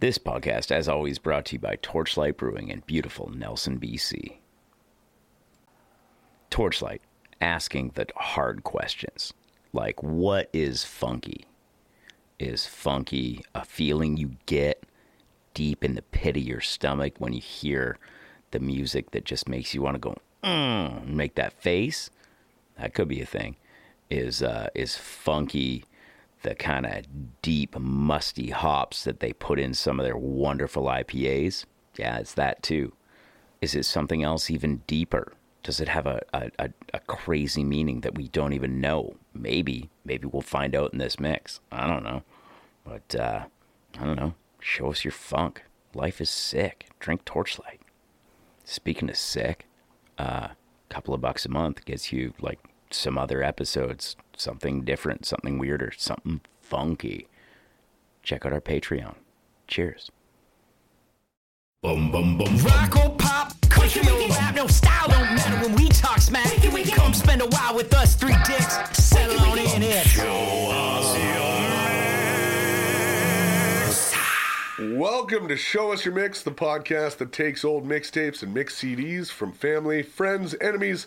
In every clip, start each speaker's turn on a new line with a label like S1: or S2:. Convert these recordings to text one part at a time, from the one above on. S1: This podcast, as always, brought to you by Torchlight Brewing in beautiful Nelson, BC. Torchlight asking the hard questions like, what is funky? Is funky a feeling you get deep in the pit of your stomach when you hear the music that just makes you want to go, mm, and make that face? That could be a thing. Is uh, is funky the kind of deep, musty hops that they put in some of their wonderful IPAs. Yeah, it's that too. Is it something else even deeper? Does it have a, a, a, a crazy meaning that we don't even know? Maybe. Maybe we'll find out in this mix. I don't know. But, uh, I don't know. Show us your funk. Life is sick. Drink Torchlight. Speaking of sick, uh, couple of bucks a month gets you like some other episodes, something different, something weirder, something funky. Check out our Patreon. Cheers.
S2: Bum bum bum.
S3: Rock or pop, country or rap, no style don't matter when we talk smack. Come spend a while with us three dicks, settle on in it.
S4: Welcome to Show Us Your Mix, the podcast that takes old mixtapes and mix CDs from family, friends, enemies,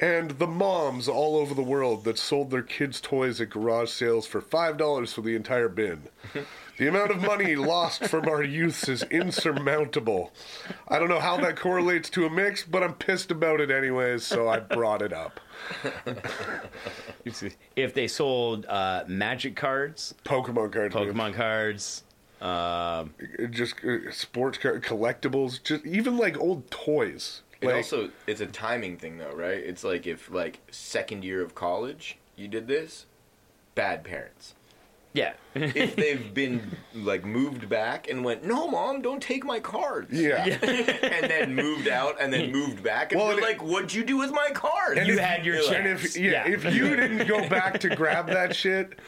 S4: and the moms all over the world that sold their kids' toys at garage sales for $5 for the entire bin. The amount of money lost from our youths is insurmountable. I don't know how that correlates to a mix, but I'm pissed about it anyways, so I brought it up.
S5: if they sold uh, magic cards,
S4: Pokemon cards.
S5: Pokemon cards, um,
S4: Just uh, sports card collectibles, just even like old toys.
S6: It
S4: Like,
S6: also it's a timing thing though, right? It's like if like second year of college you did this, bad parents.
S5: yeah,
S6: If they've been like moved back and went, no mom, don't take my cards.
S4: yeah.
S6: and then moved out and then moved back and
S4: Well,
S6: well,
S4: and it-
S6: like, what'd you do with my card?
S4: And
S5: you
S4: if-
S5: had your
S6: you're like-
S4: And
S5: chance.
S4: if yeah, if you didn't go back to grab that shit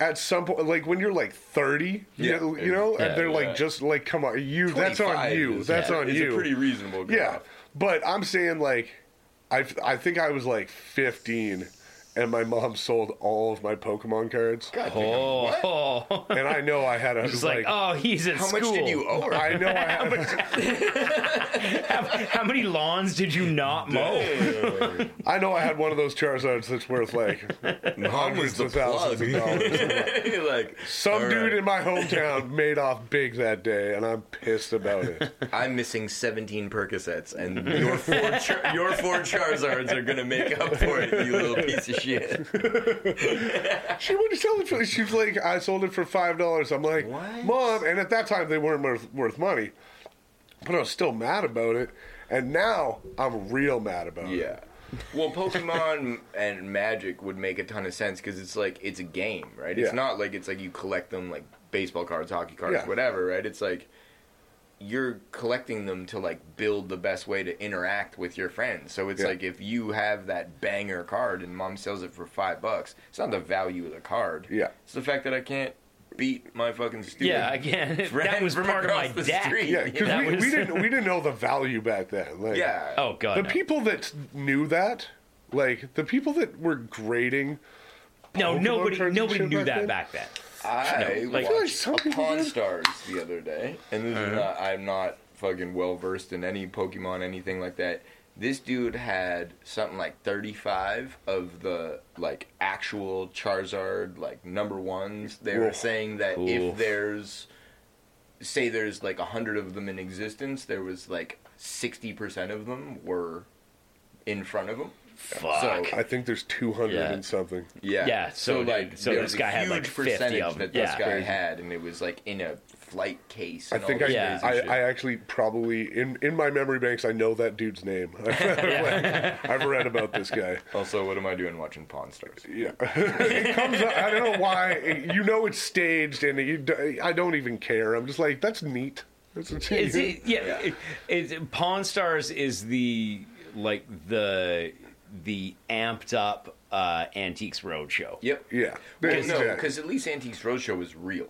S4: at some point, like when you're like 30, you
S6: Yeah.
S4: know, you know and they're like
S6: Yeah.
S4: just like, come on, you. That's on
S6: 25
S4: you.
S6: is-
S4: That's
S6: yeah,
S4: on
S6: it's
S4: you.
S6: a pretty reasonable.
S4: yeah,
S6: cutoff.
S4: but I'm saying like, I I think I was like 15, and my mom sold all of my Pokemon cards,
S6: God, damn,
S5: oh,
S6: what?
S4: and I know I had a
S5: it's
S4: like.
S5: like, oh, he's at
S6: How
S5: school.
S6: much did you owe her?
S4: I know I had a,
S5: How, how many lawns did you not mow?
S6: Damn.
S4: I know I had one of those Charizards that's worth like
S6: Mom
S4: hundreds
S6: was the
S4: of thousands of
S6: plug.
S4: dollars.
S6: You're like
S4: Some
S6: all
S4: dude
S6: right.
S4: in my hometown made off big that day, and I'm pissed about it.
S6: I'm missing 17 Percocets, and your four, char- your four Charizards are gonna make up for it, you little piece of shit.
S4: She wouldn't sell it for. She's like, I sold it for five dollars. I'm like,
S6: What?
S4: mom. And at that time, they weren't worth, worth money, but I was still mad about it. And now I'm real mad about it.
S6: Yeah. Well, Pokemon and Magic would make a ton of sense because it's like it's a game, right?
S4: Yeah.
S6: It's not like it's like you collect them like baseball cards, hockey cards,
S4: Yeah.
S6: whatever, right? It's like you're collecting them to like build the best way to interact with your friends. So it's
S4: Yeah.
S6: like if you have that banger card and mom sells it for five bucks, it's not the value of the card.
S4: Yeah.
S6: It's the fact that I can't beat my fucking student.
S5: Yeah, again,
S6: friend
S5: that was
S6: from
S5: part of my
S6: across the
S5: deck.
S6: street.
S4: yeah. Because
S5: That
S4: we,
S5: was-
S4: we didn't we didn't know the value back then. Like,
S6: Yeah.
S5: Oh god,
S4: The
S5: no.
S4: people that knew that, like the people that were grading.
S5: no,
S4: Pokemon
S5: nobody,
S4: cards and
S5: nobody
S4: shit
S5: knew
S4: back
S5: that
S4: then?
S5: back then.
S6: I
S5: No, like- Uh-huh. I feel
S4: like
S6: watched
S4: some
S6: a
S4: people
S6: Pawn
S4: did.
S6: Stars the other day, and this is not, I'm not fucking well versed in any Pokemon, anything like that. This dude had something like 35 of the like actual Charizard like number ones. They were
S4: Oof.
S6: saying that if
S5: Oof.
S6: there's say there's like 100 of them in existence, there was like 60% of them were in front of him.
S5: Fuck.
S4: I think there's 200
S5: Yeah.
S4: and something.
S6: Yeah.
S5: Yeah, so, like, so
S6: there
S5: this
S6: was a
S5: guy had, like,
S6: huge
S5: 50 of
S6: percentage
S5: them.
S6: that
S5: Yeah.
S6: this guy had, and it was like in a flight case.
S4: I
S6: And
S4: think
S6: all
S4: I,
S6: this
S5: Yeah.
S4: I,
S6: crazy shit.
S4: I actually probably in, in my memory banks I know that dude's name. I've read about this guy.
S6: Also, what am I doing watching Pawn Stars?
S4: Yeah, it comes. Up, I don't know why. It- you know it's staged, and you, d- I don't even care. I'm just like, that's neat. That's what
S5: Is it, yeah, It, it's- Pawn Stars is the like the the amped up uh, Antiques Roadshow.
S6: Yep.
S4: Yeah.
S6: Well,
S4: Exactly.
S6: no, because at least Antiques Roadshow was real.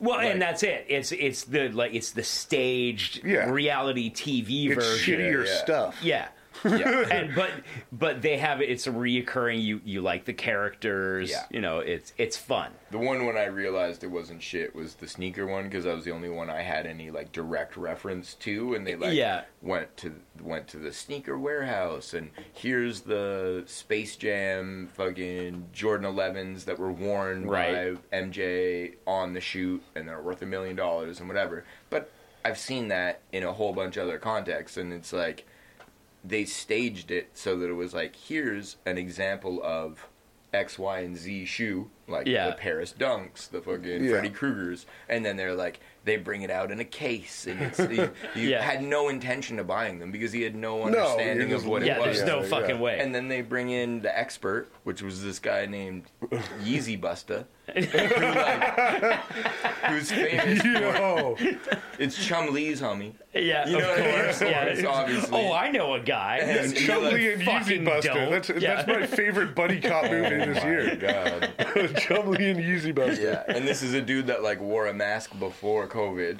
S5: Well,
S6: Like-
S5: and that's it. It's it's the like it's the staged
S4: Yeah.
S5: reality TV
S4: It's
S5: version.
S4: shittier
S6: yeah.
S4: stuff.
S5: Yeah.
S6: Yeah.
S5: and but but they have it's a reoccurring. You you like the characters.
S6: Yeah.
S5: You know it's it's fun.
S6: The one when I realized it wasn't shit was the sneaker one because I was the only one I had any like direct reference to, and they like
S5: Yeah.
S6: went to went to the sneaker warehouse and here's the Space Jam fucking Jordan 11s that were worn
S5: Right.
S6: by MJ on the shoot and they're worth a million dollars and whatever. But I've seen that in a whole bunch of other contexts, and it's like they staged it so that it was like here's an example of X, Y, and Z shoe, like
S5: Yeah.
S6: the Paris Dunks, the fucking
S4: Yeah.
S6: Freddy Krueger's, and then they're like they bring it out in a case, and it's, you, you
S5: Yeah.
S6: had no intention of buying them because he had no understanding
S4: you're
S6: of
S4: just
S6: what
S4: But
S5: yeah,
S6: it was.
S5: there's no
S4: Yeah,
S5: fucking
S4: yeah.
S5: way.
S6: And then they bring in the expert, which was this guy named Yeezy Busta, who like- who's famous. For,
S4: Yo,
S6: it's Chum Lee's homie.
S5: yeah,
S6: You know
S5: of
S6: what I mean?
S5: course. Yeah.
S6: It's obviously-
S5: Oh, I know a guy.
S6: And
S5: He's
S6: you,
S5: totally
S4: Chumley and Yeezy
S5: fucking
S4: Buster.
S5: dope.
S4: That's
S5: Yeah. Oh
S4: that's my favorite buddy cop movie this year.
S6: Oh God.
S4: Chumley and Yeezy Buster.
S6: Yeah, and this is a dude that like wore a mask before COVID,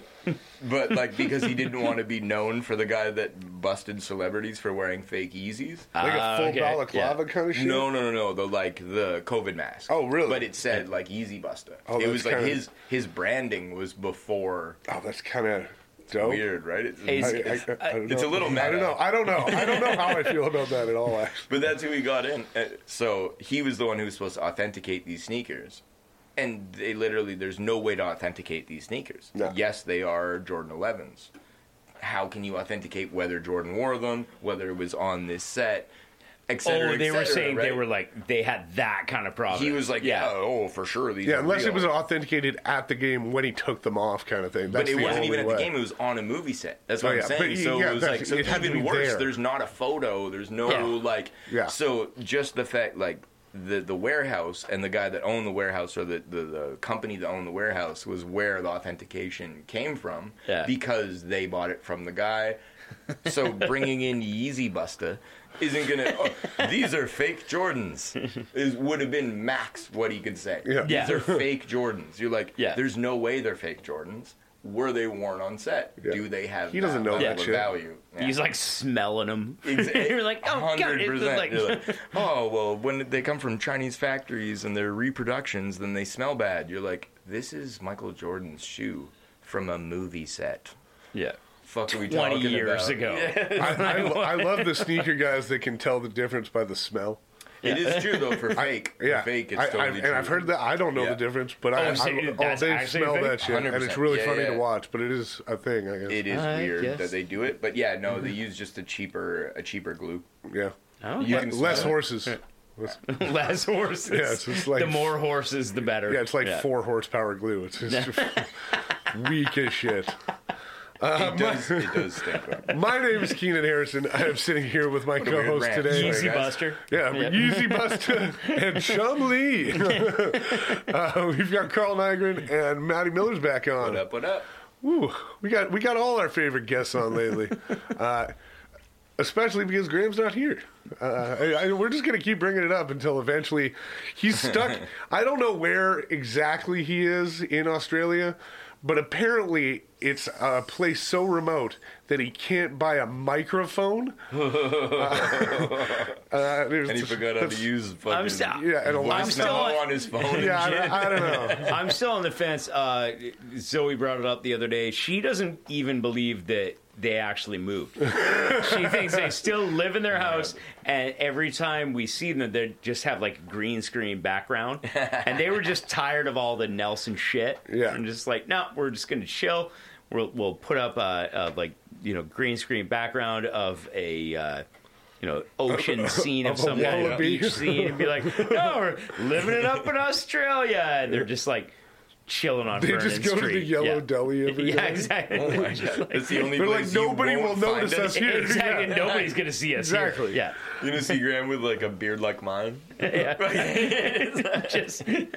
S6: but like because he didn't want to be known for the guy that busted celebrities for wearing fake Yeezys.
S4: Like a
S5: Ah,
S4: full
S5: okay,
S4: balaclava kind of shit.
S6: No, no, no, no. The like the COVID mask.
S4: Oh, really?
S6: But it said like Yeezy Buster.
S4: Oh,
S6: it
S4: that's
S6: was like
S4: kinda-
S6: his his branding was before.
S4: Oh, that's kind of dope.
S6: Weird, right? It's,
S5: It's-
S4: Oh. I, I, I, I don't
S6: It's
S4: know.
S6: a little
S4: I don't
S6: meta.
S4: know. I don't know. I don't know how I feel about that at all. Actually,
S6: But that's who he got in. Uh, So he was the one who was supposed to authenticate these sneakers. And they literally, there's no way to authenticate these sneakers.
S4: No.
S6: Yes, they are Jordan 11s. How can you authenticate whether Jordan wore them, whether it was on this set, et cetera,
S5: Oh,
S6: et
S5: they were
S6: cetera,
S5: saying they
S6: right?
S5: were like they had that kind of problem.
S6: He was like, yeah, oh, for sure. These
S4: yeah.
S6: are
S4: Unless
S6: real.
S4: it was authenticated at the game when he took them off, kind of thing.
S6: But
S4: That's
S6: it
S4: the
S6: wasn't
S4: only
S6: even
S4: way.
S6: at the game. It was on a movie set. That's what
S4: Oh,
S6: I'm
S4: yeah,
S6: saying.
S4: but
S6: so
S4: yeah,
S6: it was
S4: that's-
S6: like so
S4: it had to
S6: even
S4: be
S6: worse.
S4: there.
S6: There's not a photo. There's no
S5: Yeah.
S6: like.
S4: Yeah.
S6: So just the fact like the the warehouse and the guy that owned the warehouse or the the, the company that owned the warehouse was where the authentication came from.
S5: Yeah.
S6: Because they bought it from the guy. So bringing in Yeezy Busta isn't gonna. Oh, these are fake Jordans. Is would have been max what he could say.
S4: Yeah.
S5: Yeah.
S6: These are fake Jordans. You're like,
S5: Yeah.
S6: there's no way they're fake Jordans. Were they worn on set?
S4: Yeah.
S6: Do they have?
S4: He doesn't
S6: that
S4: know
S6: level
S4: that
S6: of
S4: shit.
S6: value. Yeah.
S5: he's like smelling them.
S6: Exa-
S5: You're like, oh god, it's
S6: 100%.
S5: like,
S6: You're like, oh well, when they come from Chinese factories and they're reproductions, then they smell bad. You're like, this is Michael Jordan's shoe from a movie set.
S5: yeah,
S6: Fuck, are we
S5: twenty
S6: talking
S5: years
S6: about?
S5: ago.
S4: I, I, I love the sneaker guys that can tell the difference by the smell.
S6: It is true though for fake. For
S4: Yeah,
S6: fake. It's
S4: I,
S6: totally
S4: I, and
S6: true.
S4: I've heard that. I don't know
S6: Yeah.
S4: the difference, but I,
S5: Oh, so
S4: I, oh,
S5: that's
S4: they
S5: actually
S4: smell
S5: fake?
S4: that shit, and it's
S6: 100%.
S4: really
S6: Yeah,
S4: funny
S6: yeah.
S4: to watch. But it is a thing, I guess.
S6: It is
S5: I
S6: weird
S5: guess. Mm-hmm.
S6: that they do it, but yeah, no, they use just a cheaper a cheaper glue.
S4: yeah,
S5: Oh,
S6: You
S5: yeah.
S6: can
S4: less
S6: smell it.
S4: horses. Less-
S5: less horses.
S4: Yeah, it's just like-
S5: the more horses, the better.
S4: Yeah, it's like four horsepower glue. It's just weak as shit.
S5: Uh,
S6: It does, it does stink. though.
S4: My name is Keenan Harrison. I am sitting here with my
S6: a weird
S4: co-host
S6: rant.
S4: today.
S5: Easy
S6: guys.
S5: Buster.
S4: Yeah, but Yeezy Busta and Chum Lee. uh, we've got Carl Nygren and Matty Miller's back on.
S6: What up? What up?
S4: Ooh, we got we got all our favorite guests on lately, uh, especially because Graham's not here. Uh, I, I, we're just gonna keep bringing it up until eventually he's stuck. I don't know where exactly he is in Australia, but apparently it's a place so remote that he can't buy a microphone. uh, uh, there's-
S6: And he forgot how to use fucking.
S5: I'm still,
S4: Yeah, and a
S6: voice
S4: lot.
S5: I'm still-
S6: memo on his phone.
S4: Yeah, I, don't- I don't know.
S5: I'm still on the fence. Uh, Zoe brought it up the other day. She doesn't even believe that they actually moved. she thinks they still live in their house, and every time we see them, they just have like green screen background, and they were just tired of all the Nelson shit.
S4: Yeah.
S5: and just like, no, we're just gonna chill. We'll we'll put up a, a like you know green screen background of a. Uh, you know, ocean scene of,
S4: Of a
S5: some kind of
S4: wallaby.
S5: beach scene and be like, no, we're living it up in Australia. And they're just like chilling on
S4: They
S5: Vernon
S4: just go
S5: Street.
S4: to the yellow
S5: yeah.
S4: deli every
S5: Yeah,
S4: day.
S5: exactly.
S6: Oh my God. That's the only
S4: They're like,
S6: place you
S4: nobody
S6: won't
S4: will notice
S6: find
S4: us here.
S5: exactly.
S4: Yeah.
S5: Nobody's gonna see us. here.
S4: Exactly.
S5: Yeah.
S6: You know, see Graham with like a beard like mine.
S5: Just
S6: We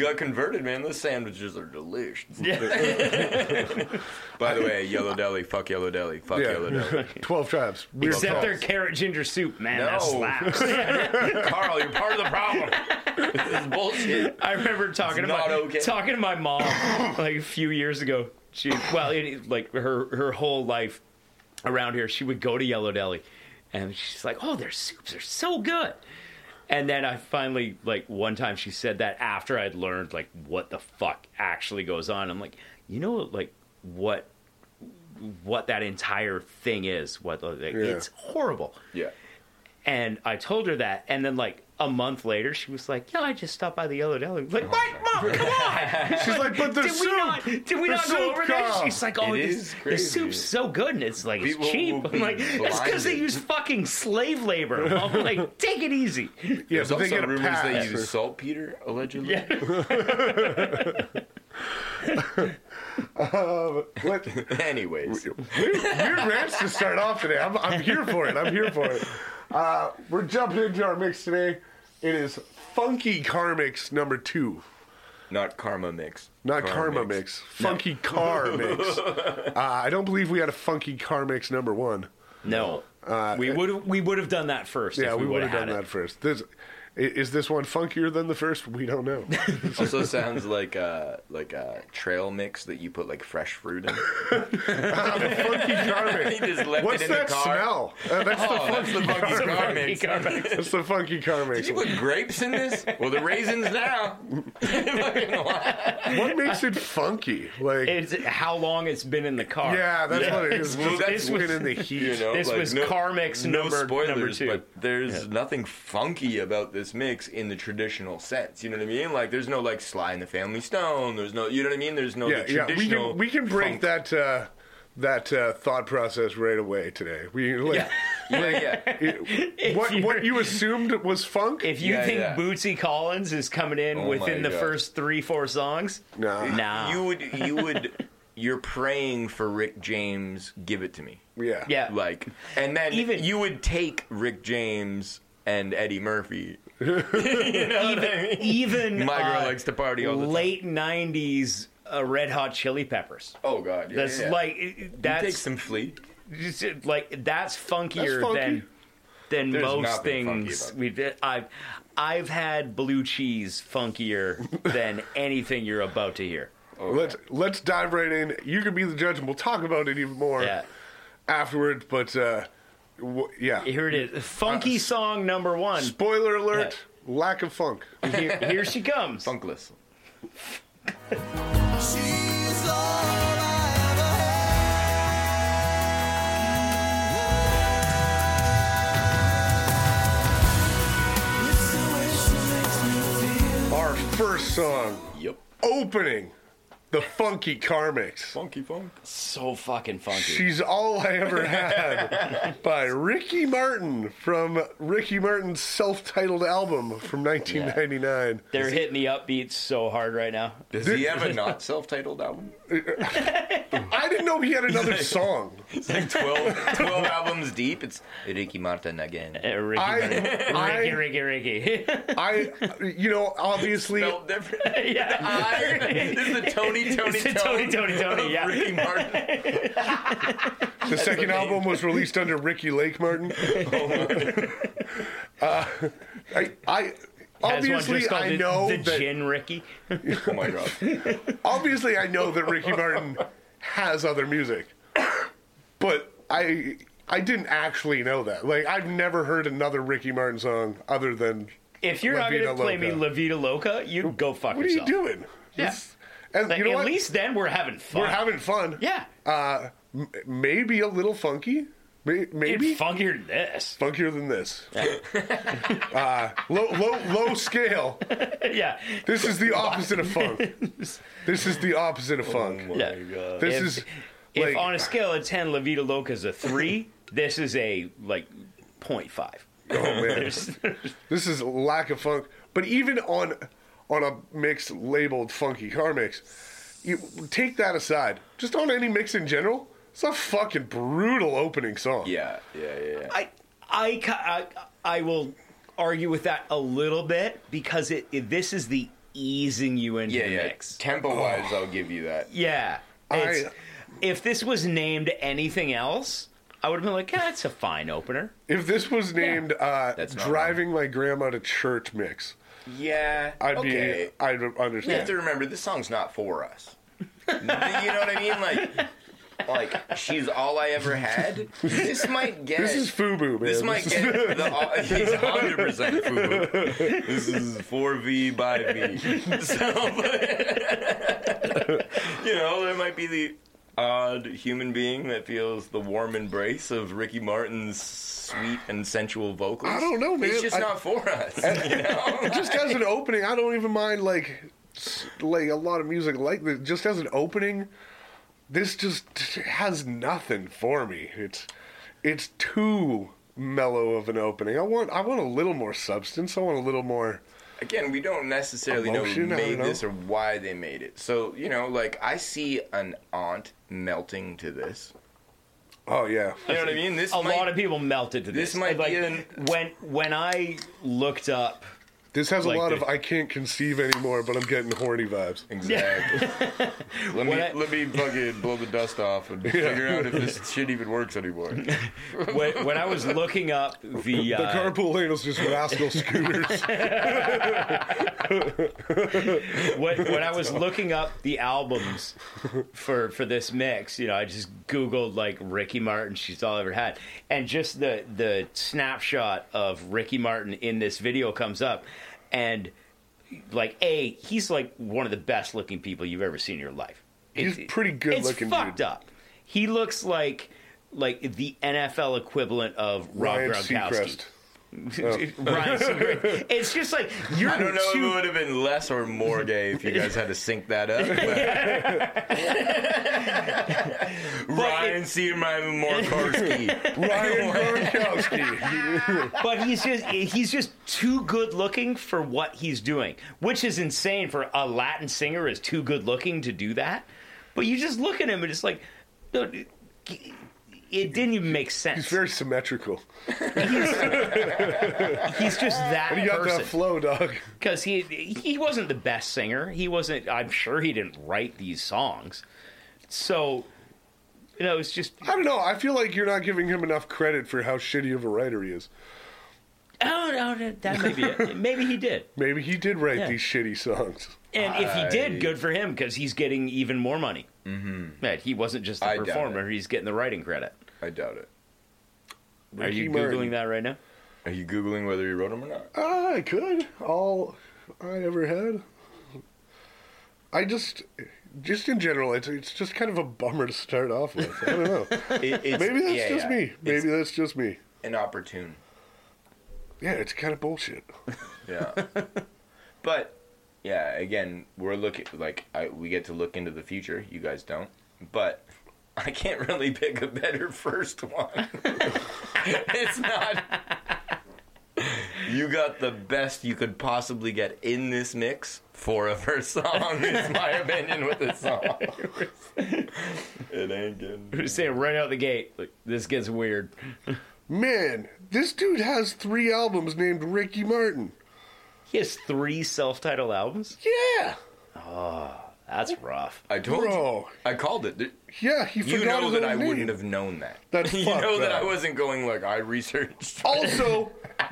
S6: got converted, man. Those sandwiches are delish.
S5: yeah.
S6: By the way, Yellow Deli, fuck Yellow Deli, fuck Yellow
S4: Yeah,
S6: Deli.
S4: twelve tribes. Weird
S5: Except
S4: tribes.
S5: their carrot ginger soup, man. That
S6: No.
S5: slaps.
S6: Carl, you're part of the problem. this is bullshit.
S5: I remember talking
S6: It's
S5: to my
S6: not okay.
S5: talking to my mom like a few years ago. She well, it, like her her whole life around here, she would go to Yellow Deli, and she's like, "Oh, their soups are so good." And then I finally like one time she said that after I'd learned like what the fuck actually goes on. I'm like, you know, like what what that entire thing is. What like, it's horrible.
S6: Yeah.
S5: And I told her that, and then like a month later, she was like, "Yeah, I just stopped by the Yellow Deli." Like, Mike, mom, come on!
S4: Oh, She's like, but the
S5: did
S4: soup.
S5: we not? Did we
S4: The
S5: not go
S4: soup,
S5: over
S4: Carl.
S5: that? She's like, "Oh,
S6: It
S5: this,
S6: is
S5: the
S6: crazy.
S5: soup's so good, and it's like
S6: People
S5: it's cheap."
S6: will
S5: I'm like,
S6: be
S5: "That's because they
S6: blinded."
S5: use fucking slave labor." I'm like, "Take it easy."
S4: yeah,
S6: There's
S4: but
S6: also
S4: they get a
S6: rumors
S4: pass.
S6: they use saltpeter allegedly.
S5: Yeah.
S4: What-
S6: Anyways,
S4: weird rants to start off today. I'm, I'm here for it. I'm here for it. Uh, we're jumping into our mix today. It is Funky Car Mix number two.
S6: not karma mix.
S4: Not Karma Mix. Funky Car Mix. Uh, I don't believe we had a Funky Car Mix number one.
S5: No, we would we would have done that first.
S4: Uh, Yeah,
S5: if
S4: we,
S5: we,
S4: would have
S5: had
S4: done
S5: it.
S4: that first. This, i- is this one funkier than the first? We don't know.
S6: Also sounds like a like a trail mix that you put like fresh fruit in.
S4: funky Car Mix.
S6: He just left
S4: What's
S6: it in
S4: that
S6: the car.
S4: smell? Uh, that's,
S6: Oh, that's the funky car, mix.
S5: Carmex.
S4: that's the Funky Car Mix.
S6: You put grapes in this? Well, the raisins now. Fucking wild.
S4: What makes it funky? Like,
S5: It's how long it's been in the car.
S4: yeah, that's what it is.
S6: Well,
S4: Just
S6: that's
S4: getting
S6: what-
S4: in the heat.
S6: You know,
S5: This
S6: like,
S5: was
S6: no-
S5: car mix
S6: no
S5: number
S6: spoilers,
S5: number two.
S6: But there's nothing funky about this mix in the traditional sense. You know what I mean? Like there's no like Sly and the Family Stone. There's no, you know what I mean? There's no
S4: yeah,
S6: the
S4: yeah. We
S6: traditional.
S4: can we can break
S6: funk.
S4: that uh, that uh, thought process right away today. We like,
S6: Yeah, yeah.
S4: it- what what you assumed was funk.
S5: If you
S6: Yeah,
S5: think
S6: yeah.
S5: Bootsy Collins is coming in
S6: Oh
S5: within
S6: my
S5: the
S6: God.
S5: first three, four songs,
S4: Nah.
S5: nah.
S6: You would, you would, you're praying for Rick James. Give it to me.
S4: yeah,
S5: yeah,
S6: Like, and then
S5: Even-
S6: you would take Rick James and Eddie Murphy. you know what I mean?
S5: even
S6: My girl
S5: uh,
S6: likes to party all the time.
S5: late '90s uh, Red Hot Chili Peppers.
S6: Oh God, yeah,
S5: That's
S6: yeah.
S5: like it- it-
S6: You take
S5: that's
S6: some flea.
S5: just, like that's funkier
S4: funky.
S5: than than
S6: There's
S5: most
S6: nothing funky
S5: things
S6: about
S5: we did. I've I've had blue cheese funkier than anything you're about to hear.
S4: Let's let's dive right in. You can be the judge, and we'll talk about it even more
S5: Yeah.
S4: afterwards. But uh, w- yeah,
S5: Here it is, funky
S6: Uh,
S5: song number one.
S4: spoiler alert: lack of funk.
S5: Here, here she comes.
S6: Funkless.
S7: She's all I ever had. It's the way she makes me feel.
S4: Our first song
S6: Yep.
S4: opening the funky car mix.
S6: Funky funk.
S5: So fucking funky.
S4: She's All I Ever Had by Ricky Martin from Ricky Martin's self titled album from 1999.
S5: They're hitting the upbeats so hard right now.
S6: Does he have a not self-titled album?
S4: I didn't know he had another song.
S6: It's like 12, 12 albums deep. It's Ricky Martin again.
S5: Uh, Ricky, Ricky,
S4: I,
S5: Ricky, Ricky.
S4: I, I, you know, obviously,
S6: Spelled different.
S5: yeah.
S6: I, this is the Tony Tony
S5: It's the Tony,
S6: Tone
S5: Tony, Tony,
S6: of
S5: yeah.
S6: Ricky Martin.
S4: the second album was released under Ricky Lake Martin. uh, I, I
S5: Has one
S4: obviously
S5: just called
S4: I
S5: it
S4: know
S5: the
S4: that
S5: gin Ricky.
S6: Oh my god.
S4: obviously I know that Ricky Martin has other music, but I I didn't actually know that. Like I've never heard another Ricky Martin song other than
S5: If you're
S4: La
S5: not going to
S4: Vida
S5: play me
S4: Loca.
S5: La Vida Loca, you go fuck
S4: what are you
S5: yourself.
S4: doing?
S5: Yeah.
S4: This- and
S5: Like,
S4: you know
S5: at
S4: what?
S5: least then we're having fun.
S4: We're having fun.
S5: yeah.
S4: Uh, m- maybe a little funky. May- Maybe
S5: It's funkier than this.
S4: funkier than this. uh, low low low scale.
S5: yeah.
S4: This is the opposite of funk. This is the opposite of funk.
S5: yeah.
S4: This
S5: Oh If-
S4: is
S5: If
S4: like-
S5: on a scale of 10, La Vida Loca is a 3, this is a, like, 0.5.
S4: oh man. This is lack of funk. But even on on a mix labeled funky car mix, you take that aside. Just on any mix in general, it's a fucking brutal opening song.
S6: Yeah, yeah, yeah. yeah.
S5: I, I, ca- I, I will argue with that a little bit because it, it- this is the easing you into
S6: yeah,
S5: the
S6: yeah.
S5: mix.
S6: Tempo wise, I'll give you that.
S5: Yeah. It's,
S4: I-
S5: if this was named anything else, I would have been like, yeah, it's a fine opener.
S4: If this was named uh,
S6: That's not
S4: "Driving My Grandma to Church" mix,
S6: Yeah.
S4: I'd
S6: okay.
S4: be I'd
S6: You have
S4: understand.
S6: to remember this song's not for us. you know what I mean? Like like she's all I ever had. This might get
S4: This is FUBU, man.
S6: This might
S4: This
S6: get the he's hundred percent FUBU. This is four V by V. So, but- you know, there might be the odd human being that feels the warm embrace of Ricky Martin's sweet and sensual vocals.
S4: I don't know, man.
S6: It's just
S4: I-
S6: not for us. You know?
S4: just as an opening, I don't even mind like s- like a lot of music like this. Just as an opening, this just has nothing for me. It's it's too mellow of an opening. I want I want a little more substance. I want a little more.
S6: Again, we don't necessarily
S4: Emotion, I
S6: know
S4: don't
S6: who made
S4: know.
S6: this or why they made it. So, you know, like I see an aunt melting to this.
S4: Oh yeah,
S6: You know what I mean? This
S5: a
S6: might,
S5: lot of people melted to this.
S6: this might
S5: like
S6: be an-
S5: when when I looked up
S4: this has
S5: Like
S4: a lot
S5: the-
S4: of I can't conceive anymore, but I'm getting horny vibes.
S6: Exactly. let me
S5: I-
S6: let me fucking blow the dust off and figure out if this shit even works anymore.
S5: when, when I was looking up the,
S4: The
S5: uh,
S4: carpool lane is just rascal scooters.
S5: when, when I was looking up the albums for for this mix, you know, I just googled like Ricky Martin, she's all I ever had, and just the the snapshot of Ricky Martin in this video comes up, and like a he's like one of the best looking people you've ever seen in your life.
S4: He's
S5: It-
S4: pretty good
S5: it's
S4: looking
S5: Fucked
S4: dude.
S5: up. He looks like like the NFL equivalent of Rob
S4: Ryan
S5: Gronkowski.
S4: Seacrest. Oh.
S5: Ryan Seacrest. It's just like you're
S6: I don't know
S5: too
S6: if it would have been less or more gay if you guys had to sync that up. But... Ryan C. Ryan Morkorski.
S4: Ryan Gronkowski.
S5: but he's just he's just too good looking for what he's doing, which is insane for a Latin singer is too good looking to do that. But you just look at him and it's like, no, it it didn't even make sense.
S4: He's very symmetrical.
S5: He's just that
S4: You got that
S5: person
S4: flow, dog.
S5: because he he wasn't the best singer. He wasn't. I'm sure he didn't write these songs. So, you know, it's just
S4: I don't know. I feel like you're not giving him enough credit for how shitty of a writer he is.
S5: oh no, that may be it. Maybe he did.
S4: Maybe he did write
S5: Yeah.
S4: these shitty songs.
S5: And if he
S6: I-
S5: did, good for him because he's getting even more money. Mm-hmm. Right, he wasn't just
S6: I
S5: the
S6: doubt
S5: performer; he's getting the writing credit.
S6: I doubt it.
S5: Are
S4: Ricky
S5: you
S4: Martin.
S5: googling that right now?
S6: Are you googling whether he wrote them or not?
S4: Ah, I could. All I ever had. I just, just in general, it's it's just kind of a bummer to start off with. I don't know.
S6: It- it's-
S4: Maybe that's
S6: yeah,
S4: just
S6: yeah.
S4: me. Maybe
S6: It's
S4: that's just me.
S6: inopportune.
S4: Yeah, it's kind of bullshit.
S6: Yeah. but yeah, again, we're looking like I, we get to look into the future. You guys don't, but I can't really pick a better first one. it's not. You got the best you could possibly get in this mix for a first song. Is my opinion with this song. it ain't good.
S5: Say it right out the gate, like, this gets weird.
S4: Man, this dude has three albums named Ricky Martin.
S5: He has three self-titled albums.
S4: Yeah,
S5: That's rough.
S6: I told
S4: bro.
S6: you. I called it.
S4: Oh, Yeah, he
S6: You
S4: forgot
S6: know
S4: his
S6: that
S4: own
S6: I
S4: name.
S6: wouldn't have known that.
S4: That's
S6: you
S4: fucked
S6: know that
S4: up.
S6: I wasn't going like I researched.
S4: Also,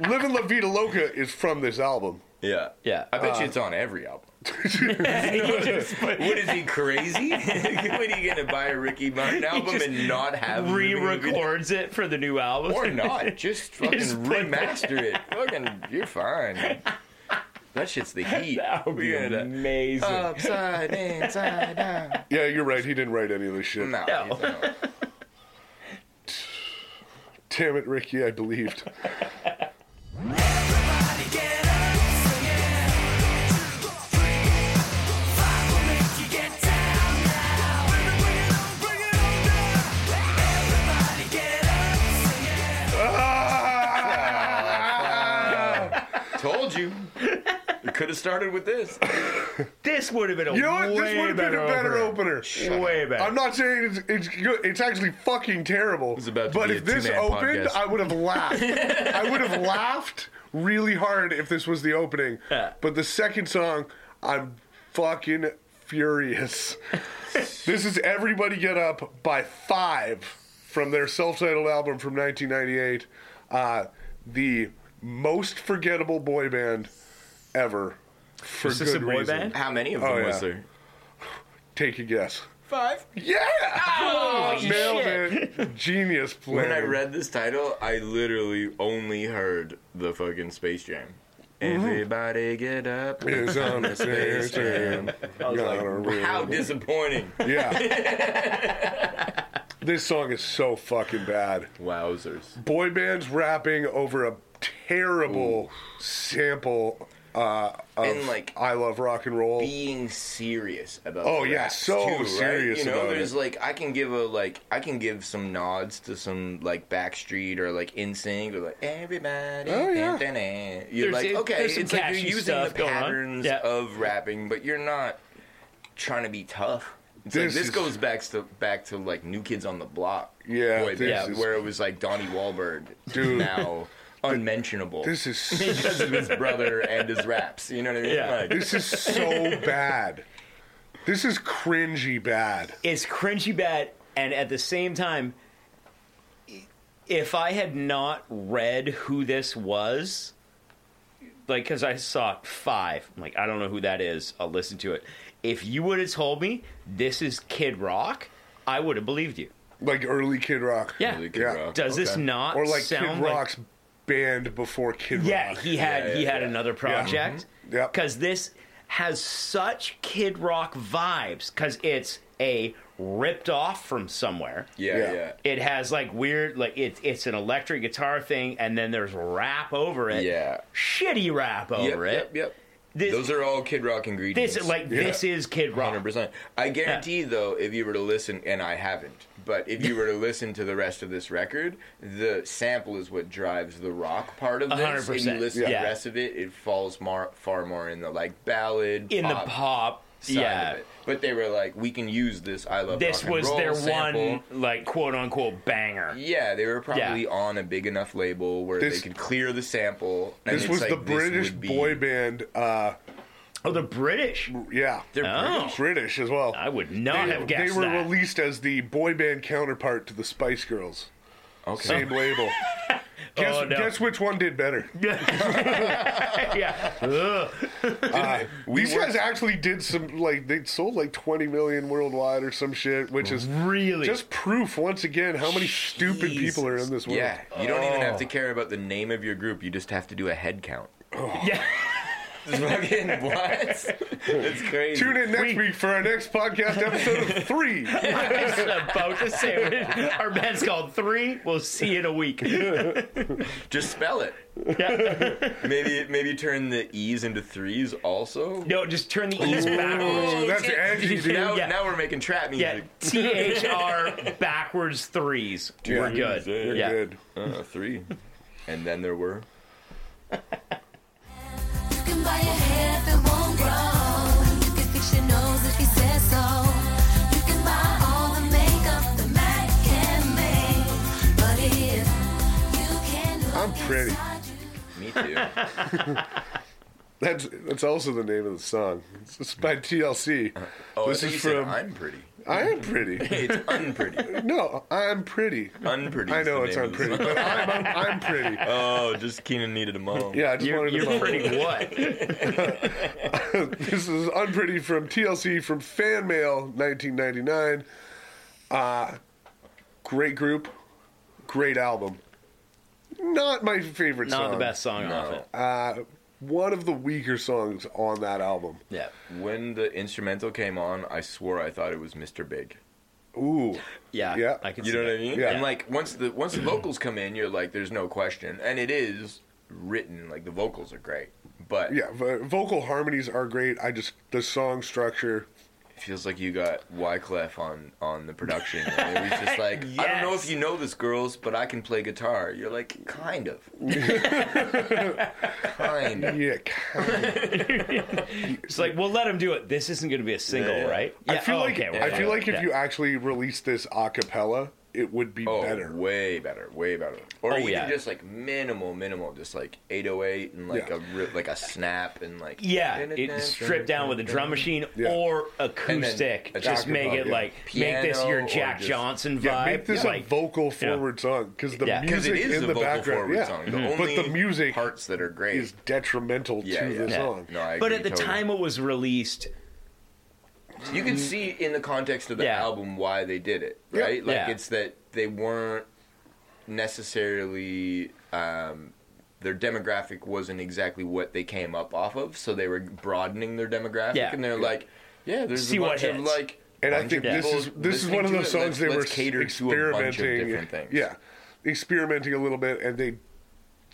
S4: "Living La Vida Loca" is from this album.
S6: Yeah.
S5: Yeah. Uh,
S6: I bet you it's on every album. what is he crazy? when are you gonna buy a Ricky Martin album
S5: just
S6: and not
S4: Uh,
S6: have Living
S5: Re-records it for the new album,
S6: Vida- or not? Just fucking
S5: Just put
S6: remaster it. Fucking, you're fine. That shit's the heat.
S5: That would be
S6: We're gonna-
S5: amazing.
S4: Uh,
S6: Upside down, side down.
S4: Yeah, you're right. He didn't write any of this shit.
S6: No,
S5: No.
S6: he's not.
S4: Damn it, Ricky, I believed.
S6: Told you. It could have started with this.
S5: This would have been a
S4: You know what?
S5: way
S4: This would have been
S5: better
S4: a better
S5: opener.
S4: opener.
S5: Way better.
S4: I'm not saying it's, it's good. It's actually fucking terrible.
S6: It's about to
S4: but
S6: be
S4: if
S6: a
S4: this
S6: two-man
S4: opened,
S6: podcast.
S4: I would have laughed. I would have laughed really hard if this was the opening.
S5: Yeah.
S4: But the second song, I'm fucking furious. this is Everybody Get Up by Five from their self titled album from 1998. Uh, the most forgettable boy band ever. For
S5: Is this
S4: good
S5: a boy
S4: reason.
S5: band?
S6: How many of
S4: Oh,
S6: them was
S4: yeah.
S6: there?
S4: Take a guess.
S6: five.
S4: Yeah! Nailed it. Genius plan.
S6: When I read this title, I literally only heard the fucking Space Jam. Everybody get up.
S4: Mm-hmm. It's on the Space Jam. Gonorrhea.
S6: How disappointing.
S4: Yeah. this song is so fucking bad.
S6: Wowzers.
S4: Boy bands rapping over a terrible sample uh, of
S6: And, like,
S4: I Love Rock and Roll.
S6: Being serious about
S4: Oh,
S6: the
S4: yeah,
S6: raps,
S4: so
S6: too, right?
S4: serious
S6: You know,
S4: about
S6: there's
S4: it.
S6: like I can give a like I can give some nods to some like Backstreet or like NSYNC or like everybody.
S4: Oh, yeah.
S6: dun, dun, dun. You're
S5: There's-
S6: like
S5: it-
S6: okay,
S5: there's some
S6: it's like you're
S5: catchy
S6: using the
S5: stuff going on.
S6: patterns
S5: Yeah.
S6: of rapping, but you're not trying to be tough. It's like,
S4: This
S6: this
S4: is-
S6: goes back to back to like New Kids on the Block.
S4: Yeah,
S6: boy,
S4: this
S6: band,
S4: is-
S6: where it was like Donnie Wahlberg,
S4: Dude.
S6: now unmentionable
S4: This is
S6: because of his brother and his raps. You know what I mean?
S5: Yeah.
S6: Like,
S4: this is so bad. This is cringy bad.
S5: it's cringy bad and at the same time if i had not read who this was like because i saw five I'm like i don't know who that is i'll listen to it if you would have told me this is kid rock i would have believed you
S4: Like early Kid Rock.
S5: yeah
S6: Really Kid
S4: Yeah.
S6: Rock.
S5: does this
S6: Okay.
S5: not
S4: Or like Kid
S5: sound like
S4: Rock's band before Kid
S5: yeah,
S4: Rock.
S5: he had
S6: Yeah,
S5: he
S6: yeah, Mm-hmm.
S5: had
S6: yeah.
S5: another project
S4: Mhm. Yep.
S5: because this has such Kid Rock vibes because it's a ripped off from somewhere.
S6: yeah,
S4: Yeah.
S6: yeah.
S5: It has like weird like it's it's an electric guitar thing and then there's rap over it.
S6: Yeah.
S5: shitty rap
S6: Yep,
S5: over
S6: yep,
S5: it.
S6: yep.
S5: This,
S6: Those are all Kid Rock ingredients.
S5: this like this is Kid Rock.
S6: 100%. I guarantee, though, if you were to listen, and I haven't, but if you were to listen to the rest of this record, the sample is what drives the rock part of this. If you
S5: 100%,
S6: listen to
S5: yeah.
S6: the rest of it, it falls mar- far more in the like ballad,
S5: in
S6: pop
S5: the pop.
S6: side
S5: Yeah.
S6: of it. But they were like, we can use this. I love
S5: This
S6: Rock and
S5: was
S6: Roll
S5: their
S6: sample.
S5: one like quote unquote banger.
S6: Yeah, they were probably
S5: Yeah.
S6: on a big enough label where
S4: This-
S6: they could clear the sample. and
S4: This
S6: it's
S4: was
S6: like,
S4: the British
S6: would be-
S4: boy band. Uh,
S5: Oh, the British.
S4: yeah,
S6: They're
S5: Oh.
S6: British.
S4: British as well.
S5: I would not
S4: they,
S5: have guessed
S4: they were
S5: that.
S4: released as the boy band counterpart to the Spice Girls.
S6: Okay.
S4: Same label. Guess,
S5: Oh, no.
S4: guess which one did better?
S5: yeah. Ugh.
S4: Uh, these
S6: were-
S4: guys actually did some like they sold like 20 million worldwide or some shit, which is
S5: Really?
S4: just proof once again how many stupid people are in
S6: Jesus.
S4: this world.
S6: Yeah, you don't even have to
S4: Oh.
S6: care about the name of your group. You just have to do a head count.
S5: Yeah.
S6: Fucking what? It's crazy.
S4: Tune in next week for our next podcast episode of three.
S5: I was about to say it. Our band's called Three. We'll see you in a week.
S6: Just spell it. maybe maybe turn the E's into threes also.
S5: No, just turn the E's backwards.
S4: Ooh, that's edgy, dude.
S6: Now,
S5: Yeah.
S6: now we're making trap
S5: Yeah,
S6: music.
S5: T H R backwards threes. We're good.
S4: You're
S5: yeah.
S4: good.
S6: Uh, three. And then there were.
S8: You can buy a head that won't grow. You can fix your nose if you say so. You can buy all the makeup the Mac can make. But if you can look
S4: I'm pretty.
S8: inside you-
S6: Me too. Oh,
S4: That's that's also the name of the song. It's, it's by TLC.
S6: Oh,
S4: this
S6: I
S4: is
S6: thought you said
S4: from
S6: I'm pretty.
S4: I am pretty.
S6: It's unpretty.
S4: No, I'm pretty.
S6: Unpretty.
S4: I
S6: is
S4: know
S6: the
S4: it's
S6: name of
S4: unpretty,
S6: the song.
S4: but I'm, I'm, I'm pretty.
S6: Oh, just Keenan needed a mom.
S4: Yeah, I just
S5: You're,
S4: wanted to.
S5: you're
S4: bump
S5: pretty what?
S4: this is unpretty from TLC from Fan Mail 1999. Uh, great group, great album. Not my favorite
S5: Not
S4: song.
S5: the best song off it.
S4: One of the weaker songs on that album.
S5: yeah.
S6: When the instrumental came on, I swore I thought it was Mr. Big.
S4: Ooh,
S5: Yeah.
S4: Yeah.
S5: I can
S6: You
S5: see
S6: know what I
S5: that.
S6: mean?
S4: Yeah.
S6: And like once the once the vocals come in, you're like, there's no question, and it is written. Like the vocals are great, but
S4: yeah. vo- vocal harmonies are great. I just the song structure.
S6: it feels like you got Wyclef on on the production. and it was just like, I don't know if
S5: Yes.
S6: you know this, girls, but I can play guitar. You're like, kind of, kind of.
S4: Yeah, kind
S5: It's like, we'll let him do it. This isn't going to be a single,
S6: Yeah, yeah.
S5: right?
S4: I feel
S5: oh,
S4: like
S5: okay, we're
S4: I
S5: fine.
S4: feel like if
S5: Yeah.
S4: you actually released this a cappella, it would be
S6: Oh,
S4: better.
S6: way better, way better. Or
S5: Oh,
S6: even
S5: yeah.
S6: just like minimal, minimal, just like 808 and like
S4: Yeah.
S6: a ri like a snap and like
S5: Yeah, it stripped down with a drum machine
S4: Yeah.
S5: or acoustic.
S6: a
S5: Just
S6: doctor
S5: make
S6: pop,
S5: it
S4: yeah.
S5: like make this
S6: Piano
S5: your
S6: or
S5: Jack
S6: just-
S5: Johnson vibe.
S4: Yeah, make this a
S5: like,
S4: vocal
S5: you know.
S4: forward song because the
S5: Yeah. Mm-hmm.
S6: 'Cause
S4: music
S6: it is
S4: in
S6: a
S4: the
S6: vocal
S4: background,
S6: forward
S4: yeah.
S6: song. The
S4: but
S6: only
S4: the music
S6: parts that are great.
S4: is detrimental
S6: yeah,
S4: to
S6: yeah.
S4: the song.
S6: No, I
S5: but
S6: agree
S5: at the
S6: totally.
S5: time it was released
S6: you can see in the context of the
S5: Mm. Yeah.
S6: album why they did it, right? Like
S5: Yeah.
S6: it's that they weren't necessarily um, their demographic wasn't exactly what they came up off of, so they were broadening their demographic,
S5: Yeah.
S6: and they're like, yeah, there's
S5: See
S6: a
S5: what
S6: bunch of
S5: hits.
S6: like.
S4: And I
S6: bunch
S4: think
S6: of
S4: this
S6: people
S4: is this is
S6: listening
S4: one of
S6: to
S4: those
S6: it,
S4: songs
S6: let's-
S4: they were
S6: let's cater to a bunch of
S4: experimenting.
S6: different things.
S4: Yeah, experimenting a little bit, and they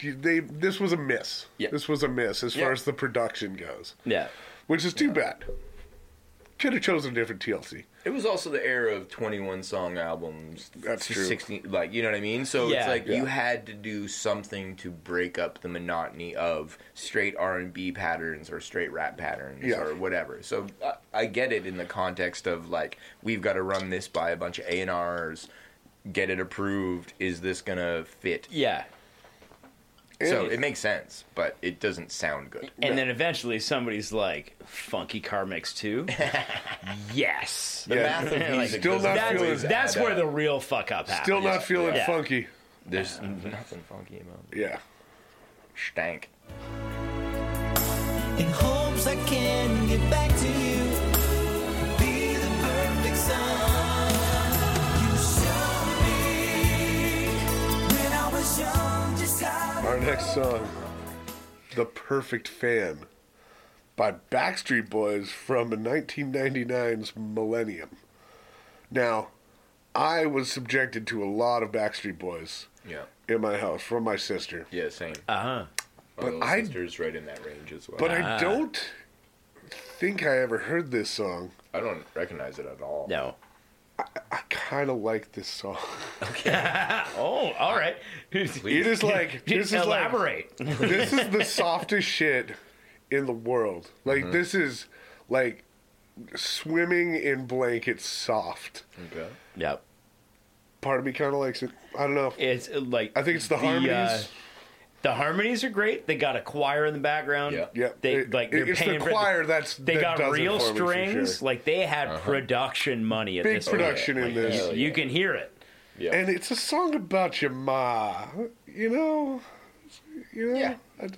S4: they this was a miss.
S6: Yeah.
S4: This was a miss as
S6: Yeah.
S4: far as the production goes,
S5: Yeah.
S4: which is too bad. Could have chosen a different TLC.
S6: It was also the era of 21 song albums.
S4: That's true.
S6: 16, like, you know what I mean? So
S5: Yeah.
S6: it's like
S4: Yeah.
S6: you had to do something to break up the monotony of straight R&B patterns or straight rap patterns
S4: Yeah.
S6: or whatever. So I, I get it in the context of like we've got to run this by a bunch of A&Rs, get it approved, is this going to fit?
S5: Yeah.
S6: So
S4: Yeah.
S6: it makes sense, but it doesn't sound good.
S5: And then eventually somebody's like, Funky Car Mix 2? yes.
S6: The
S4: Yeah.
S6: math of music
S4: Still
S6: doesn't
S4: not
S5: That's,
S6: always
S4: feeling-
S5: that's
S6: add
S5: where
S6: up.
S5: the real fuck up happens.
S4: Still not feeling
S5: Ah, Yeah.
S4: funky.
S6: There's nothing funky about it.
S4: Yeah.
S6: Stank.
S7: In hopes I can get back to you, be the perfect son you showed me when I was young. Just how
S4: Our next song, "The Perfect Fan," by Backstreet Boys from 1999's Millennium. Now, I was subjected to a lot of Backstreet Boys
S6: Yeah.
S4: in my house from my sister,
S6: Yeah, same.
S5: Uh huh.
S6: My
S4: But
S6: little
S4: I-
S6: sister's right in that range as well.
S4: but
S5: Ah.
S4: I don't think I ever heard this song.
S6: I don't recognize it at all.
S5: No.
S4: I kind of like this song.
S5: Oh, all right.
S4: It is like this is like
S5: Elaborate.
S4: this is the softest shit in the world. Like this is like swimming in blankets soft.
S6: Okay.
S5: yep.
S4: Part of me kind of likes it. I don't know.
S5: It's uh, like
S4: I think it's the,
S5: uh,
S4: harmonies.
S5: the harmonies are great. They got a choir in the background.
S6: Yeah.
S4: Yep.
S5: They
S4: It-
S5: like they're
S4: it's the
S5: paying for-
S4: choir that's
S5: They
S4: that
S5: got
S4: does it
S5: real
S4: for me for
S5: strings.
S4: sure. Uh-huh.
S5: Like they had production money at
S4: Big
S5: this
S4: production in
S5: point.
S4: this.
S5: You, you can hear it.
S6: Yeah.
S4: and it's a song about your ma. You know, you know.
S6: Yeah.
S4: I,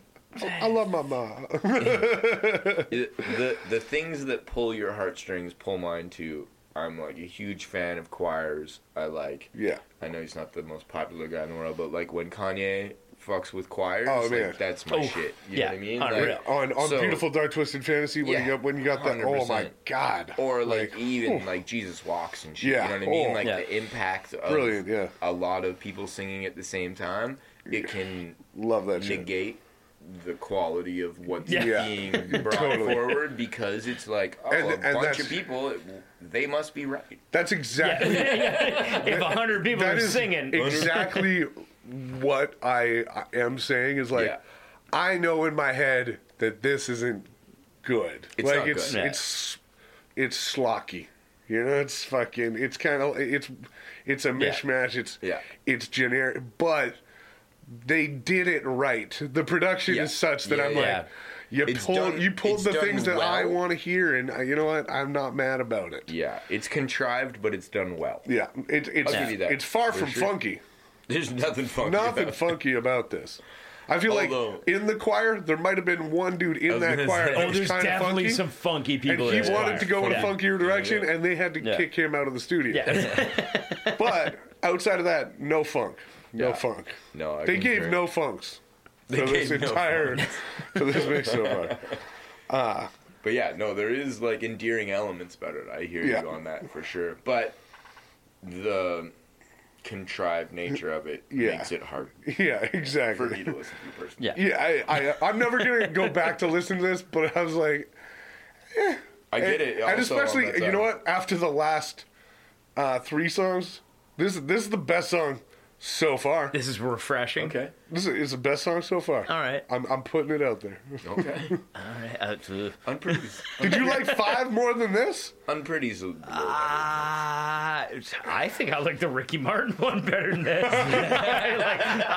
S4: I love my ma.
S6: It- the the things that pull your heartstrings pull mine too. I'm like a huge fan of choirs. I like.
S4: yeah.
S6: I know he's not the most popular guy in the world, but like when Kanye fucks with choirs,
S4: Oh, man.
S6: like, that's my
S5: Oh,
S6: shit. You
S5: yeah,
S6: know what I mean?
S5: unreal.
S6: Like,
S4: On on
S6: so-
S4: beautiful dark twisted fantasy when you
S6: Yeah,
S4: got when you got that. Oh my
S6: 100%.
S4: god.
S6: Or like, even
S4: oof.
S6: like Jesus walks and shit.
S4: Yeah.
S6: You know what I mean?
S4: Oh.
S6: like
S5: Yeah.
S6: the impact of
S4: Brilliant, yeah.
S6: a lot of people singing at the same time. It can
S4: love that shit.
S6: negate the quality of what's
S5: Yeah.
S6: being brought
S4: Totally.
S6: forward because it's like oh
S4: And-
S6: a
S4: and
S6: bunch
S4: that's-
S6: of people they must be right
S4: That's exactly
S5: If a hundred people
S4: That
S5: are
S4: is
S5: singing,
S4: exactly what I I am saying is like
S6: Yeah.
S4: I know in my head that this isn't good.
S6: It's
S4: like
S6: not
S4: it's
S5: good.
S4: it's it's slocky. You know, it's fucking it's kind of it's it's a mishmash. It's
S6: Yeah.
S4: it's generic, but they did it right. The production
S6: Yeah.
S4: is such that
S6: Yeah,
S4: I'm
S5: yeah.
S4: like you
S6: It's
S4: pulled
S6: done-
S4: you pulled
S6: it's
S4: the
S6: done
S4: things that I
S6: well.
S4: want to hear and uh, you know what? I'm not mad about it.
S6: yeah it's contrived but it's done well
S4: Yeah, it, it's
S6: I'll give you that,
S4: it's far
S6: for
S4: from
S6: sure.
S4: funky.
S6: there's nothing funky
S4: nothing
S6: about it.
S4: funky about this. I feel
S6: Although-
S4: like in the choir there might have been one dude in
S6: was
S4: that
S6: gonna
S4: choir
S6: say-
S4: that
S5: oh,
S4: was
S5: there's
S4: kind of
S5: definitely
S4: funky,
S5: some funky
S4: and
S5: people.
S4: he
S5: in this
S4: wanted
S5: choir.
S4: to go in a
S5: Yeah.
S4: funkier direction, and they had to
S5: Yeah.
S4: kick him out of the studio.
S5: Yeah.
S4: but outside of that, no funk, no
S6: Yeah.
S4: funk.
S6: No, I
S4: they
S6: concur.
S4: gave no funks
S6: They
S4: for this
S6: gave no
S4: entire for this mix so far.
S6: but yeah no there is like endearing elements about it i hear
S4: Yeah.
S6: you on that for sure but the contrived nature of it
S4: Yeah.
S6: makes it hard
S4: Yeah,
S6: for
S4: exactly.
S6: me to listen to personally
S5: Yeah.
S4: Yeah, I, I, I'm never gonna go back to listen to this, but I was like,
S6: i get it
S4: and
S6: also on
S4: especially,
S6: that
S4: you know
S6: side.
S4: what? After the last uh, three songs, this this is the best song so far.
S5: This is refreshing.
S6: okay
S4: This is the best song so far.
S5: All right.
S4: I'm I'm putting it out there.
S6: okay
S5: All right. Uh, t-
S6: unproduced
S4: Did you like five more than this?
S6: unpretty's a
S5: Uh,
S6: uh,
S5: Ah, I think I like the Ricky Martin one better than this. I like, I-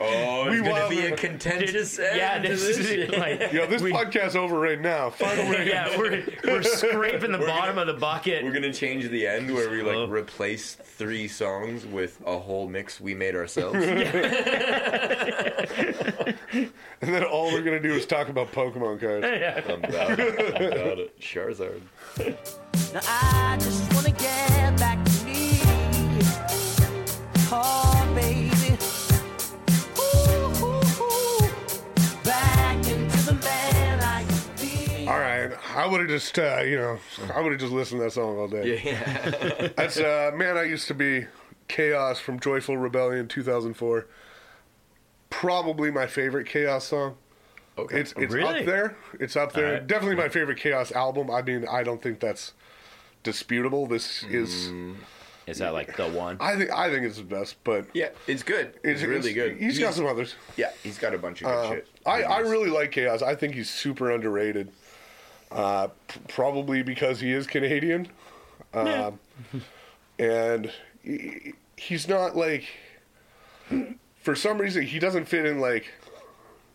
S6: Oh,
S4: We want-
S6: it's gonna be a contentious end.
S5: yeah, this
S6: to
S5: is like
S4: Yo, this
S5: we-
S4: podcast's over right now. Final rating.
S5: yeah, we're, we're scraping the bottom of the bucket.
S6: We're gonna change the end where we
S5: Hello.
S6: like replace three songs with a whole mix we made ourselves.
S4: And then all we're gonna do is talk about Pokemon cards.
S6: about it. About it. Charizard.
S7: Now I just wanna get back to me. Oh, baby. Ooh, ooh, ooh. Back into the man I used to be.
S4: All right, I would have just, uh, you know, I would have just listened to that song all day.
S6: Yeah.
S4: That's uh, "Man I Used to Be," Chaos from Joyful Rebellion, 2004. Probably my favorite Chaos song.
S6: Okay.
S4: It's it's
S5: Really?
S4: up there. It's up there.
S5: Alright.
S4: Definitely my favorite Chaos album. I mean, I don't think that's disputable. This is,
S6: Mm.
S5: Is that like the one?
S4: I think, I think it's the best. But
S6: yeah, it's good. It's, really good.
S4: He's got some others.
S6: Yeah, he's got a bunch of good
S4: Uh,
S6: shit.
S4: I, I really like Chaos. I think he's super underrated. Uh, p- probably because he is Canadian. Um, and he- he's not like, for some reason, he doesn't fit in like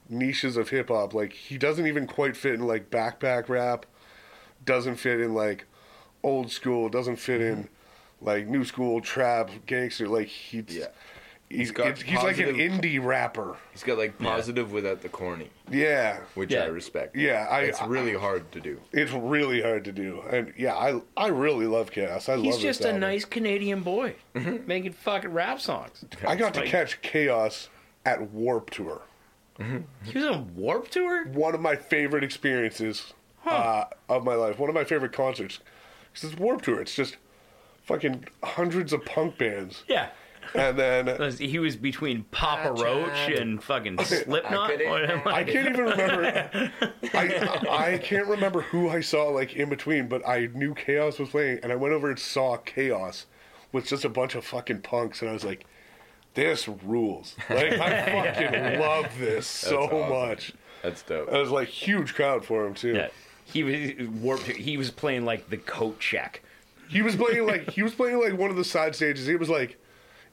S4: niches of hip hop. Like, he doesn't even quite fit in like backpack rap, doesn't fit in like old school, doesn't fit in like new school trap, gangster. Like, he's,
S6: Mm-hmm. Yeah.
S4: he's,
S6: got
S4: it's- he's like an
S6: positive-
S4: indie rapper.
S6: He's got like positive without the corny,
S4: Yeah.
S6: which
S5: Yeah.
S6: I respect.
S4: Yeah, I-
S6: it's
S4: I-
S6: really hard to do.
S4: It's really hard to do, and yeah, I I really love Chaos. I love.
S5: He's
S4: this
S5: just a
S4: album.
S5: nice Canadian boy making fucking rap songs.
S4: I got to
S5: like-
S4: catch Chaos at Warp Tour.
S5: He was on Warp Tour?
S4: One of my favorite experiences uh, of my life. One of my favorite concerts. 'Cause It's Warp Tour. It's just fucking hundreds of punk bands,
S5: Yeah.
S4: and then
S5: He was between Papa Roach and fucking Slipknot.
S6: couldn't-
S5: Whatever.
S4: I can't even remember. I I can't remember who I saw like in between, but I knew Chaos was playing, and I went over and saw Chaos with just a bunch of fucking punks, and I was like, "This rules! Like I fucking love this so
S6: awesome.
S4: much."
S6: That's dope.
S4: It was like huge crowd for him too.
S5: Yeah. He was Warp Tour. He was playing like the coat check.
S4: He was playing like he was playing like one of the side stages. It was like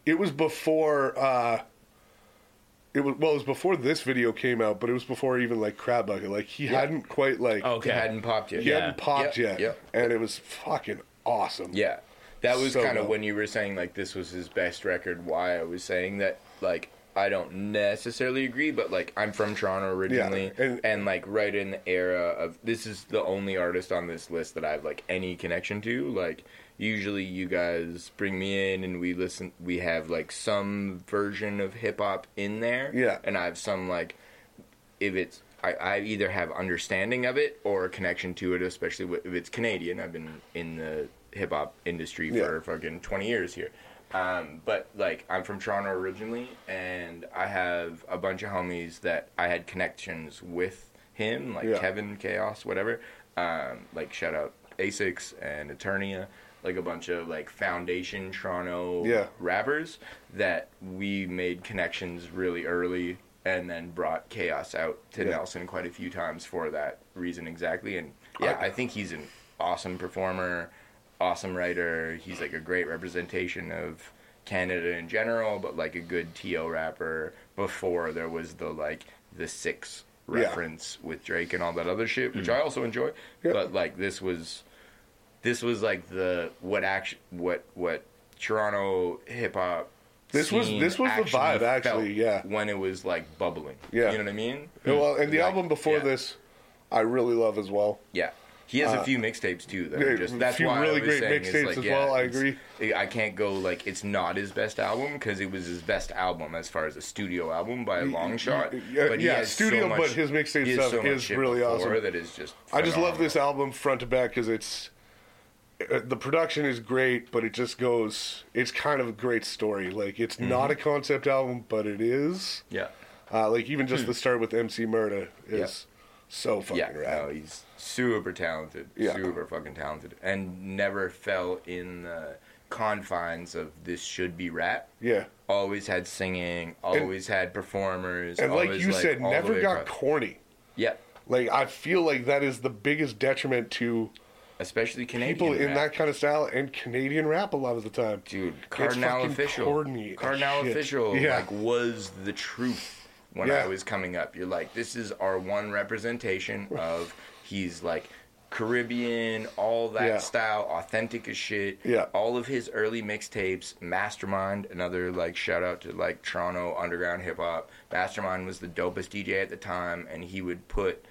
S4: it was before uh it was well it was before this video came out, but it was before even like Crab Bucket. Like he hadn't quite like
S5: Okay.
S6: It hadn't popped yet.
S4: He hadn't popped
S6: Yep,
S4: yet.
S6: yep.
S4: And it was fucking awesome.
S6: Yeah. That was
S4: So
S6: kind of
S4: dope.
S6: when you were saying like this was his best record. Why I was saying that like I don't necessarily agree, but like I'm from Toronto originally,
S4: and-
S6: and, like right in the era of this is the only artist on this list that I have like any connection to. Like usually you guys bring me in and we listen, we have like some version of hip hop in there,
S4: Yeah.
S6: and I have some like if it's I, I either have understanding of it or a connection to it, especially wi- if it's Canadian. I've been in the hip hop industry
S4: Yeah.
S6: for fucking twenty years here, um, but like I'm from Toronto originally, and I have a bunch of homies that I had connections with him, like
S4: Yeah.
S6: Kevin Chaos, whatever. Um, like shout out Asics and Eternia, like a bunch of like Foundation Toronto
S4: Yeah.
S6: rappers that we made connections really early and then brought chaos out to
S4: Yeah.
S6: Nelson quite a few times for that reason exactly. And yeah,
S4: I-
S6: I, think he's an awesome performer, awesome writer. He's like a great representation of Canada in general, but like a good TO rapper before there was the like the
S4: Yeah.
S6: six
S4: Mm.
S6: reference with Drake and all that other shit, which I also enjoy.
S4: Yeah.
S6: But like this was this was like the what action what what Toronto hip hop.
S4: This was-
S6: scene
S4: this was the vibe,
S6: felt
S4: actually, yeah.
S6: When it was like bubbling.
S4: Yeah.
S6: You know what I mean?
S4: Well, and the
S6: Like,
S4: album before
S6: yeah.
S4: this I really love as well.
S6: Yeah. He has a few mixtapes too. That are
S4: yeah,
S6: just
S4: a
S6: that's
S4: few
S6: why
S4: really
S6: I was
S4: great
S6: saying
S4: mixtapes
S6: it's like,
S4: as
S6: yeah,
S4: well, I
S6: it's- I can't go like it's not his best album because it was his best album as far as a studio album by a long shot.
S4: yeah,
S6: but he
S4: yeah,
S6: has so
S4: studio,
S6: much-
S4: but his mixtape
S6: he has
S4: stuff
S6: so much
S4: is
S6: shit
S4: really
S6: before
S4: awesome.
S6: That is just.
S4: I just love this
S6: phenomenal.
S4: album front to back because it's uh, the production is great, but it just goes. It's kind of a great story. Like it's not a concept album, but it is.
S6: Mm-hmm. Yeah. Hmm.
S4: Uh, like even just the start with MC Murda is
S6: Yeah.
S4: so fucking
S6: Yeah,
S4: rad.
S6: no, he's super talented,
S4: Yeah.
S6: super fucking talented, and never fell in the confines of this should be rap.
S4: yeah,
S6: Always had singing, always had performers,
S4: and like
S6: always,
S4: you said,
S6: all the
S4: never
S6: way
S4: got
S6: across.
S4: corny.
S6: yeah,
S4: Like I feel like that is the biggest detriment to
S6: especially Canadian
S4: people in
S6: rap.
S4: that kind of style and Canadian rap a lot of the time.
S6: dude. Cardinal
S4: fucking
S6: official,
S4: corny as
S6: Cardinal
S4: shit.
S6: official,
S4: Yeah.
S6: like was the truth when
S4: Yeah.
S6: I was coming up. You're like, this is our one representation of he's like Caribbean, all that
S4: Yeah.
S6: style, authentic as shit.
S4: Yeah.
S6: all of his early mixtapes, Mastermind, another like shout out to like Toronto underground hip hop. Mastermind was the dopest DJ at the time, and he would put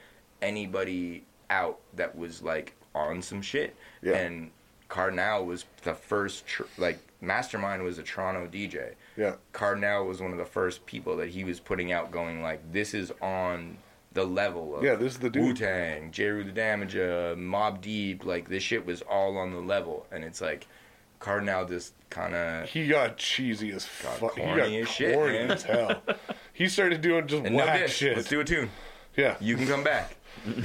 S6: anybody out that was like on some shit.
S4: Yeah.
S6: And Cardinal was the first, tr- like, Mastermind was a Toronto DJ.
S4: Yeah.
S6: Cardinal was one of the first people that he was putting out, going, like, this is on the level of
S4: Yeah, this is the dude.
S6: Wu Tang, Jeru the Damager, Mob Deep. Like, this shit was all on the level. And it's like, Cardinal just kind of.
S4: He got cheesy as fuck. He got
S6: corny as shit,
S4: corny
S6: man.
S4: as hell. He started doing just
S6: And
S4: whack
S6: no diss.
S4: shit.
S6: Let's do a tune.
S4: yeah.
S6: You can come back.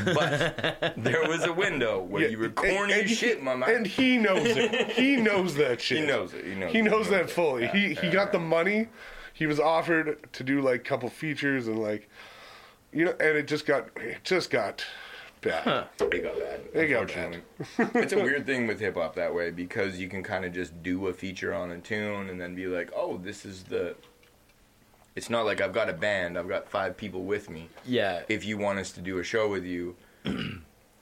S6: But there was a window where
S4: Yeah,
S6: you were
S4: and- and
S6: corny as
S4: he-
S6: shit, my man.
S4: And he knows it. He knows that shit.
S6: He knows it. He knows,
S4: He
S6: it.
S4: knows that fully.
S6: Yeah,
S4: he he
S6: yeah,
S4: got the money. He was offered to do like a couple features and like, you know, and it just got it just got bad.
S6: It got bad.
S4: It got bad.
S6: unfortunately. it's a weird thing with hip hop that way because you can kind of just do a feature on a tune and then be like, oh, this is the. It's not like I've got a band. I've got five people with me.
S5: Yeah.
S6: If you want us to do a show with you,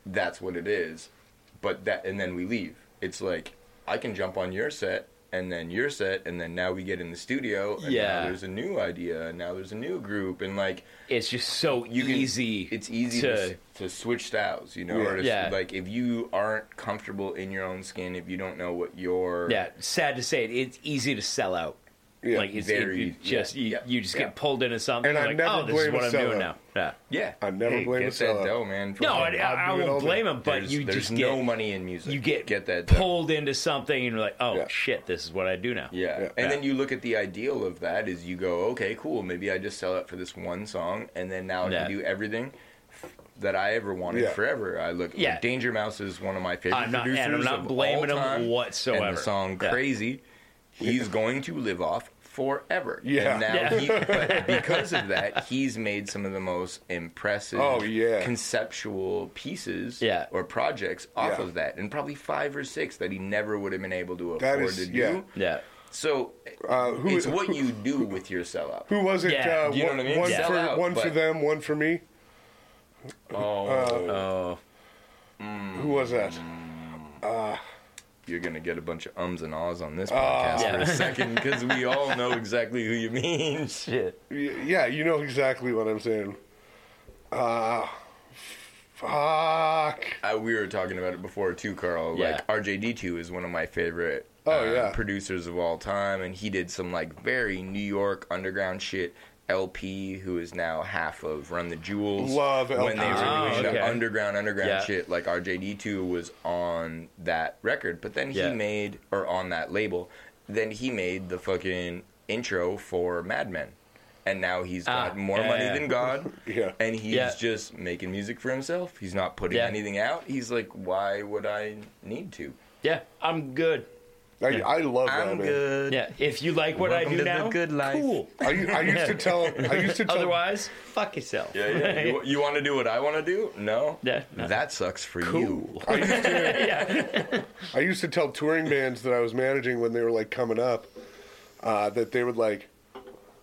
S6: that's what it is. But that and then we leave. It's like I can jump on your set and then your set and then now we get in the studio and
S5: Yeah.
S6: now there's a new idea and now there's a new group and like
S5: it's just so
S6: you can,
S5: easy.
S6: It's easy to,
S5: to,
S6: s- to switch styles, you know. Or to,
S5: Yeah.
S6: s Like if you aren't comfortable in your own skin, if you don't know what your
S5: yeah. Sad to say, it, it's easy to sell out.
S4: Yeah,
S5: like it's
S6: very
S5: it, you
S6: easy.
S5: just you,
S6: Yeah,
S5: you just
S6: yeah.
S5: get pulled into something.
S4: And I
S5: like,
S4: never
S5: oh, this is
S4: blame a
S5: what I'm doing
S4: sellow.
S5: now. Yeah.
S6: yeah.
S4: I never
S6: Hey,
S4: blame
S6: get
S4: a
S6: that
S4: sellow.
S6: dough, man.
S5: No, I,
S6: Fucking-
S5: I, I
S4: do it all
S5: won't
S4: day.
S5: blame him, but
S6: there's,
S5: you
S6: there's
S5: just
S6: no
S5: get
S6: money in music.
S5: you get,
S6: get that dough.
S5: pulled into something, and you're like, oh
S4: Yeah.
S5: shit, this is what I do now.
S6: Yeah.
S4: Yeah.
S6: And then you look at the ideal of that is you go, okay, cool. Maybe I just sell out for this one song, and then now I
S5: Yeah.
S6: can do everything that I ever wanted
S4: Yeah.
S6: forever. I look.
S5: Yeah.
S6: Like Danger Mouse is one of my favorite
S5: I'm not, and
S6: producers
S5: I'm
S6: of
S5: not
S6: all
S5: blaming
S6: time,
S5: him whatsoever.
S6: And the song
S5: Yeah.
S6: "Crazy," he's going to live off forever.
S4: Yeah.
S6: And now
S5: Yeah.
S6: He, but because of that, he's made some of the most impressive,
S4: Oh, yeah.
S6: conceptual pieces,
S5: Yeah.
S6: or projects off
S4: Yeah.
S6: of that, and probably five or six that he never would have been able to afford
S4: That is-
S6: to do.
S4: yeah.
S5: Yeah.
S6: So
S4: Uh, who
S6: it's what you do with your sellout.
S4: who was it?
S5: Yeah,
S4: uh,
S6: you know
S4: one
S6: what I mean?
S4: one
S6: Sell
S4: for
S6: out,
S4: one for
S6: but-
S4: them, one for me.
S6: Oh,
S5: Oh,
S4: Uh, Who was that?
S6: you're gonna get a bunch of ums and ahs on this podcast for
S5: Yeah.
S6: a second because we all know exactly who you mean.
S5: shit.
S4: Y-
S6: Mm.
S4: Yeah, you know exactly what I'm saying. Uh, Ah, fuck.
S6: I, we were talking about it before too, Carl.
S5: Yeah.
S6: Like RJD2 is one of my favorite um,
S4: Oh, yeah.
S6: producers of all time, and he did some like very New York underground shit. LP, who is now half of Run the Jewels,
S4: Love
S6: when they were
S4: LP.
S5: Oh,
S6: doing
S5: okay.
S6: the underground underground
S5: Yeah.
S6: shit, like RJD2 was on that record, but then he
S5: Yeah.
S6: made or on that label, then he made the fucking intro for Mad Men. And now he's
S5: Ah,
S6: got more
S5: yeah,
S6: money
S5: yeah.
S6: than God.
S4: Yeah.
S6: And he's
S5: Yeah.
S6: just making music for himself. He's not putting
S5: Yeah.
S6: anything out. He's like, why would I need to?
S5: Yeah, I'm good.
S4: I, I love that.
S6: I'm
S4: man.
S6: good.
S5: Yeah, if you like what I
S6: Welcome to
S5: do
S6: the
S5: now,
S6: good life.
S5: cool.
S4: I, I used to tell. I used to tell.
S5: Otherwise, fuck yourself.
S6: Yeah, yeah. You, you want to do what I want to do? No.
S5: Yeah, no.
S6: That sucks for you.
S4: I used to, I used to tell touring bands that I was managing when they were like coming up uh, that they would like.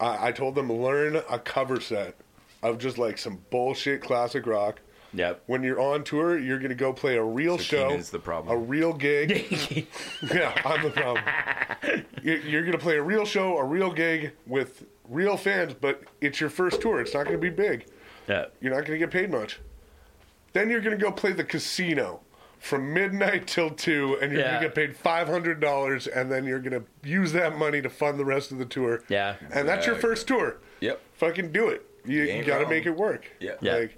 S4: I, I told them learn a cover set of just like some bullshit classic rock.
S5: Yep.
S4: When you're on tour, you're gonna go play a real
S6: So
S4: show,
S6: Keenan's the problem.
S4: a real gig. yeah, I'm the problem. You- You're gonna play a real show, a real gig with real fans, but it's your first tour. It's not gonna be big
S5: Yeah.
S4: you're not going to get paid much. Then you're going to go play the casino from midnight till 2 and you're
S5: Yeah.
S4: going to get paid $500 and then you're going to use that money to fund the rest of the tour.
S5: Yeah.
S4: And that's your first tour.
S6: Yep.
S4: Fucking do it. You,
S6: You ain't
S4: got to
S6: wrong.
S4: make it work.
S6: Yeah.
S5: Yeah.
S4: Like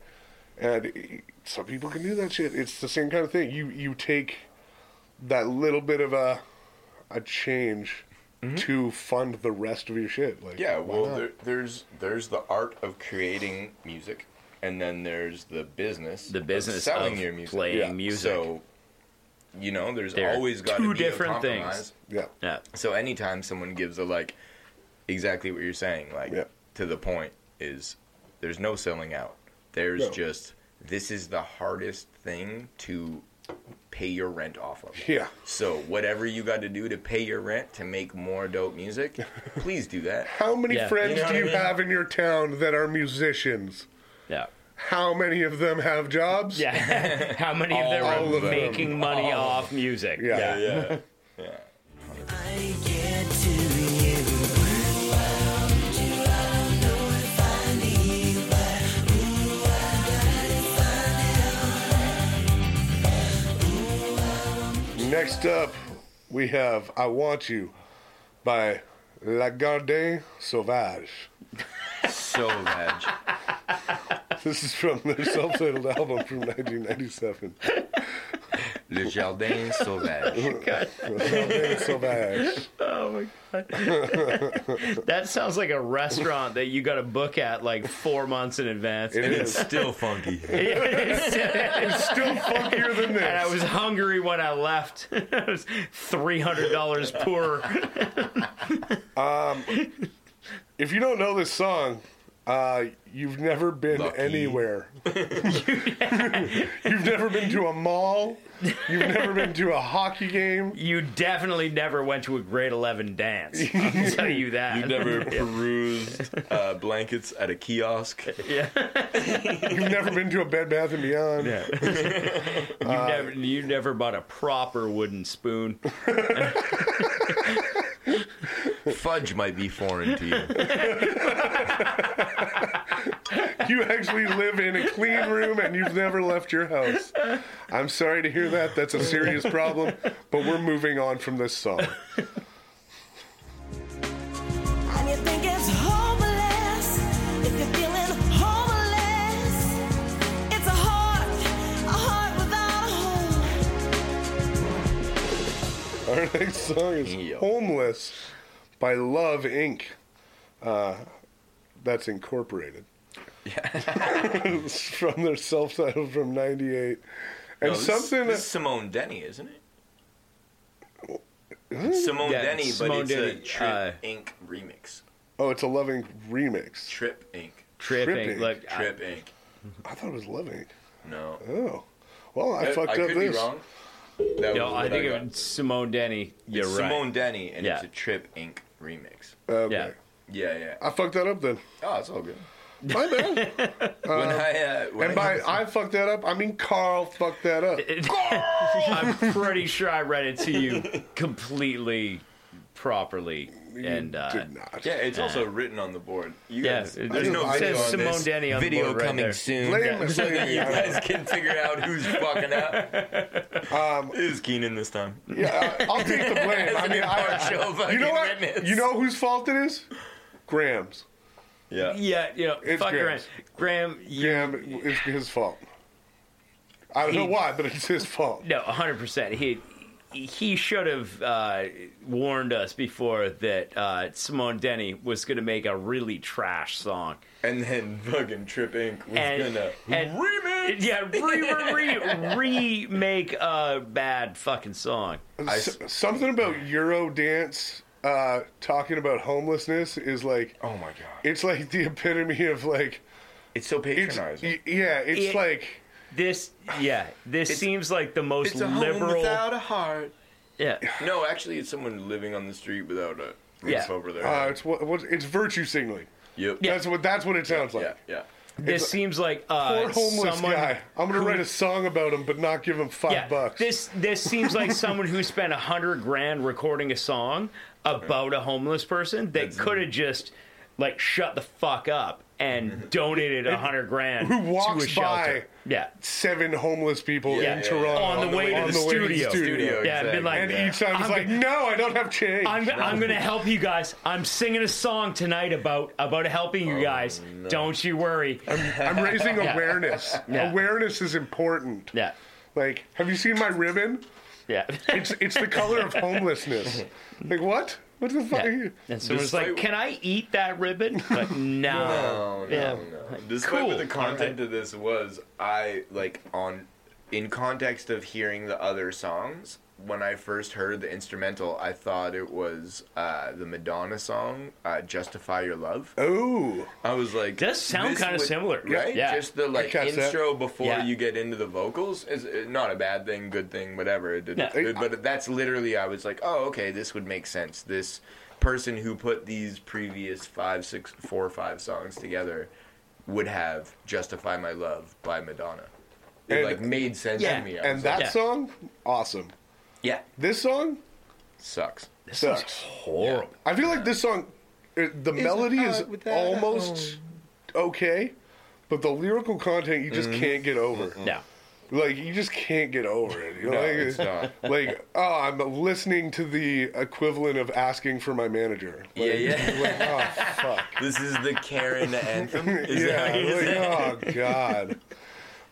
S4: and some people can do that shit. It's the same kind of thing. You you take that little bit of a a change
S6: Mm-hmm.
S4: to fund the rest of your shit. Like
S6: Yeah,
S4: why
S6: well,
S4: not?
S6: there, there's there's the art of creating music, and then there's the business
S5: The
S6: of
S5: business
S6: selling
S5: of
S6: your music.
S5: playing
S4: Yeah.
S5: music.
S6: So, you know, there's
S5: They're
S6: always got
S5: two
S6: to be
S5: different
S6: a
S5: things.
S6: compromise.
S4: yeah.
S5: yeah.
S6: So anytime someone gives a like, exactly what you're saying, like
S4: Yeah.
S6: to the point is, there's no selling out. There's
S4: No.
S6: just this is the hardest thing to pay your rent off of.
S4: Yeah.
S6: So whatever you got to do to pay your rent to make more dope music, please do that.
S4: How many
S5: Yeah.
S4: friends
S6: You know
S4: do
S6: what I
S4: you
S6: mean?
S4: have in your town that are musicians?
S5: Yeah.
S4: How many of them have jobs?
S5: Yeah. How many of
S4: All
S5: them
S4: of
S5: are
S4: them.
S5: making money off music?
S4: Yeah.
S6: Yeah.
S7: I get to you.
S4: Next Next up, we have I Want You by La Garde Sauvage.
S6: So veg.
S4: This is from their self titled album from Oh, 1997.
S6: Le Jardin Sauvage.
S4: La Garde Sauvage.
S5: Oh my god. that sounds like a restaurant that you got to book at like four months in advance.
S4: It is.
S6: Still funky.
S5: and
S4: Still funkier than this.
S5: I was hungry when I left. I was three hundred dollars poorer.
S4: if you don't know this song, uh, you've never been
S6: Lucky.
S4: anywhere. you've never been to a mall. You've never been to a hockey game.
S5: You definitely never went to a grade eleven dance. I'll tell you that.
S6: You never perused uh, blankets at a kiosk.
S4: You've never been to a Bed Bath and Beyond.
S5: Yeah. you never you never bought a proper wooden spoon.
S6: Fudge might be foreign to you.
S4: You actually live in a clean room and you've never left your house. I'm sorry to hear that. That's a serious problem, but we're moving on from this song.
S7: And you think it's homeless if you're feeling homeless. It's a heart, a heart without a home.
S4: Our next song is
S6: Yeah.
S4: Homeless by Love Inc. Uh, that's incorporated. it's from their self title from 98. And
S6: No, this-
S4: something.
S6: This is Simone Denny, isn't it? It's Simone
S5: Yeah,
S6: Denny,
S5: it's
S6: but
S5: Simone
S6: it's a
S5: Denny,
S6: Trip
S5: uh,
S6: Inc. remix.
S4: oh, it's a Love Inc. remix.
S6: Trip Inc.
S5: Tripping.
S4: Tripping.
S5: Look, I-
S6: Trip Inc.
S4: I thought it was Love Inc.
S6: No,
S4: Oh. Well, I,
S6: I,
S4: fucked
S6: could
S4: up
S6: be
S4: this.
S6: wrong. That
S5: no,
S6: was
S5: I
S6: what
S5: think
S6: got.
S5: it was Simone Denny. You're
S6: it's
S5: right.
S6: Simone Denny, and it's
S5: Yeah.
S6: a Trip Inc. remix.
S4: Okay.
S5: Yeah.
S6: Yeah, yeah.
S4: Um, I fucked that up then.
S6: Oh, it's all good.
S4: My bad.
S6: when I, uh, when
S4: and by I fucked that up, I mean Carl fucked that up.
S5: I'm pretty sure I read it to you completely properly. And uh,
S4: Did not.
S6: yeah, it's also written on the board. You
S5: Yeah,
S6: guys,
S5: it-
S6: there's
S4: it
S6: no
S4: says
S6: video on
S5: Simone
S6: this.
S5: Denny on the
S6: video
S5: board right
S6: coming
S5: there.
S6: soon.
S4: Blame
S6: so that you
S4: yeah.
S6: guys can figure out who's fucking up. Um, it was Keenan this time.
S4: Yeah, I- I'll take the blame. I mean, I, you know what? You know whose fault it is? Graham's.
S6: Yeah.
S5: yeah, you know,
S4: It's
S5: fuck Graham.
S4: Graham's.
S5: Graham, you,
S4: Graham, it's his fault. I don't know why, but it's his fault.
S5: no, 100. percent He he should have uh, warned us before that uh, Simone Denny was going to make a really trash song.
S6: And then fucking Trip Inc. was
S5: And-
S6: gonna
S5: and-
S6: remix.
S5: Yeah, re, re, re, remake a bad fucking song.
S4: S- something about Eurodance uh, talking about homelessness is like,
S6: Oh my god,
S4: it's like the epitome of like,
S6: it's so
S4: it's,
S6: patronizing.
S4: y- yeah, it's
S5: It-
S4: like,
S5: This, yeah, this seems like the most
S6: a home
S5: liberal.
S6: without a heart.
S5: yeah,
S6: No, actually, it's someone living on the street without a roof
S5: Yeah.
S6: over their
S4: uh,
S6: head.
S4: it's what, what it's virtue signaling.
S6: Yep.
S4: That's what that's what it sounds
S6: Yeah.
S4: like.
S6: Yeah.
S5: this seems like uh,
S4: Poor homeless
S5: someone
S4: guy. I'm gonna
S5: who-
S4: write a song about him, but not give him five
S5: Yeah,
S4: bucks.
S5: this this seems like someone who spent a hundred grand recording a song about a homeless person that could have just like shut the fuck up and donated a hundred grand
S4: Who
S5: to
S4: walks
S5: a shelter.
S4: by.
S5: Yeah,
S4: Seven homeless people
S6: Yeah,
S4: in
S6: yeah,
S4: Toronto
S5: On the way to the studio.
S6: Studio.
S5: yeah, and been
S6: Exactly.
S5: like,
S4: And each time it's like, no, I don't have change.
S5: I'm, I'm gonna help you guys. I'm singing a song tonight about about helping you guys. Don't you worry.
S4: I'm raising awareness.
S5: Yeah.
S4: Awareness is important.
S5: Yeah,
S4: Like, have you seen my ribbon?
S5: yeah.
S4: It's it's the color of homelessness. Like what? What the fuck? Are
S5: Yeah.
S4: you?
S5: And someone's
S6: Despite-
S5: like, "Can I eat that ribbon?" But no,
S6: No,
S5: yeah.
S6: no. Despite
S5: Cool.
S6: what the content of this was, I like on in context of hearing the other songs. When I first heard the instrumental, I thought it was uh, the Madonna song uh, "Justify Your Love."
S4: Oh,
S6: I was like,
S5: Does sound
S6: this
S5: kinda
S6: would-
S5: similar.
S6: right?
S5: Yeah.
S6: Just the like
S4: catch that.
S6: intro before
S5: Yeah.
S6: you get into the vocals is uh, not a bad thing, good thing, whatever. It didn't,
S5: Yeah.
S6: it- but that's literally, I was like, oh, okay, this would make sense. This person who put these previous five, six, four, five songs together would have "Justify My Love" by Madonna. It
S4: And-
S6: like made sense
S5: Yeah.
S6: to me. I
S4: and
S6: was
S4: that
S6: like,
S5: Yeah.
S4: song, awesome.
S6: yeah,
S4: This song
S6: sucks.
S4: sucks.
S5: horrible.
S4: I feel like this song, uh, the melody is
S6: hard without
S4: oh.
S5: Mm-hmm.
S4: almost okay, but the lyrical content you just can't get over.
S5: No.
S4: like you just can't get over it. You're
S6: No,
S4: like,
S6: it's not.
S4: like, oh, I'm listening to the equivalent of asking for my manager. Like,
S6: Yeah, yeah.
S4: like, oh fuck.
S6: this is the Karen anthem. Is
S4: yeah,
S6: that how you
S4: like,
S6: say it?
S4: oh god,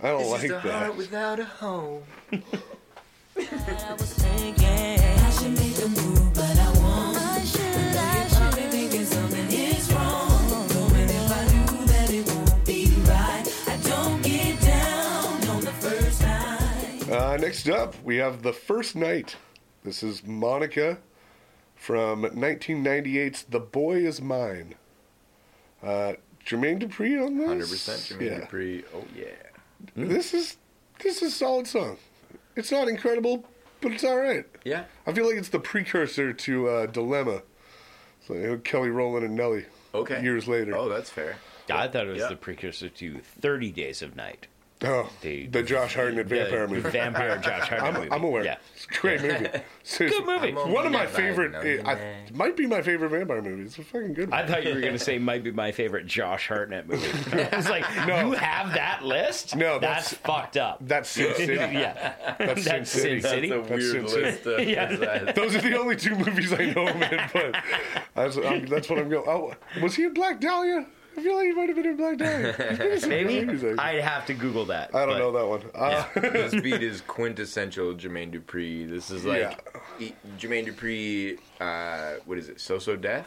S4: I don't
S6: This
S4: like
S6: is the
S4: that.
S6: heart without a home.
S7: I was thinking I should make a move, but I won't. I've been thinking something is wrong. Knowing if I do that it won't be right. I don't get down on the first night.
S4: Uh, next up, we have the first night. This is Monica from 1998's "The Boy Is Mine." Uh, Jermaine Dupri on this.
S6: 100% Jermaine
S4: yeah.
S6: Dupri. Oh, yeah.
S4: This is this is a solid song. It's not incredible, but it's all right.
S6: Yeah.
S4: I feel like it's the precursor to uh, Dilemma. So you know, Kelly Rowland and Nelly.
S6: Okay.
S4: Years later.
S6: Oh, that's fair.
S5: I thought it was
S6: Yeah.
S5: the precursor to 30 Days of Night.
S4: Oh,
S5: the-
S4: the Josh Hartnett
S5: The
S4: vampire movie.
S5: Vampire Josh Hartnett
S4: I'm,
S5: movie.
S4: I'm aware.
S5: Yeah.
S4: It's a great movie. Seriously.
S5: Good movie.
S6: I'm
S4: One of my
S6: Never
S4: favorite.
S6: know
S4: It,
S6: your
S4: I,
S6: name.
S4: might be my favorite vampire movie. It's a fucking good one.
S5: I thought you were going to say might be my favorite Josh Hartnett movie. I was like,
S4: No.
S5: you have that list?
S4: No,
S5: that's,
S4: that's-
S5: fucked up.
S4: That's Sin City.
S5: yeah,
S4: That's, Sin
S5: that's
S4: City.
S5: Sin City.
S6: That's a
S4: That's
S6: weird
S4: sincere.
S6: list. Of,
S5: Yeah.
S4: Those are the only two movies I know of it, but I was, I'm, that's what I'm going. Oh, was he in Black Dahlia? I feel like he might have been in Black Dahlia. He's been in some good movies,
S5: Maybe
S4: actually.
S5: I'd have to Google that.
S4: I don't
S5: but-
S4: know that one. Uh,
S6: this beat is quintessential Jermaine Dupri. This is like e- Jermaine Dupri. Uh, what is it? So so deaf.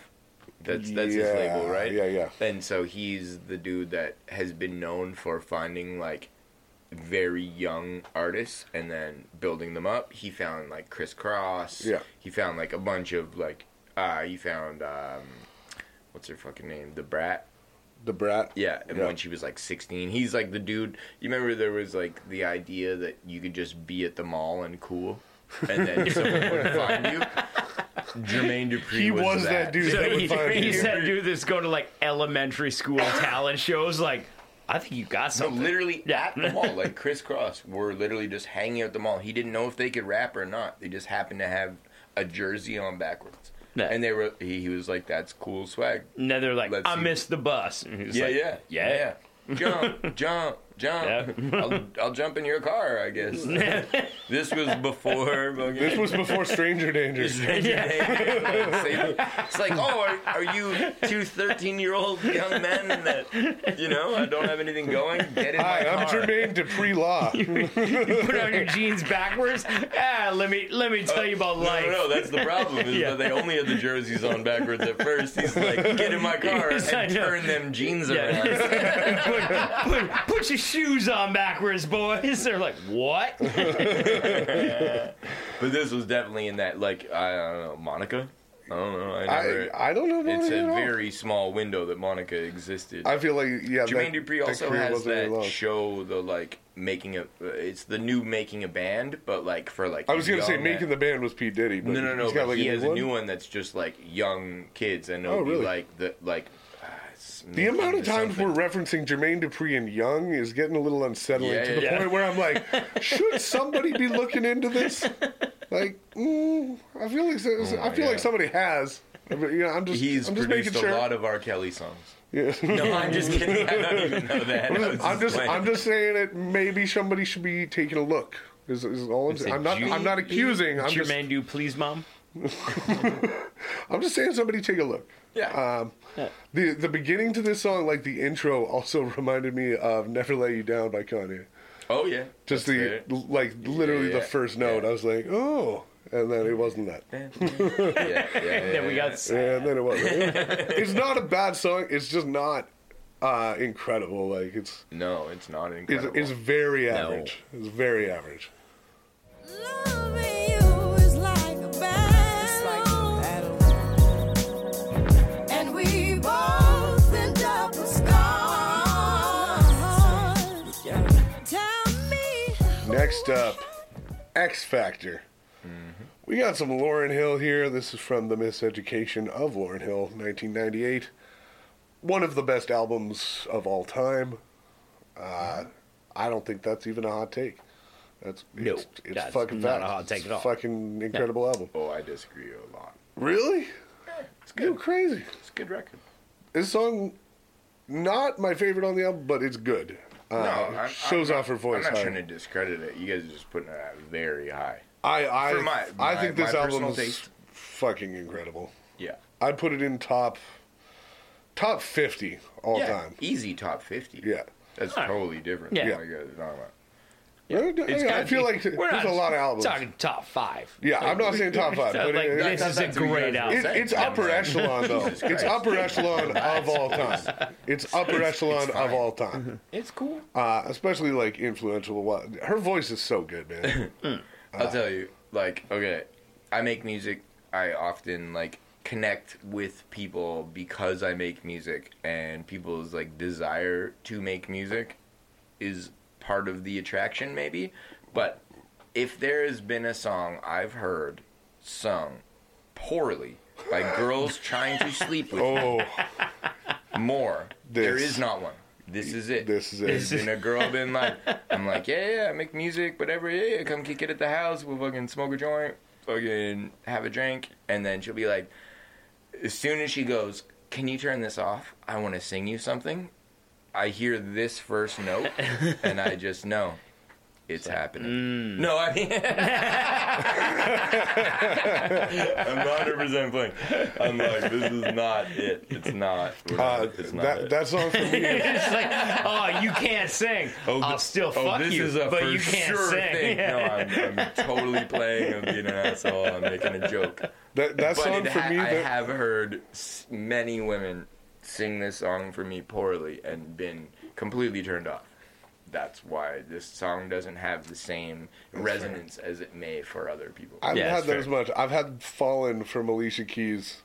S6: That's that's his
S4: Yeah,
S6: label, right?
S4: yeah, yeah.
S6: And so he's the dude that has been known for finding like very young artists and then building them up. He found like Chris Cross.
S4: Yeah.
S6: He found like a bunch of like. Uh, he found um, what's her fucking name? The Brat.
S4: the Brat.
S6: Yeah, and when she was like 16, he's like the dude. You remember there was like the idea that you could just be at the mall and cool, and then someone would find you. Jermaine Dupri.
S4: He was that dude.
S5: So
S4: That would
S5: he,
S4: find
S5: he
S4: you.
S5: said, "Dude, this go to like elementary school talent shows. Like, I think you got
S6: So
S5: something."
S6: literally
S5: Yeah.
S6: at the mall, like crisscross, were literally just hanging out at the mall. He didn't know if they could rap or not. They just happened to have a jersey on backwards,
S5: Yeah.
S6: and they were. He, he was like, "That's cool swag."
S5: and then they're like,
S6: Let's
S5: "I
S6: see.
S5: missed the bus." And he's
S6: Yeah,
S5: like,
S6: yeah,
S5: yeah,
S6: yeah. Jump, jump, jump. I'll, I'll jump in your car, I guess. this was before.
S4: This was before Stranger Danger.
S6: it's like, oh, are, are you two 13 year old young men that, you know, I don't have anything going? Get in my
S4: Hi, I'm
S6: car.
S4: Jermaine Dupri Law.
S5: Put on your jeans backwards. Ah, let me let me tell you about
S6: No,
S5: life.
S6: no, no, that's the problem. Is
S5: Yeah.
S6: that they only had the jerseys on backwards at first. He's like, get in my car and
S5: Yes, I know.
S6: turn them jeans
S5: Yeah.
S6: around.
S5: put, put, put your shoes on backwards, boys. They're like, "What?"
S6: But this was definitely in that, like, I don't know, Monica? I don't know. I
S4: I,
S6: never.
S4: I don't know about
S6: it's
S4: it
S6: a
S4: at all.
S6: very small window that Monica existed.
S4: I feel like yeah.
S6: Jermaine
S4: that-
S6: Dupri
S4: that
S6: also
S4: career
S6: has
S4: wasn't very
S6: that
S4: long.
S6: show, the like making a. It's the new making a band, but like for like.
S4: I was gonna say
S6: young-
S4: making the band was P Diddy. But
S6: No, no, no.
S4: he's got
S6: But
S4: like
S6: he
S4: a
S6: has
S4: new
S6: a new
S4: one.
S6: one that's just like young kids, and it'll
S4: Oh, really?
S6: be like the like. ah, it's
S4: The
S6: making
S4: amount of
S6: into
S4: times
S6: something.
S4: we're referencing Jermaine Dupri and Young is getting a little unsettling
S6: Yeah,
S4: to
S6: yeah,
S4: the
S6: yeah.
S4: point where I'm like, should somebody be looking into this? Like, mm, I feel like I feel like
S6: Oh God.
S4: somebody has. I mean, you know, I'm just
S6: He's
S4: I'm just making
S6: produced a
S4: sure.
S6: lot of R. Kelly songs.
S4: Yeah.
S6: No, I'm just kidding. I don't even know that. I was
S4: I'm just
S6: playing.
S4: I'm just saying that maybe somebody should be taking a look. Is, is all I'm saying. I'm not I'm not accusing. I'm just
S5: Jermaine, do please, mom.
S4: I'm just saying somebody take a look.
S6: Yeah.
S4: Um, the the beginning to this song, like the intro, also reminded me of "Never Let You Down" by Kanye.
S6: oh yeah.
S4: Just
S6: That's
S4: the like literally
S6: Yeah,
S4: the
S6: yeah,
S4: first note.
S6: yeah.
S4: I was like, oh, and then it wasn't that, and
S6: fair. Yeah, yeah, yeah,
S5: Then we
S6: yeah.
S5: got
S4: then it wasn't. it's not a bad song. It's just not uh, incredible. Like it's
S6: No, it's not
S4: it's,
S6: incredible.
S4: it's very average. It's very average.
S7: Loving you is like a battle. And we both end up with scars. Tell me.
S4: Next up, X Factor. We got some Lauren Hill here. This is from The Miseducation of Lauren Hill, 1998. One of the best albums of all time. Uh, I don't think that's even a hot take. That's
S5: No,
S4: it's, it's
S5: that's
S4: fucking
S5: not
S4: fact.
S5: a hot take at all.
S4: It's a fucking incredible album.
S6: oh, I disagree a lot.
S4: Really?
S6: It's
S4: You
S6: good.
S4: crazy?
S6: It's a good record.
S4: This song, not my favorite on the album, but it's good.
S6: no,
S4: uh,
S6: I'm-
S4: shows
S6: I'm not-
S4: off her voice.
S6: I'm not
S4: high.
S6: trying to discredit it. You guys are just putting it out very high.
S4: I I,
S6: For my-
S4: I think
S6: my-
S4: this
S6: my
S4: album
S6: personal
S4: is
S6: taste.
S4: fucking incredible.
S6: Yeah.
S4: I put it in top top fifty all
S6: yeah.
S4: time.
S6: Easy top 50.
S4: Yeah.
S6: That's totally different.
S5: Yeah.
S6: Oh my God, it's not like-
S4: I, I- I
S5: gotta
S4: feel
S5: be-
S4: like
S5: we're
S4: there's a
S5: not
S4: lot of albums.
S5: Talking top five.
S4: yeah, I'm not saying top five,
S5: So,
S4: but
S5: like,
S4: it- it-
S5: this is a
S6: That's what you
S5: great
S6: guys
S5: album.
S4: it- it's upper echelon though.
S6: Jesus
S4: It's
S6: Christ.
S4: upper echelon of all time. It's upper echelon of all
S6: Mm-hmm.
S4: time.
S5: It's cool.
S4: Uh, especially like influential. wa- Her voice is so good, man.
S6: I'll tell you, like, okay, I make music. I often like connect with people because I make music, and people's like desire to make music is part of the attraction, maybe. But if there has been a song I've heard sung poorly by girls trying to sleep with me
S4: Oh,
S6: more, there
S4: This.
S6: is not one. This is it.
S4: this is it.
S6: There's been a girl been like, I'm like, yeah, yeah, I make music, whatever. Yeah, yeah, come kick it at the house. We'll fucking smoke a joint, fucking have a drink, and then she'll be like, as soon as she goes, can you turn this off? I want to sing you something. I hear this first note, and I just know it's happening. No, I mean, I'm 100 percent playing. I'm like, this is not it. It's not. we're not-
S4: Uh,
S6: it's not
S4: that
S6: it.
S4: that song for me. is-
S5: It's like, oh, you can't sing.
S6: th-
S5: I'll still
S6: oh,
S5: fuck
S6: this
S5: you,
S6: is a
S5: but
S6: for
S5: you can't
S6: sure
S5: sing.
S6: Thing. No, I'm, I'm totally playing. I'm being an asshole. I'm making a joke.
S4: That that
S6: but
S4: song
S6: it
S4: for
S6: ha-
S4: me.
S6: I
S4: that-
S6: have heard s- many women sing this song for me poorly and been completely turned off. That's why this song doesn't have the same resonance as it may for other people.
S4: I've
S5: Yeah,
S4: not had
S5: it's
S4: that as much. I've had Fallen from Alicia Keys,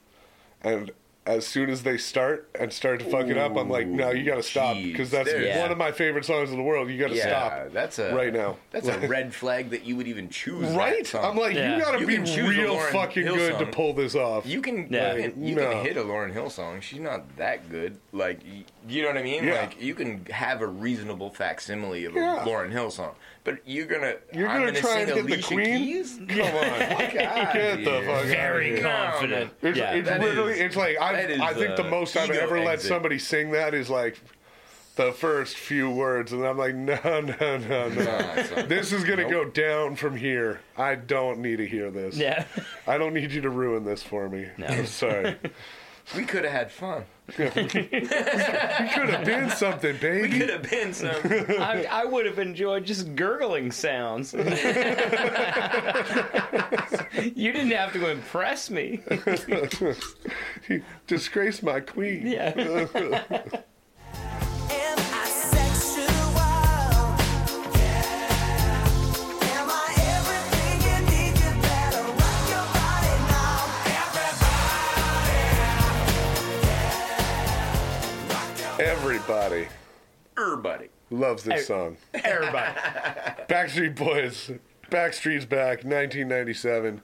S4: and as soon as they start and start to fuck it up, I'm like, no, you gotta stop because
S6: jeez.
S4: that's
S6: There's-
S4: one of my favorite songs in the world. You gotta stop
S6: that's a
S4: right now.
S6: That's a red flag that you would even choose. that
S4: right?
S6: song.
S4: I'm like,
S5: Yeah.
S4: you gotta
S6: You
S4: be
S6: can choose a
S4: real
S6: Lauryn
S4: fucking
S6: Hill
S4: good to
S6: song.
S4: pull this off.
S6: You can
S5: Yeah.
S6: you can- you
S4: No.
S6: can hit a Lauren Hill song. She's not that good. Like y- you know what I mean?
S4: Yeah.
S6: Like you can have a reasonable facsimile of a
S4: Yeah.
S6: Lauren Hill song, but you're gonna
S4: You're
S6: I'm
S4: gonna try
S6: sing
S4: and get the
S6: Alicia
S4: Queen?
S6: Keys?
S4: Come on,
S6: Fuck outta
S4: get the
S6: here.
S4: fuck out
S5: Very
S4: here.
S5: confident.
S4: It's,
S5: yeah.
S4: it's
S6: that
S4: literally,
S6: is-
S4: it's like I,
S6: that is,
S4: I think the
S6: uh,
S4: most I've
S6: ego
S4: ever let
S6: exit.
S4: somebody sing that is like the first few words, and I'm like, no, no, no, no.
S6: Nah, son.
S4: This is gonna go down from here. I don't need to hear this.
S5: yeah.
S4: I don't need you to ruin this for me. I'm sorry.
S6: we could have had fun.
S4: You could have been something,
S6: We
S4: baby.
S6: could have been some.
S5: I, I would have enjoyed just gurgling sounds. you didn't have to impress me.
S4: You Disgraced my queen.
S5: Yeah.
S7: Am I sexual? Yeah. Am I everything you need? You better rock your body now, everybody.
S4: Everybody
S6: Everybody.
S4: loves this song.
S5: Everybody.
S4: Backstreet Boys, Backstreet's Back, 1997.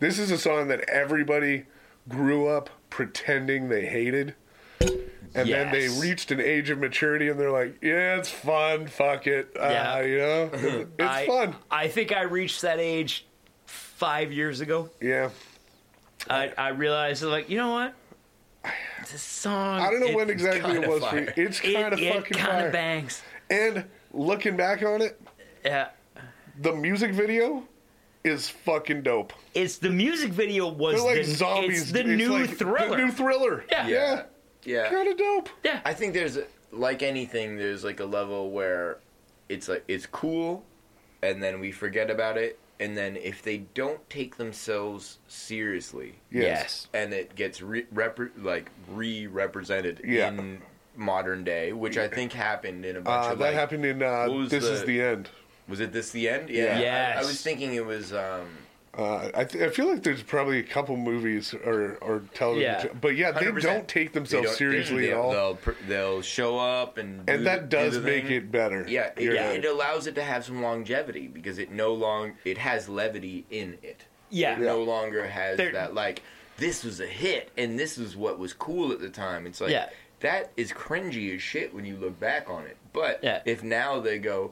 S4: This is a song that everybody grew up pretending they hated. And then they
S5: Yes.
S4: reached an age of maturity and they're like, yeah, it's fun. Fuck it. Uh,
S5: Yeah.
S4: You know, it's
S5: I,
S4: fun.
S5: I think I reached that age five years ago.
S4: Yeah.
S5: I, I realized, like, you know what? This song.
S4: I don't know
S5: it-
S4: when exactly it
S6: kinda
S4: was for you.
S6: fire.
S4: It's kind of
S5: it,
S4: fucking
S5: kind
S4: fire.
S5: of bangs.
S4: And looking back on it,
S5: Yeah.
S4: the music video is fucking dope.
S5: It's the music video was
S4: They're like
S5: the,
S4: zombies.
S5: It's the
S4: It's
S5: new
S4: like
S5: thriller.
S4: The new thriller.
S5: Yeah.
S4: Yeah.
S6: Yeah.
S4: Kind of dope.
S5: yeah.
S6: I think there's like anything, there's like a level where it's like it's cool, and then we forget about it, and then if they don't take themselves seriously,
S1: Yes.
S6: and it gets re- repre- like re-represented
S4: Yeah.
S6: in modern day, which I think happened in a bunch
S4: Uh,
S6: of
S4: that
S6: like,
S4: happened in uh,
S6: what was
S4: This Is
S6: the-
S4: the End.
S6: Was it this the end? Yeah,
S5: Yes.
S6: I, I was thinking it was. um
S4: Uh, I, th- I feel like there's probabably a couple movies or, or television.
S5: Yeah.
S4: show- But yeah, they
S6: 100%.
S4: don't take themselves
S6: they don't-
S4: seriously
S6: they-
S4: at all.
S6: They'll, pr- they'll show up and do
S4: and
S6: the-
S4: that
S6: do
S4: does
S6: the
S4: make
S6: thing.
S4: it better.
S6: Yeah, it,
S4: You're
S6: yeah, uh,
S4: right.
S6: it allows it to have some longevity because it no long it has levity in it.
S5: Yeah.
S6: It no longer has
S5: There-
S6: that like this was a hit and this is what was cool at the time. It's like
S5: Yeah.
S6: that is cringy as shit when you look back on it. But
S5: Yeah.
S6: if now they go,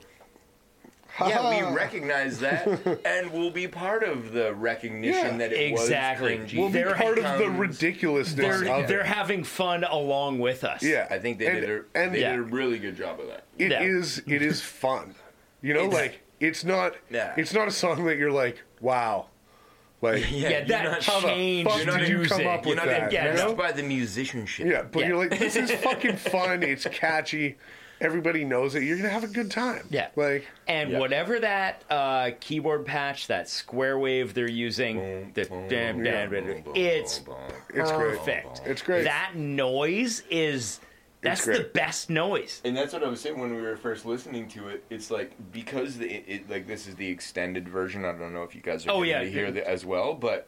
S6: yeah, we recognize that, and we'll be part of the recognition
S4: Yeah.
S6: that it
S5: Exactly.
S6: was
S4: We'll be
S6: cringy.
S5: There
S4: part of the
S6: becomes-
S4: ridiculousness
S5: They're,
S4: of
S5: they're
S4: it.
S5: having fun along with us.
S4: Yeah,
S6: I think they
S4: and,
S6: did a,
S4: and
S6: they
S5: Yeah.
S6: did a really good job of that.
S4: it
S5: Yeah.
S4: is- it is fun. You know,
S6: It's-
S4: like it's not
S6: Yeah.
S4: it's not a song that you're like, wow, like
S5: Yeah, that
S6: you're not,
S4: how the
S5: changed
S4: fuck did you come
S5: music.
S4: up
S6: you're
S4: with
S6: not
S4: that?
S5: yeah,
S4: you
S6: impressed
S4: know?
S6: by the musicianship.
S4: Yeah, but
S5: Yeah.
S4: you're like, this is fucking fun. It's catchy. Everybody knows it. You're gonna have a good time.
S5: Yeah.
S4: like
S5: and
S6: Yeah.
S5: whatever that uh, keyboard patch, that square wave they're using, the damn, damn, it's
S4: it's great.
S5: perfect.
S4: It's great.
S5: That noise is that's the
S4: great.
S5: best noise.
S6: And that's what I was saying when we were first listening to it. It's like because the, it, it like this is the extended version. I don't know if you guys are
S5: Oh,
S6: able
S5: yeah.
S6: to hear that as well, but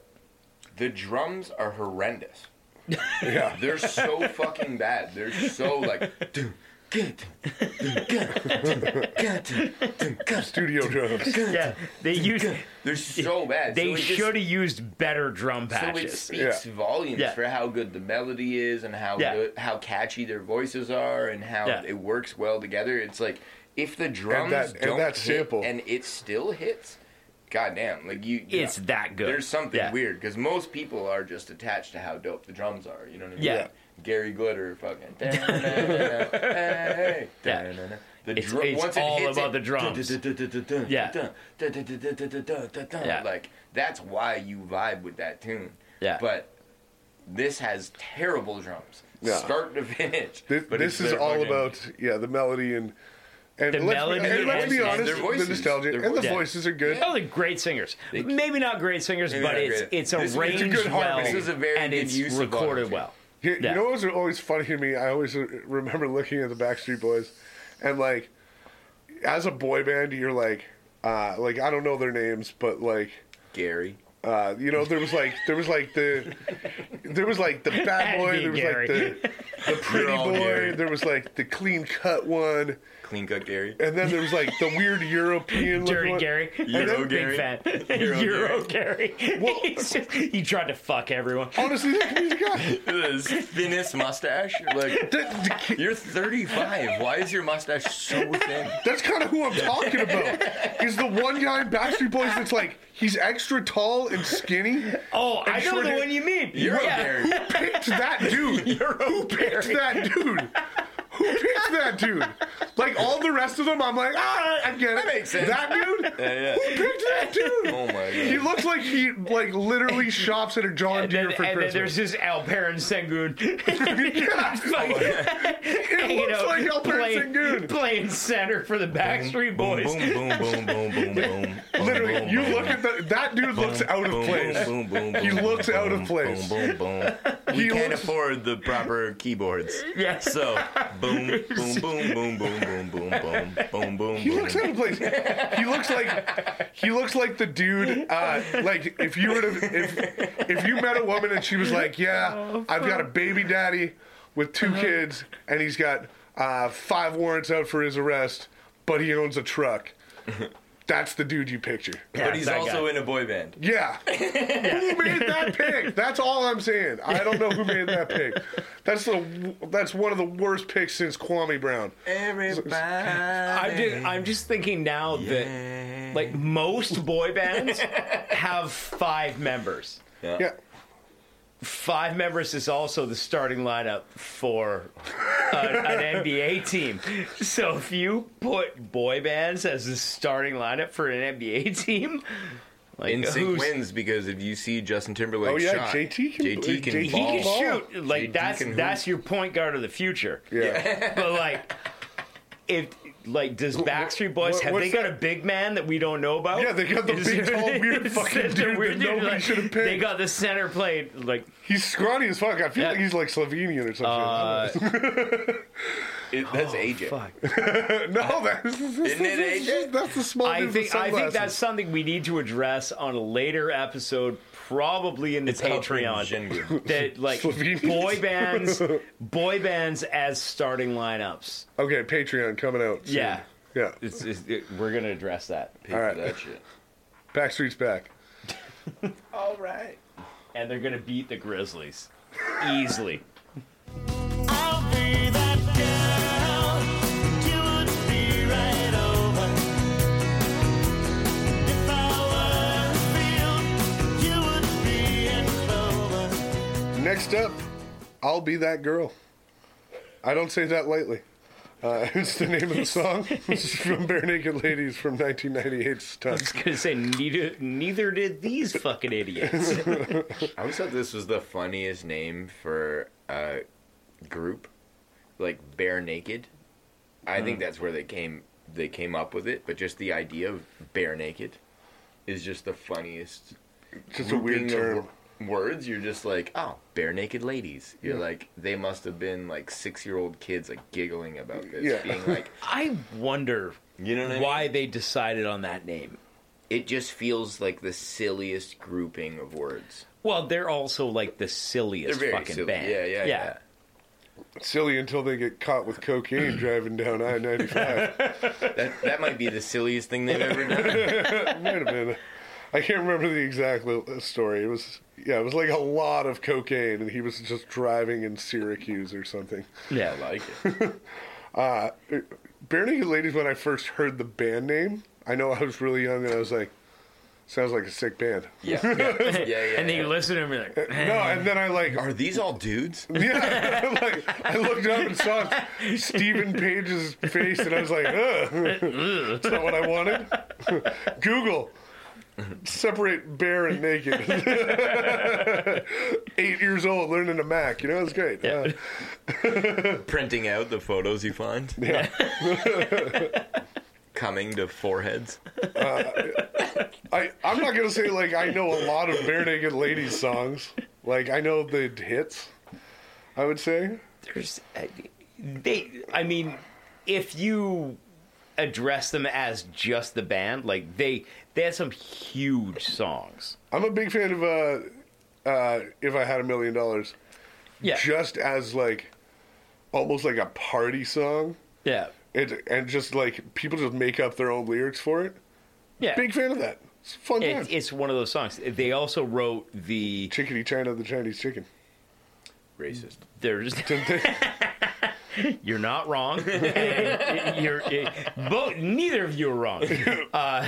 S6: the drums are horrendous.
S4: Yeah.
S6: They're so fucking bad. They're so like "Dun, gun, dun, dun, gun, dun, gun, dun, dun, gun,
S4: Studio drums.
S6: dun,
S5: Yeah, they use
S6: gun." They're so bad.
S5: they
S6: so it just-
S5: should have used better drum
S6: so it
S5: patches.
S6: speaks volumes
S5: Yeah.
S6: for how good the melody is and how
S5: Yeah.
S6: good, how catchy their voices are and how
S5: Yeah.
S6: it works well together. It's like if the drums
S4: that- and
S6: don't
S4: that
S6: hit
S4: sample.
S6: and it still hits, goddamn, like you, you
S5: It's that good.
S6: There's something
S5: Yeah.
S6: weird because most people are just attached to how dope the drums are. You know what I mean?
S5: Yeah.
S6: Gary Glitter, fucking. Hey.
S5: Yeah.
S6: The
S5: It's-
S6: drum-
S5: it's
S6: once it
S5: all
S6: hits
S5: about
S6: it,
S5: the drums. Yeah. Yeah.
S6: yeah. Like that's why you vibe with that tune.
S5: Yeah.
S6: But this has terrible drums.
S4: Yeah.
S6: Start to finish.
S4: This,
S6: But
S4: this
S6: it's
S4: is
S6: their
S4: all
S6: fucking-
S4: about yeah the melody and and
S5: The
S4: let's,
S5: melody
S4: and let's
S5: and-
S4: be
S5: and
S4: honest,
S6: their voices.
S4: the nostalgia
S6: Their
S4: and the
S6: voices.
S4: voices are good.
S5: Oh, they're great singers. Maybe not great singers,
S6: Maybe
S5: but
S6: not
S5: it's
S6: great.
S5: it's
S6: This is- it's a
S5: arranged
S4: good
S5: well
S4: harmony. This
S6: is a very
S5: and
S6: good
S5: it's
S6: use of
S5: recorded
S6: audio.
S5: well.
S4: You, you
S5: Yeah.
S4: know what's always funny to me? I always uh, remember looking at the Backstreet Boys, and like, as a boy band, you're like, uh, like I don't know their names, but like,
S6: Gary.
S4: uh, you know, there was like, there was like the, there was like the bad
S5: That'd
S4: boy,
S5: be
S4: there was like
S5: Gary.
S4: the, the pretty
S6: all
S4: boy,
S6: Oh, Gary.
S4: there was like the clean cut one,
S6: Clean cut Gary.
S4: and then there was like the weird European looking
S5: Dirty
S4: one.
S5: Gary. Big
S6: Euro Gary.
S5: fan.
S6: Euro
S5: Euro Gary.
S4: Well-
S5: He's just- he tried to fuck everyone.
S4: Honestly, that's what he's got.
S6: His thinnest mustache. You're Like
S4: That- the ki-
S6: you're 35. Why is your mustache so thin?
S4: That's kind of who I'm talking about. Is the one guy in Backstreet Boys that's like he's extra tall and skinny.
S5: Oh, I know
S4: sure
S5: the
S4: did.
S5: one you mean.
S6: You're
S5: Yeah.
S6: Gary.
S4: Picked that dude.
S5: Euro Gary.
S4: Picked that dude. Who picked that dude? Like all the rest of them, I'm like, ah, I get it. That
S6: makes sense.
S4: That dude.
S6: Yeah,
S4: Who picked that dude?
S6: Oh my
S4: He
S6: god.
S4: looks like he like literally shops at a John
S5: And then,
S4: Deere for
S5: and then there's
S4: Christmas.
S5: this Alperin Sengun.
S6: Oh,
S4: It looks like Alperin Sengun.
S5: playing center for the Backstreet Boys.
S2: boom, boom, boom, boom, boom. boom.
S4: Literally, you look at the, that dude looks out of place.
S2: Boom, boom, boom,
S4: He
S2: boom,
S4: looks
S2: boom,
S4: out of
S2: boom,
S4: place.
S2: Boom, boom, boom.
S4: He
S2: We can't
S4: looks-
S2: afford the proper keyboards.
S5: Yes.
S2: So, boom, boom, boom, boom, boom, boom, boom, boom, boom, boom,
S4: He looks
S2: boom.
S4: out of place. He looks like he looks like the dude. Uh, like if you were to if if you met a woman and she was like, "Yeah,
S5: Oh,
S4: I've got a baby daddy with 2
S5: Uh-huh.
S4: kids, and he's got uh, five warrants out for his arrest, but he owns a truck." That's the dude you picture.
S6: But he's
S5: that
S6: also
S5: guy.
S6: in a boy band.
S4: Yeah. who made that pick? That's all I'm saying. I don't know who made that pick. That's the that's one of the worst picks since Kwame Brown.
S6: Eh. Everybody.
S5: I'm just, I'm just thinking now that like most boy bands have five members.
S4: Yeah.
S5: Five members is also the starting lineup for a- an NBA team. So if you put boy bands as the starting lineup for an NBA team, like
S6: NSYNC
S5: who's-
S6: wins because if you see Justin Timberlake
S4: Oh, yeah,
S6: shot,
S4: JT can-
S6: JT can
S4: JT
S5: he can
S6: ball.
S5: shoot. Like
S6: JD
S5: that's
S6: can
S5: that's your point guard of the future.
S4: Yeah.
S5: But like, if like does Backstreet Boys
S4: what-
S5: have
S4: what's
S5: they got
S4: that?
S5: a big man that we don't know about?
S4: Yeah, they got the
S5: Is
S4: big,
S5: there-
S4: tall, weird
S5: is
S4: fucking
S5: there
S4: dude that nobody should've picked.
S5: They got the center plate like
S4: He's scrawny as fuck. I feel
S5: Yeah. Uh,
S4: like he's like Slovenian or something.
S6: It, that's AJ.
S5: fuck.
S4: no, that's, that's,
S6: Isn't it
S4: that's-
S6: AJ?
S4: that's the small
S5: I
S4: dude with
S5: think I think
S4: sunglasses.
S5: that's something we need to address on a later episode, probably in the Patreon.
S6: Jengu.
S5: That like
S4: Slovenians.
S5: boy bands, boy bands as starting lineups.
S4: okay. Patreon coming out. soon.
S5: Yeah,
S4: yeah.
S5: it's, it's, it, we're gonna address that.
S6: Pay for
S4: Alright.
S6: that shit.
S4: Backstreet's back.
S6: All right.
S5: and they're going to beat the Grizzlies easily.
S7: I'll be that girl. You would be right over.
S4: Next up, I'll Be That Girl. I don't say that lightly. Uh, it's the name of the song. It's from Bare Naked Ladies from 1998's time.
S5: I was gonna say neither neither did these fucking idiots.
S6: I always thought this was the funniest name for a group, like bare naked. I think that's where they came they came up with it, but just the idea of bare naked is just the funniest.
S4: Just a weird
S6: grouping of
S4: term.
S6: wo- Words, you're just like, oh, bare naked ladies. You're like, they must have been like six year old kids, like giggling about this,
S4: Yeah.
S6: being like,
S5: I wonder
S6: You know what I mean?
S5: why they decided on that name.
S6: it just feels like the silliest grouping of words.
S5: Well, they're also like the silliest fucking
S6: silly.
S5: band.
S6: Yeah, yeah, yeah,
S4: Silly until they get caught with cocaine driving down I 95.
S6: That that might be the silliest thing they've ever done.
S4: Might have been. I can't remember the exact li- uh, story. It was, yeah, it was like a lot of cocaine, and he was just driving in Syracuse or something.
S5: Yeah,
S6: I
S5: like
S6: like it.
S4: Bare Naked Ladies, when I first heard the band name, I know I was really young and I was like, sounds like a sick band.
S6: Yeah, yeah, yeah. yeah
S5: And then
S6: yeah.
S5: you listen to them and you're like,
S4: No, and then I like,
S6: Are these all dudes?
S4: yeah, I'm like, I looked up and saw Stephen Page's face and I was like, ugh, it's not what I wanted. Google, separate bare and naked. Eight years old, learning to Mac, you know, it's great. Uh,
S6: Printing out the photos you find.
S4: yeah.
S6: Coming to foreheads.
S4: I, I'm not gonna say like I know a lot of bare naked ladies songs. Like I know the hits. I would say.
S5: there's uh, they I mean, if you address them as just the band, like they they had some huge songs.
S4: I'm a big fan of uh, uh, if I had a million dollars,
S5: Yeah.
S4: just as like almost like a party song.
S5: yeah.
S4: It and just like people just make up their own lyrics for it.
S5: Yeah.
S4: Big fan of that. It's a fun.
S5: It's,
S4: It,
S5: it's one of those songs. They also wrote the
S4: Chickadee China, the Chinese chicken.
S6: Racist.
S5: there's
S4: Didn't they?
S5: You're not wrong. You're, eh, both, neither of you are wrong. Uh,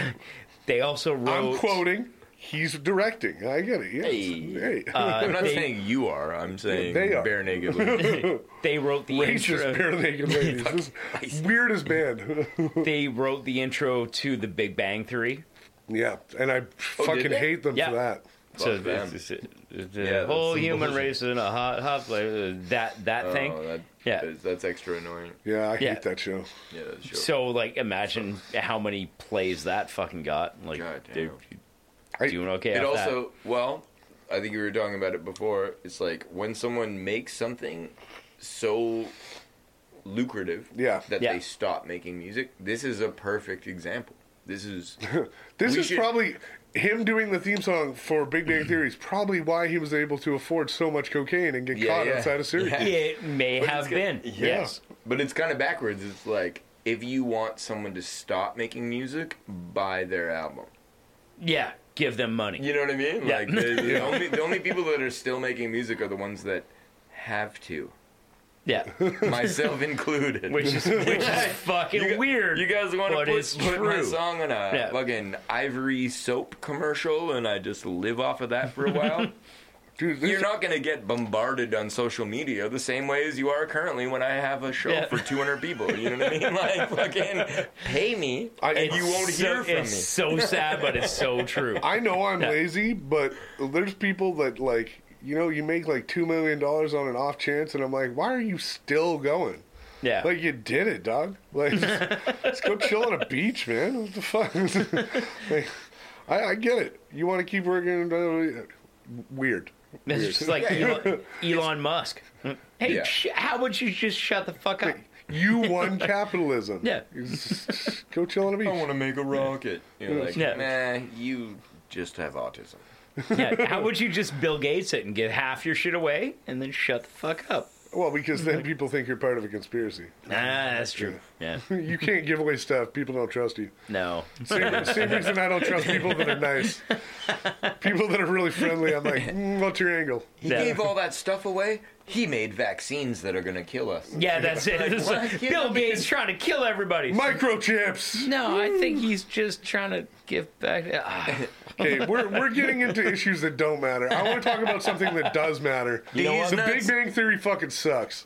S5: they also wrote.
S4: I'm quoting. He's directing. I get it. Yes. Hey.
S6: Hey. Uh, I'm not saying you are. I'm saying
S4: They are.
S6: bare naked. ladies.
S5: They wrote the
S4: Racist
S5: intro.
S4: bare naked ladies. This is weirdest band.
S5: They wrote the intro to the Big Bang Theory.
S4: Yeah, and I fucking
S6: Oh, they?
S4: hate them
S5: Yeah.
S4: for that.
S5: So
S6: Fuck them.
S5: it's- it's- it's
S6: Yeah,
S5: the whole
S6: that's-
S5: human race is in a hot, hot place. uh, That that
S6: Oh,
S5: thing.
S6: that,
S5: Yeah.
S6: is- that's extra annoying.
S4: Yeah, I
S5: Yeah.
S4: hate that show.
S6: Yeah, that's sure.
S5: So like, imagine how many plays that fucking got. Like,
S6: God damn.
S5: they're
S4: I-
S5: doing okay.
S6: it
S5: off that.
S6: also, well, I think we were talking about it before. It's like when someone makes something so lucrative
S4: Yeah.
S6: that
S5: Yeah.
S6: they stop making music. This is a perfect example. This is
S4: This
S6: We
S4: is
S6: should-
S4: probably him doing the theme song for Big Bang Theory is probably why he was able to afford so much cocaine and get
S6: Yeah,
S4: caught
S6: yeah.
S4: outside of Syria.
S6: Yeah.
S5: it may have been. Yes.
S6: But it's kind of backwards. It's like if you want someone to stop making music, buy their album.
S5: Yeah. Give them money.
S6: You know what I mean?
S5: Yeah.
S6: Like the, the only the only people that are still making music are the ones that have to,
S5: Yeah.
S6: myself included.
S5: which is which is fucking
S6: You gu-
S5: weird.
S6: You guys want to
S5: but
S6: put,
S5: it's
S6: put my
S5: true.
S6: song on a
S5: Yeah.
S6: fucking ivory soap commercial, and I just live off of that for a while.
S4: Dude, this,
S6: You're not gonna get bombarded on social media the same way as you are currently when I have a show
S5: Yeah.
S6: for 200 people. You know what I mean? Like fucking pay me,
S4: I-
S6: and you won't
S5: So-
S6: hear from
S5: it's
S6: me.
S5: so sad, but it's so true.
S4: I know I'm lazy, but there's people that like you know you make like two million dollars on an off chance, and I'm like, why are you still going?
S5: yeah,
S4: Like you did it, dog. Like just, just go chill on a beach, man. What the fuck? like, I, I get it. You want to keep working? uh, Weird.
S5: it's just like Elon, Elon Musk. Hey,
S6: Yeah.
S5: sh- how would you just shut the fuck up?
S4: You won capitalism.
S5: Yeah.
S4: It's- Go chill on a
S6: I
S4: beach.
S6: want to make a rocket. You're like,
S5: Yeah.
S6: nah, you just have autism.
S5: Yeah, how would you just Bill Gates it and give half your shit away and then shut the fuck up?
S4: Well, because then people think you're part of a conspiracy.
S5: Ah, that's true. Yeah,
S4: You can't give away stuff. People don't trust you.
S5: no.
S4: Same, same reason I don't trust people that are nice. People that are really friendly, I'm like, mm, what's your angle?
S6: He
S5: Yeah.
S6: gave all that stuff away. he made vaccines that are gonna kill us.
S5: Yeah, that's it. It's like,
S6: what?
S5: Bill Gates trying to kill everybody.
S4: Microchips.
S1: No,
S6: Mm.
S1: I think he's just trying to give back. Ah,
S4: Okay, we're, we're getting into issues that don't matter. I want to talk about something that does matter.
S6: You know what?
S4: the Big Bang Theory fucking sucks.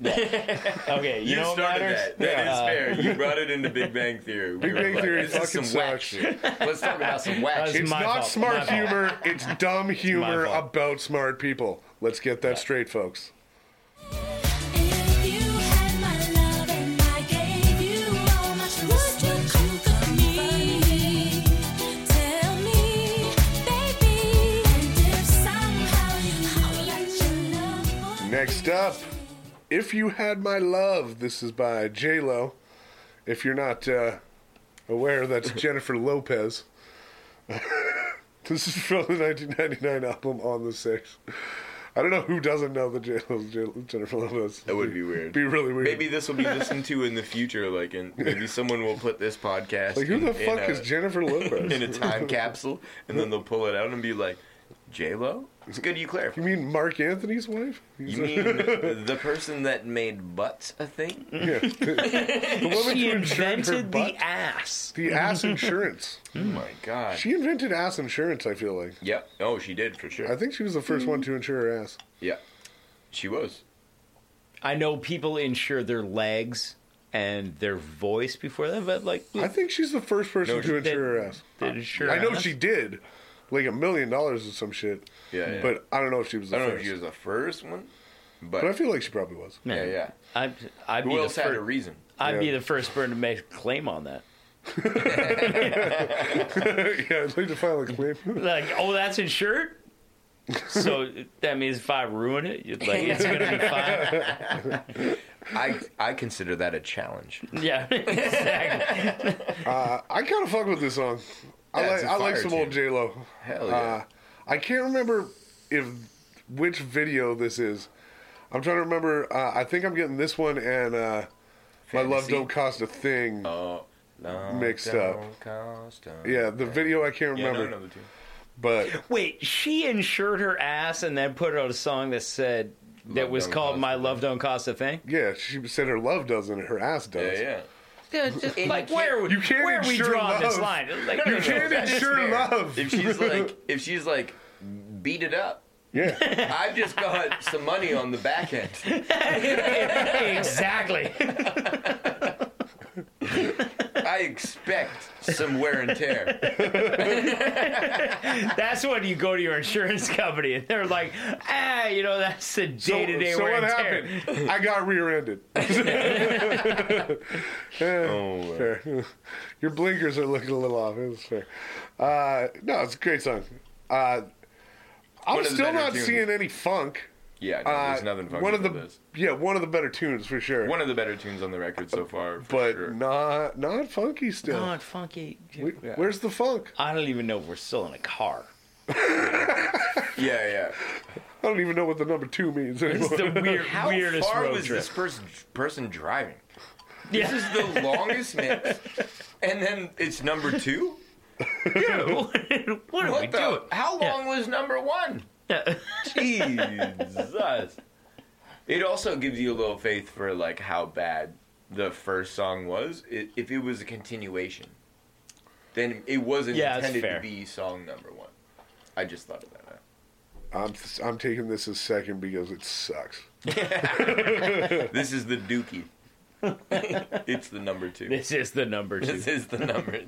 S5: Okay, you,
S6: You,
S5: know what
S6: started
S5: matters?
S6: that. That is fair. You brought it into Big Bang Theory.
S4: Big Bang Theory
S6: this is
S4: fucking
S6: some whack
S4: sucks.
S6: shit. Let's talk about some whack
S5: That's
S6: shit.
S4: It's
S5: my
S4: not
S5: fault. My
S4: smart
S5: fault.
S4: humor, it's dumb humor
S5: fault.
S4: about smart people. Let's get that straight, folks.
S8: If you had my love and I gave you all my trust, would you come for me? Tell me, baby, and if somehow you let your love
S4: Next up, If You Had My Love. This is by J-Lo. If you're not uh, aware, that's Jennifer Lopez. this is from the 1999 album On the Six. I don't know who doesn't know the J-Lo's J- Jennifer Lopez.
S6: That would be weird.
S4: Be really weird.
S6: Maybe this will be listened to in the future, like, and maybe someone will put this podcast.
S4: like, who the
S6: in- in
S4: fuck
S6: a-
S4: is Jennifer Lopez?
S6: in a time capsule, and then they'll pull it out and be like, "J Lo." It's good you
S4: you
S6: clarified.
S4: mean Mark Anthony's wife?
S6: You mean the person that made butts a thing?
S4: Yeah. the woman
S5: She
S4: who insured her
S5: invented
S4: butt.
S5: the ass.
S4: The ass insurance.
S6: Oh my god.
S4: She invented ass insurance, I feel like.
S6: Yep. Oh, she did for
S4: I
S6: sure.
S4: think she was the first one to insure her ass.
S6: Yeah, she was.
S5: I know people insure their legs and their voice before that, but like,
S4: I think she's the first person
S6: No,
S4: to
S6: she-
S4: insure her ass.
S5: they insure
S4: I know
S5: ass.
S4: she did. Like a million dollars or some shit.
S6: Yeah, yeah.
S4: But I don't know if she was the
S6: I don't know
S4: first.
S6: if she was the first one,
S4: but I
S6: but
S4: feel like she probably was.
S5: Man,
S6: yeah, yeah.
S5: I'd, I'd be
S6: Who
S5: the
S6: else had a
S5: first.
S6: reason?
S5: I'd be
S4: Yeah.
S5: the first person to make a claim on that.
S4: yeah, I'd like to file a claim.
S5: Like, oh, that's insured. So that means if I ruin it, you'd like it's gonna be fine.
S6: I I consider that a challenge.
S5: Yeah, exactly.
S4: I kind of fuck with this song. I
S6: Yeah,
S4: like
S6: it's a
S4: I like
S6: fire
S4: some old J Lo.
S6: Hell yeah.
S4: Uh, I can't remember if which video this is. I'm trying to remember. Uh, I think I'm getting this one and uh, my love
S6: Fantasy?
S4: don't cost a thing.
S6: Oh, no,
S4: Mixed
S6: don't
S4: up.
S6: cost a-
S4: yeah, the video I can't
S6: Yeah, no,
S4: remember,
S6: I know the tune.
S4: but
S5: Wait, she insured her ass and then put out a song that said that
S6: Love
S5: was
S6: Don't
S5: called
S6: Cost
S5: "My
S6: a
S5: Love Don't Cost a Thing."
S4: yeah, she said her love doesn't, her ass
S6: Yeah,
S4: does.
S6: yeah.
S5: like, where would
S4: you can't
S5: where we
S4: insure
S5: draw this
S4: love.
S5: line? Like,
S4: You can't
S6: That's
S4: insure
S6: fair.
S4: love.
S6: If she's like, if she's like, beat it up.
S4: yeah,
S6: I've just got some money on the back end.
S5: exactly.
S6: I expect some wear and tear.
S5: That's when you go to your insurance company and they're like, ah, you know, that's the day to day
S4: So
S5: wear
S4: what
S5: and tear.
S4: happened? I got rear-ended.
S6: Oh,
S4: fair. Your blinkers are looking a little off. It's fair. Uh, no, it's a great song. Uh, I'm
S6: One of the
S4: still
S6: better
S4: not
S6: tunes.
S4: seeing any funk.
S6: yeah, no,
S4: Uh,
S6: there's nothing fucking
S4: one of the
S6: with this.
S4: yeah, one of the better tunes for sure.
S6: One of the better tunes on the record so far. For
S4: but
S6: sure.
S4: not not funky still.
S5: Not funky.
S4: We- Where's the funk?
S5: I don't even know if we're still in a car.
S6: yeah, yeah.
S4: I don't even know what the number two means
S5: It's
S4: anymore.
S5: the weird,
S6: How
S5: weirdest
S6: far
S5: road
S6: was
S5: trip.
S6: this person person driving?
S5: Yeah.
S6: This is the longest mix, and then it's number two.
S5: what are we
S6: What the?
S5: doing?
S6: How
S5: Yeah.
S6: long was number one?
S5: Yeah.
S6: Jesus. It also gives you a little faith for like how bad the first song was. I if it was a continuation, then it wasn't
S5: Yeah, that's
S6: intended
S5: fair.
S6: to be song number one. I just thought of that. now.
S4: I'm I'm taking this as second because it sucks.
S6: This is the Dookie. it's the number two.
S5: This is the number two.
S6: This is the number.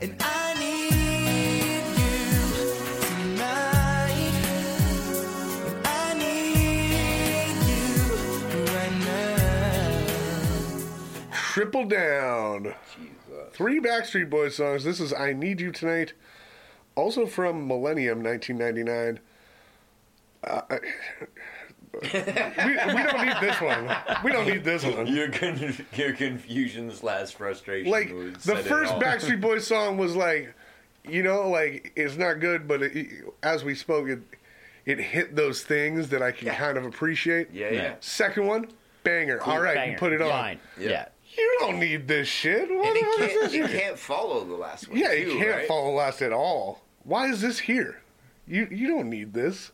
S7: And I need you tonight. I need you right now.
S4: Triple down.
S6: Jesus.
S4: Three Backstreet Boys songs. This is I Need You Tonight, also from Millennium 1999. Uh, I- we, we don't need this one. We don't need this one.
S6: Your con- your confusion slash frustration.
S4: Like,
S6: would
S4: the
S6: set it
S4: first
S6: all.
S4: Backstreet Boys song was like, you know, like, it's not good, but it, as we spoke, it, it hit those things that I can kind of appreciate.
S6: Yeah, yeah.
S4: Second one, banger. All right,
S5: Banger.
S4: you put it on.
S5: Line.
S6: Yeah.
S5: yeah.
S4: You don't need this shit. What
S6: And
S4: the hell is
S6: it
S4: this
S6: can't, it
S4: shit?
S6: can't follow the last one.
S4: Yeah, it
S6: too,
S4: can't
S6: right?
S4: follow us at all. Why is this here? You you don't need this.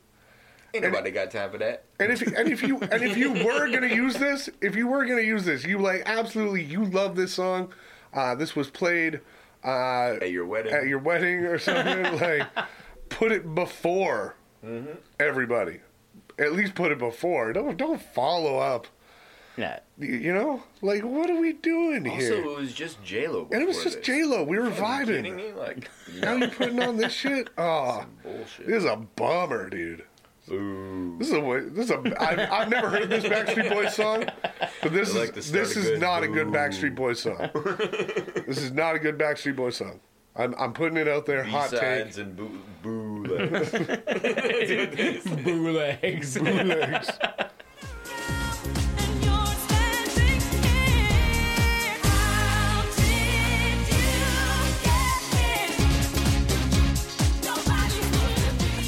S6: Ain't nobody got time for that.
S4: And if and if you and if you were gonna use this, if you were gonna use this, you like absolutely you love this song. Uh, this was played uh,
S6: At your wedding.
S4: at your wedding or something. like put it before
S6: Mm-hmm.
S4: everybody. At least put it before. Don't don't follow up.
S5: Yeah.
S4: Y- You know, like what are we doing
S6: also,
S4: here?
S6: it was just J Lo.
S4: And it was just J Lo. We were
S6: Kidding
S4: vibing.
S6: me? Like
S4: Now you putting on this shit? Oh,
S6: bullshit.
S4: this is a bummer, dude. This is a wa- this is a I've, I've never heard this Backstreet Boys song, but this
S6: I like the
S4: is
S6: start
S4: this
S6: of
S4: is
S6: good.
S4: not a good
S6: Boo.
S4: Backstreet Boys song. this is not a good Backstreet Boys song. I'm I'm putting it out there, hot take.
S6: B-sides and boo, boo legs.
S5: Boo legs.
S4: Bootlegs.
S8: And you're standing here. How did you get here? Nobody's gonna be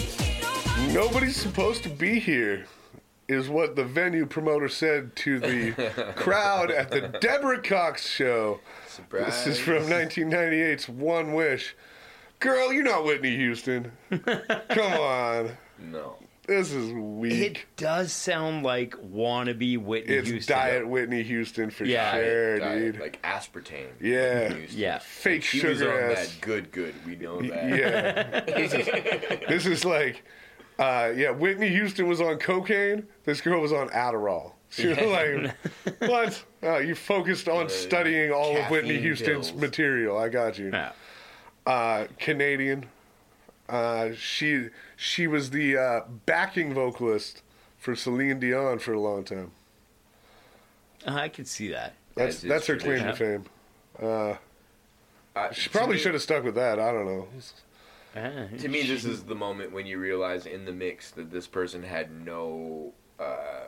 S8: here.
S4: Nobody's supposed to be here, is what the venue promoter said to the crowd at the Deborah Cox show.
S6: Surprise.
S4: This is from 1998's One Wish. Girl, you're not Whitney Houston. Come on.
S6: No.
S4: This is weak.
S5: It does sound like wannabe Whitney
S4: It's
S5: Houston.
S4: diet Whitney Houston for
S5: Yeah,
S4: sure,
S6: Diet,
S4: dude.
S6: Like aspartame.
S4: Yeah.
S6: Used to-
S5: Yeah.
S4: Fake
S6: She was on
S4: sugar
S6: that
S4: ass.
S6: good, good. We know that.
S4: Yeah. this, is, this is like, uh, yeah, Whitney Houston was on cocaine. This girl was on Adderall. She was like, what? Oh, you focused on studying all of Whitney
S6: caffeine
S4: Houston's
S6: pills.
S4: material. I got you.
S5: Yeah.
S4: Uh, Canadian. Uh, she she was the uh, backing vocalist for Celine Dion for a long time.
S5: I could see that.
S4: That's
S6: As is
S4: that's her claim to
S5: tradition.
S4: fame.
S6: I-
S4: She
S6: to
S4: probably
S6: me-
S4: should have stuck with that. I don't know.
S5: Ah,
S6: To me, this is the moment when you realize in the mix that this person had no uh,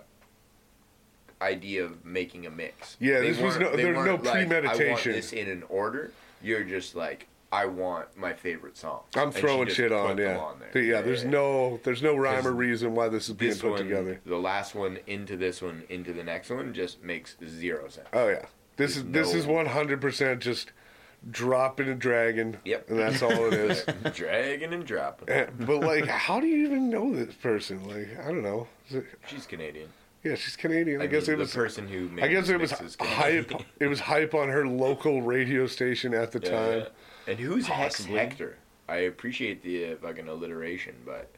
S6: idea of making a mix.
S4: Yeah, this was
S6: weren't-
S4: no-
S6: they
S4: there was
S6: weren't
S4: no
S6: Like, I want
S4: premeditation.
S6: this in an order. You're just like, I want my favorite song.
S4: I'm throwing shit on, yeah. Yeah, there's no there's no rhyme or
S6: 'Cause
S4: reason why this is being
S6: This
S4: put
S6: one,
S4: together.
S6: the last one into this one into the next one just makes zero sense.
S4: Oh yeah. This is this
S6: no-
S4: is 100% just dropping and dragging.
S6: Yep.
S4: And that's all it is.
S6: Dragging and dropping.
S4: And- but like how do you even know this person? Like I don't know. Is it,
S6: She's Canadian.
S4: yeah, she's Canadian. I,
S6: I
S4: guess
S6: mean,
S4: it was
S6: the person who. Made
S4: I guess
S6: this
S4: it was
S6: mix is Canadian.
S4: hype. It was hype on her local radio station at the time.
S6: And who's Hex
S5: Possibly.
S6: Hector? I appreciate the uh, fucking alliteration, but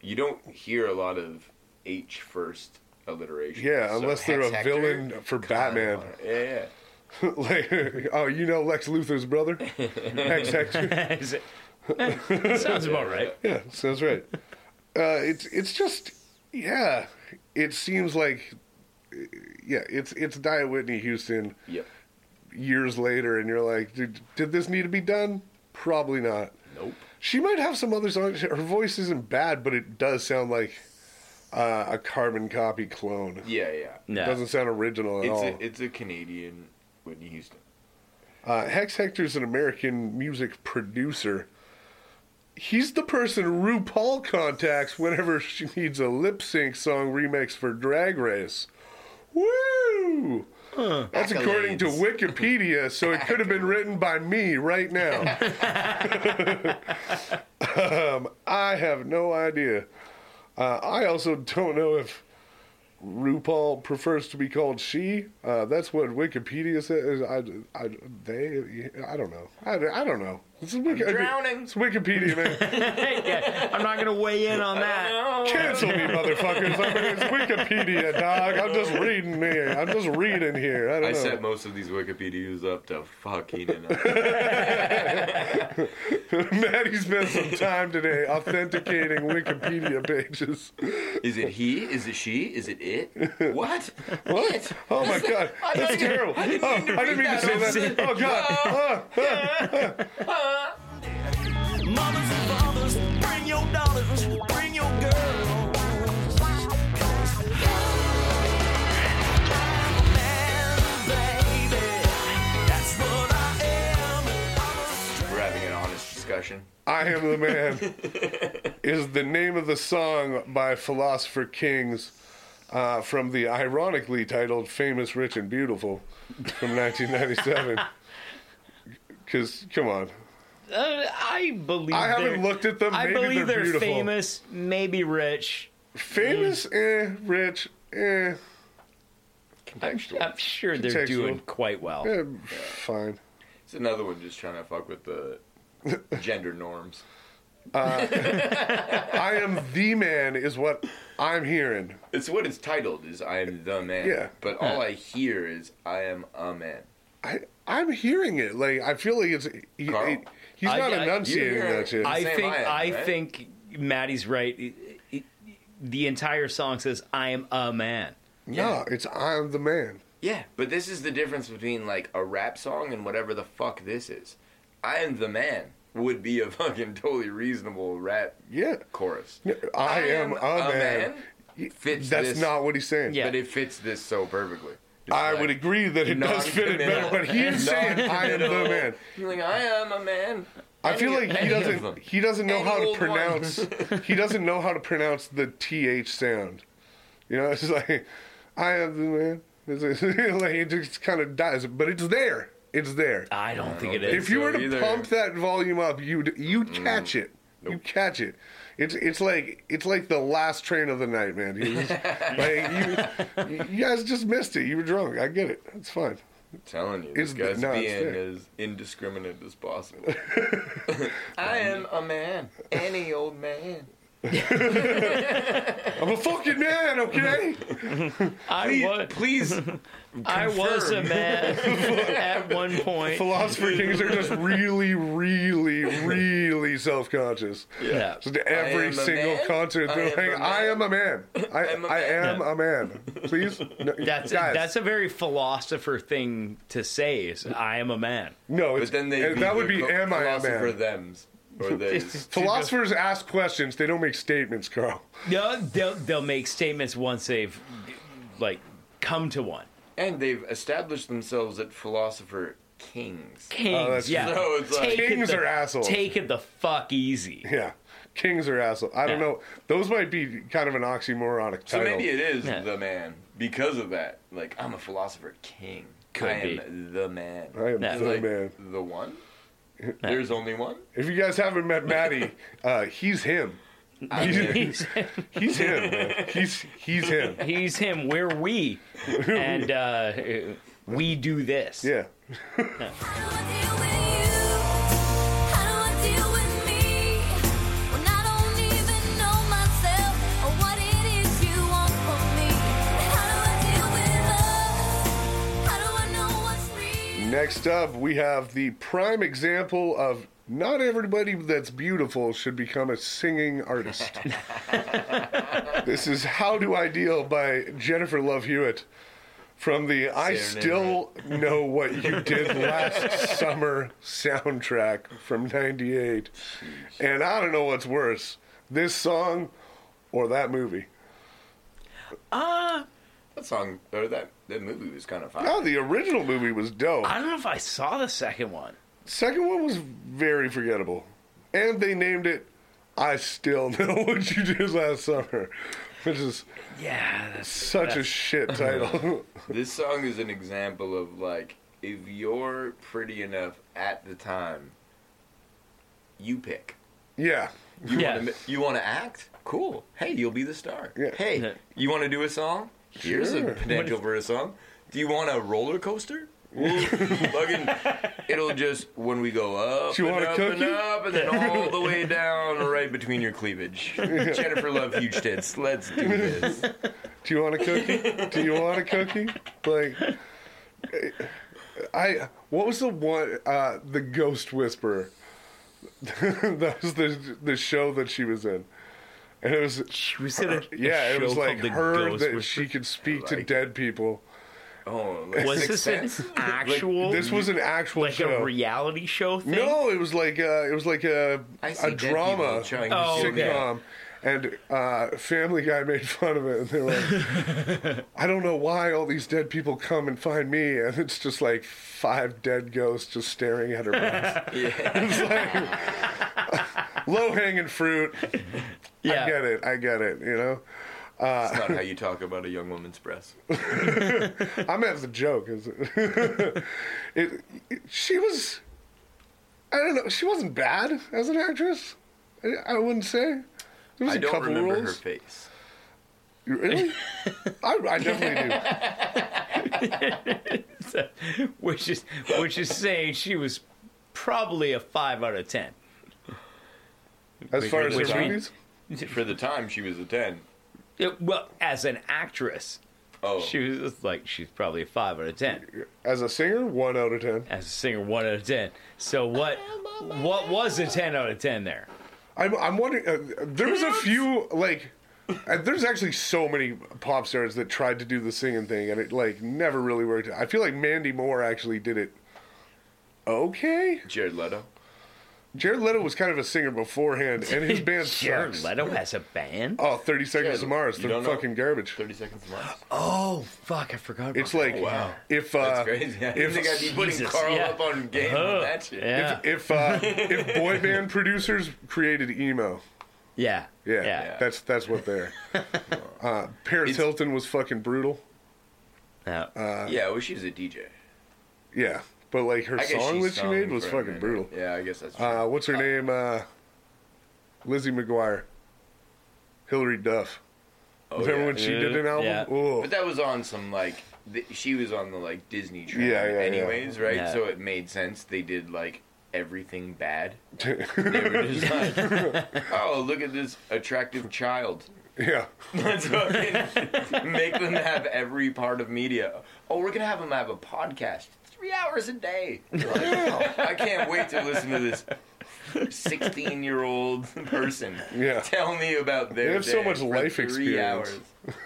S6: you don't hear a lot of H first alliteration.
S4: Yeah,
S6: So
S4: unless they're
S6: Hex
S4: a
S6: Hector,
S4: villain for
S6: come
S4: Batman.
S6: on. Yeah, yeah.
S4: like, oh, you know Lex Luthor's brother, Hex Hector.
S5: Is it- eh, sounds about right.
S4: Yeah, sounds right. Uh, it's it's just yeah. It seems like yeah. It's it's Diet Whitney Houston
S6: Yep.
S4: years later, and you're like, did, did this need to be done? Probably not.
S6: Nope.
S4: She might have some other songs. Her voice isn't bad, but it does sound like uh, a carbon copy clone.
S6: Yeah, yeah.
S5: No.
S4: Doesn't sound original at
S6: It's
S4: all.
S6: a, it's a Canadian Whitney Houston.
S4: Uh, Hex Hector's an American music producer. He's the person RuPaul contacts whenever she needs a lip sync song remix for Drag Race. Woo! That's according to Wikipedia, so it could have been written by me right now. um, I have no idea. Uh, I also don't know if RuPaul prefers to be called she. Uh, that's what Wikipedia says. I, I, they, I don't know. I, I don't know. It's Wiki-
S6: drowning.
S4: It's Wikipedia, man.
S5: Yeah, I'm not gonna weigh in on that.
S4: Cancel me, motherfuckers. I mean, it's Wikipedia, dog. I'm just reading here. I'm just reading here. I don't
S6: I
S4: know.
S6: set most of these Wikipedias up to fucking enough.
S4: Maddie spent some time today authenticating Wikipedia pages.
S6: Is it he? Is it she? Is it it? What?
S4: What? Oh my god, that's terrible. Oh, I didn't mean to say that. Oh god. Oh,
S3: Mothers and fathers, bring your daughters, bring your girls. I'm a man, baby. That's what I am. I'm a stranger.
S6: We're having an honest discussion.
S4: I am the man is the name of the song by Philosopher Kings uh, from the ironically titled "Famous, Rich, and Beautiful" from 1997. Because come on,
S5: Uh, I believe.
S4: I haven't
S5: they're-
S4: looked at them.
S5: I
S4: Maybe they're
S5: believe they're
S4: beautiful.
S5: famous, maybe rich,
S4: Famous, eh. Rich, eh.
S5: I'm, I'm sure they're
S4: Contextual.
S5: doing quite well.
S4: eh fine.
S6: It's another one just trying to fuck with the gender norms.
S4: I am the man, is what I'm hearing.
S6: It's what it's titled is I am the man.
S4: Yeah.
S6: But all I hear is I am a man.
S4: I, I'm hearing it. Like I feel like it's he,
S6: Carl,
S4: he- he's
S5: I-
S4: not
S5: I-
S4: enunciating
S6: you're-
S4: that shit.
S5: I
S6: Same
S5: think
S6: I am,
S5: I
S6: right?
S5: think Maddie's right. It- it- the entire song says, "I am a man."
S4: no, it's I'm the man.
S6: Yeah. But this is the difference between like a rap song and whatever the fuck this is. I am the man would be a fucking totally reasonable rap
S4: Yeah,
S6: chorus.
S4: I, am, a man.
S6: Fits
S4: That's
S6: this,
S4: not what he's saying.
S5: Yeah.
S6: But it fits this so perfectly. It's
S4: I
S6: like-
S4: would agree that it does fit it better, but he is saying I am the
S6: Non-committal.
S4: man.
S6: You're like, I am a man.
S4: I feel
S6: Any-
S4: like he
S6: any of them.
S4: doesn't he doesn't know
S6: Any
S4: how to
S6: old one.
S4: pronounce he doesn't know how to pronounce the th sound. You know, it's like I am the man. It's like it just kind of dies, but it's there. It's there.
S5: I don't think it
S6: think
S5: is.
S4: if you
S6: so
S4: were to
S6: either. Mm.
S4: pump that volume up, you'd you'd catch it. You catch it. It's it's like it's like the last train of the night, man. You just- like you, you guys just missed it. You were drunk. I get it. It's fine.
S6: telling you, this
S4: It's-
S6: guy's
S4: no, it's
S6: being
S4: there.
S6: as indiscriminate as possible. I am a man, any old man.
S4: I'm a fucking man, okay?
S5: I was,
S6: Please,
S5: I was a man at one point.
S4: Philosopher kings are just really, really, really self conscious.
S5: Yeah.
S4: So to every
S6: I am a
S4: single
S6: man.
S4: concert,
S6: I
S4: they're
S6: am
S4: like,
S6: a
S4: "I
S6: man.
S4: am a man. I,
S6: I'm a
S4: I
S6: man."
S4: am a man." Please, no,
S5: That's
S4: guys,
S5: that's a very philosopher thing to say. Is I am a man.
S4: no. It's,
S6: But then they
S4: and that would be
S6: co-
S4: "Am I a
S6: philosopher
S4: man?"
S6: thems or they.
S4: Philosophers ask questions; they don't make statements, Carl.
S5: No, they'll they'll make statements once they've like come to one.
S6: and they've established themselves at philosopher kings.
S5: Kings,
S4: that's-
S5: yeah.
S6: So it's like-
S5: it
S4: Kings
S5: the-
S4: are assholes.
S5: Take it the fuck easy.
S4: Yeah, kings are assholes. I don't
S5: Yeah.
S4: know; those might be kind of an oxymoronic
S6: So
S4: title.
S6: maybe it is
S5: Yeah.
S6: the man because of that. Like I'm a philosopher king.
S5: Could
S6: I
S5: be.
S6: am the man.
S4: I am
S5: Yeah.
S4: the
S6: Like,
S4: man.
S6: The one. There's only one.
S4: If you guys haven't met Maddie, uh, he's him. He's, he's him. Man. He's he's him.
S5: He's him. We're we, and uh, we do this.
S4: Yeah. Next up, we have the prime example of not everybody that's beautiful should become a singing artist. this is How Do I Deal by Jennifer Love Hewitt from the I
S6: Say her name
S4: Still Know What You Did Last Summer soundtrack from 98. And I don't know what's worse this song or that movie.
S6: That song or that that movie was kind of
S4: Oh,
S6: fire.
S4: the original movie was dope.
S5: I don't know if I saw the second one.
S4: Second one was very forgettable. And they named it I Still Know What You Did Last Summer, which is
S5: Yeah, that's
S4: such a shit title.
S6: This song is an example of like if you're pretty enough at the time, you pick.
S4: yeah.
S5: yeah.
S6: You want to act? Cool. Hey, you'll be the star.
S4: Yeah.
S5: Yeah.
S6: Hey, you want to do a song? Here's
S4: Sure.
S6: a potential for a song. Do you want a roller coaster? We'll fucking, it'll just when we go up
S4: Do you
S6: and
S4: want a
S6: up and
S4: cookie?
S6: up and then all the way down right between your cleavage. Jennifer Love huge tits. Let's do this.
S4: Do you want a cookie? Do you want a cookie? Like, I. What was the one? Uh, the Ghost Whisperer. that was the the show that she was in, and it was
S5: She was in a,
S4: yeah,
S5: a
S4: it was
S5: show
S4: like
S5: called The
S4: her
S5: Ghost
S4: that
S5: Whisperer.
S4: she could speak to
S6: like
S4: dead people.
S6: Oh, like
S5: was
S6: Sixth
S5: this
S6: Sense?
S5: an actual
S4: This was an actual
S5: like
S4: show.
S5: a reality show thing?
S4: No, it was like a, it was like a
S6: I see
S4: a
S6: dead
S4: drama
S6: people trying to
S5: Oh,
S6: sue
S5: okay.
S6: me.
S4: sitcom, and uh, Family Guy made fun of it, and they were like, "I don't know why all these dead people come and find me," and it's just like five dead ghosts just staring at her. Breast. it's like low hanging fruit.
S5: yeah.
S4: I get it. I get it. You know,
S6: That's not how you talk about a young woman's breasts.
S4: I meant the joke. Is it? it, it- she was. I don't know. She wasn't bad as an actress. I, I wouldn't say. There was
S6: I
S4: a
S6: don't
S4: couple
S6: remember
S4: roles.
S6: her face.
S4: Really? I, I definitely do.
S5: which is which is saying she was probably a five out of ten.
S4: As far as
S5: which
S4: her
S5: we-
S4: movies,
S6: For the time, she was a ten.
S5: It- well, as an actress,
S6: Oh,
S5: she was just like she's probably a five out of ten.
S4: as a singer, one out of ten.
S5: As a singer, one out of ten. So what? What was a ten out of ten there?
S4: I'm, I'm wondering. Uh, there was a few like. uh, There's actually so many pop stars that tried to do the singing thing, and it like never really worked. I feel like Mandy Moore actually did it. Okay,
S6: Jared Leto.
S4: Jared Leto was kind of a singer beforehand, and his band
S5: Jared
S4: sucks.
S5: Leto has a band.
S4: Oh, 30 Seconds to
S6: Jared-
S4: Mars,
S6: you
S4: they're
S6: don't know?
S4: fucking garbage.
S6: Thirty Seconds to Mars.
S4: Uh,
S5: Oh fuck! I forgot. About
S4: It's like
S6: wow.
S4: if uh,
S6: That's crazy. I
S4: if
S6: didn't
S4: Uh-huh.
S6: think I'd be putting
S5: Jesus,
S6: Carl
S5: yeah.
S6: up on game
S5: Oh,
S6: on that shit.
S5: yeah.
S4: if uh, if boy band producers created emo.
S5: yeah,
S4: Yeah,
S5: yeah.
S4: that's that's what they're. uh, Paris
S6: It's-
S4: Hilton was fucking brutal.
S5: No.
S6: Yeah, well, she's a DJ.
S4: Yeah, but like her
S6: I guess
S4: song
S6: she
S4: that she
S6: sung
S4: made was
S6: for a
S4: fucking
S6: minute.
S4: brutal.
S6: Yeah, I guess that's true.
S4: Uh, what's her name? Uh, Lizzie McGuire, Hillary Duff.
S6: Oh,
S4: Remember
S6: yeah.
S4: when she did an album?
S5: Mm-hmm. Yeah.
S4: Oh,
S6: But that was on some like th- she was on the like Disney track,
S4: Yeah, yeah, yeah.
S6: anyways, right?
S5: Yeah.
S6: So it made sense. They did like everything bad. They were just like, oh, look at this attractive child.
S4: yeah.
S6: Let's fucking make them have every part of media. Oh, we're gonna have them have a podcast three hours a day. You're like, "Oh, I can't wait to listen to this sixteen-year-old person
S4: Yeah.
S6: tell me about their.
S4: They have so
S6: day
S4: much
S6: for
S4: life
S6: three
S4: experience.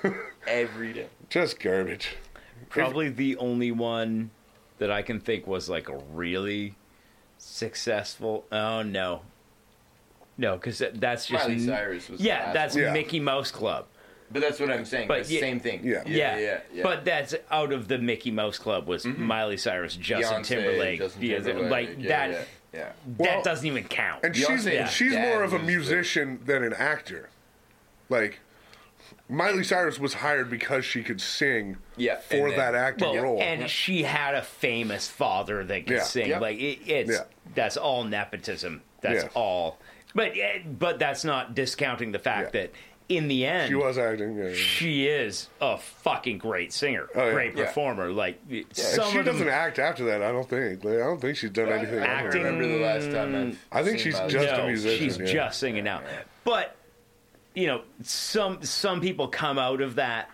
S6: hours every day.
S4: Just garbage.
S5: probably the only one that I can think was like a really successful. Oh no, no, because that's just
S6: Miley Cyrus was. the
S5: yeah,
S6: last
S5: that's
S6: one.
S4: Yeah.
S5: Mickey Mouse Club.
S6: But that's what I'm saying.
S5: But
S6: the
S5: yeah-
S6: same thing.
S4: Yeah.
S5: Yeah.
S6: Yeah. yeah, yeah. Mm-hmm.
S5: but that's out of the Mickey Mouse Club was Miley Cyrus, Justin
S6: Beyonce,
S5: Timberlake,
S6: Justin
S5: yeah,
S6: Timberlake,
S5: like
S6: yeah,
S5: that.
S6: Yeah. yeah.
S5: That
S4: Well-
S5: doesn't even count.
S4: And
S6: Beyonce's
S4: she's she's
S6: dad
S4: more of a
S6: was the-
S4: musician than an actor. Like Miley Cyrus was hired because she could sing
S6: Yeah,
S4: for
S6: and then-
S4: that acting
S5: Well,
S4: role.
S5: and she had a famous father that could
S4: Yeah.
S5: sing.
S6: Yeah.
S5: Like it, it's
S4: Yeah.
S5: that's all nepotism. That's
S4: Yeah.
S5: all. But eh, but that's not discounting the fact
S4: Yeah.
S5: that in the end
S4: she was acting. Yeah.
S5: she is a fucking great singer,
S4: Oh, yeah.
S5: great
S6: Yeah.
S5: performer. Like
S4: And
S5: some
S4: she
S5: of them,
S4: doesn't act after that. I don't think. Like, I don't think she's done anything.
S6: I
S4: after
S6: don't
S4: that.
S5: Acting-
S6: remember the last time I've
S4: I think
S6: seen
S4: she's
S6: Miley
S4: just a
S6: Cyrus.
S5: no,
S4: musician,
S5: she's
S4: yeah.
S5: just singing now. But you know, some some people come out of that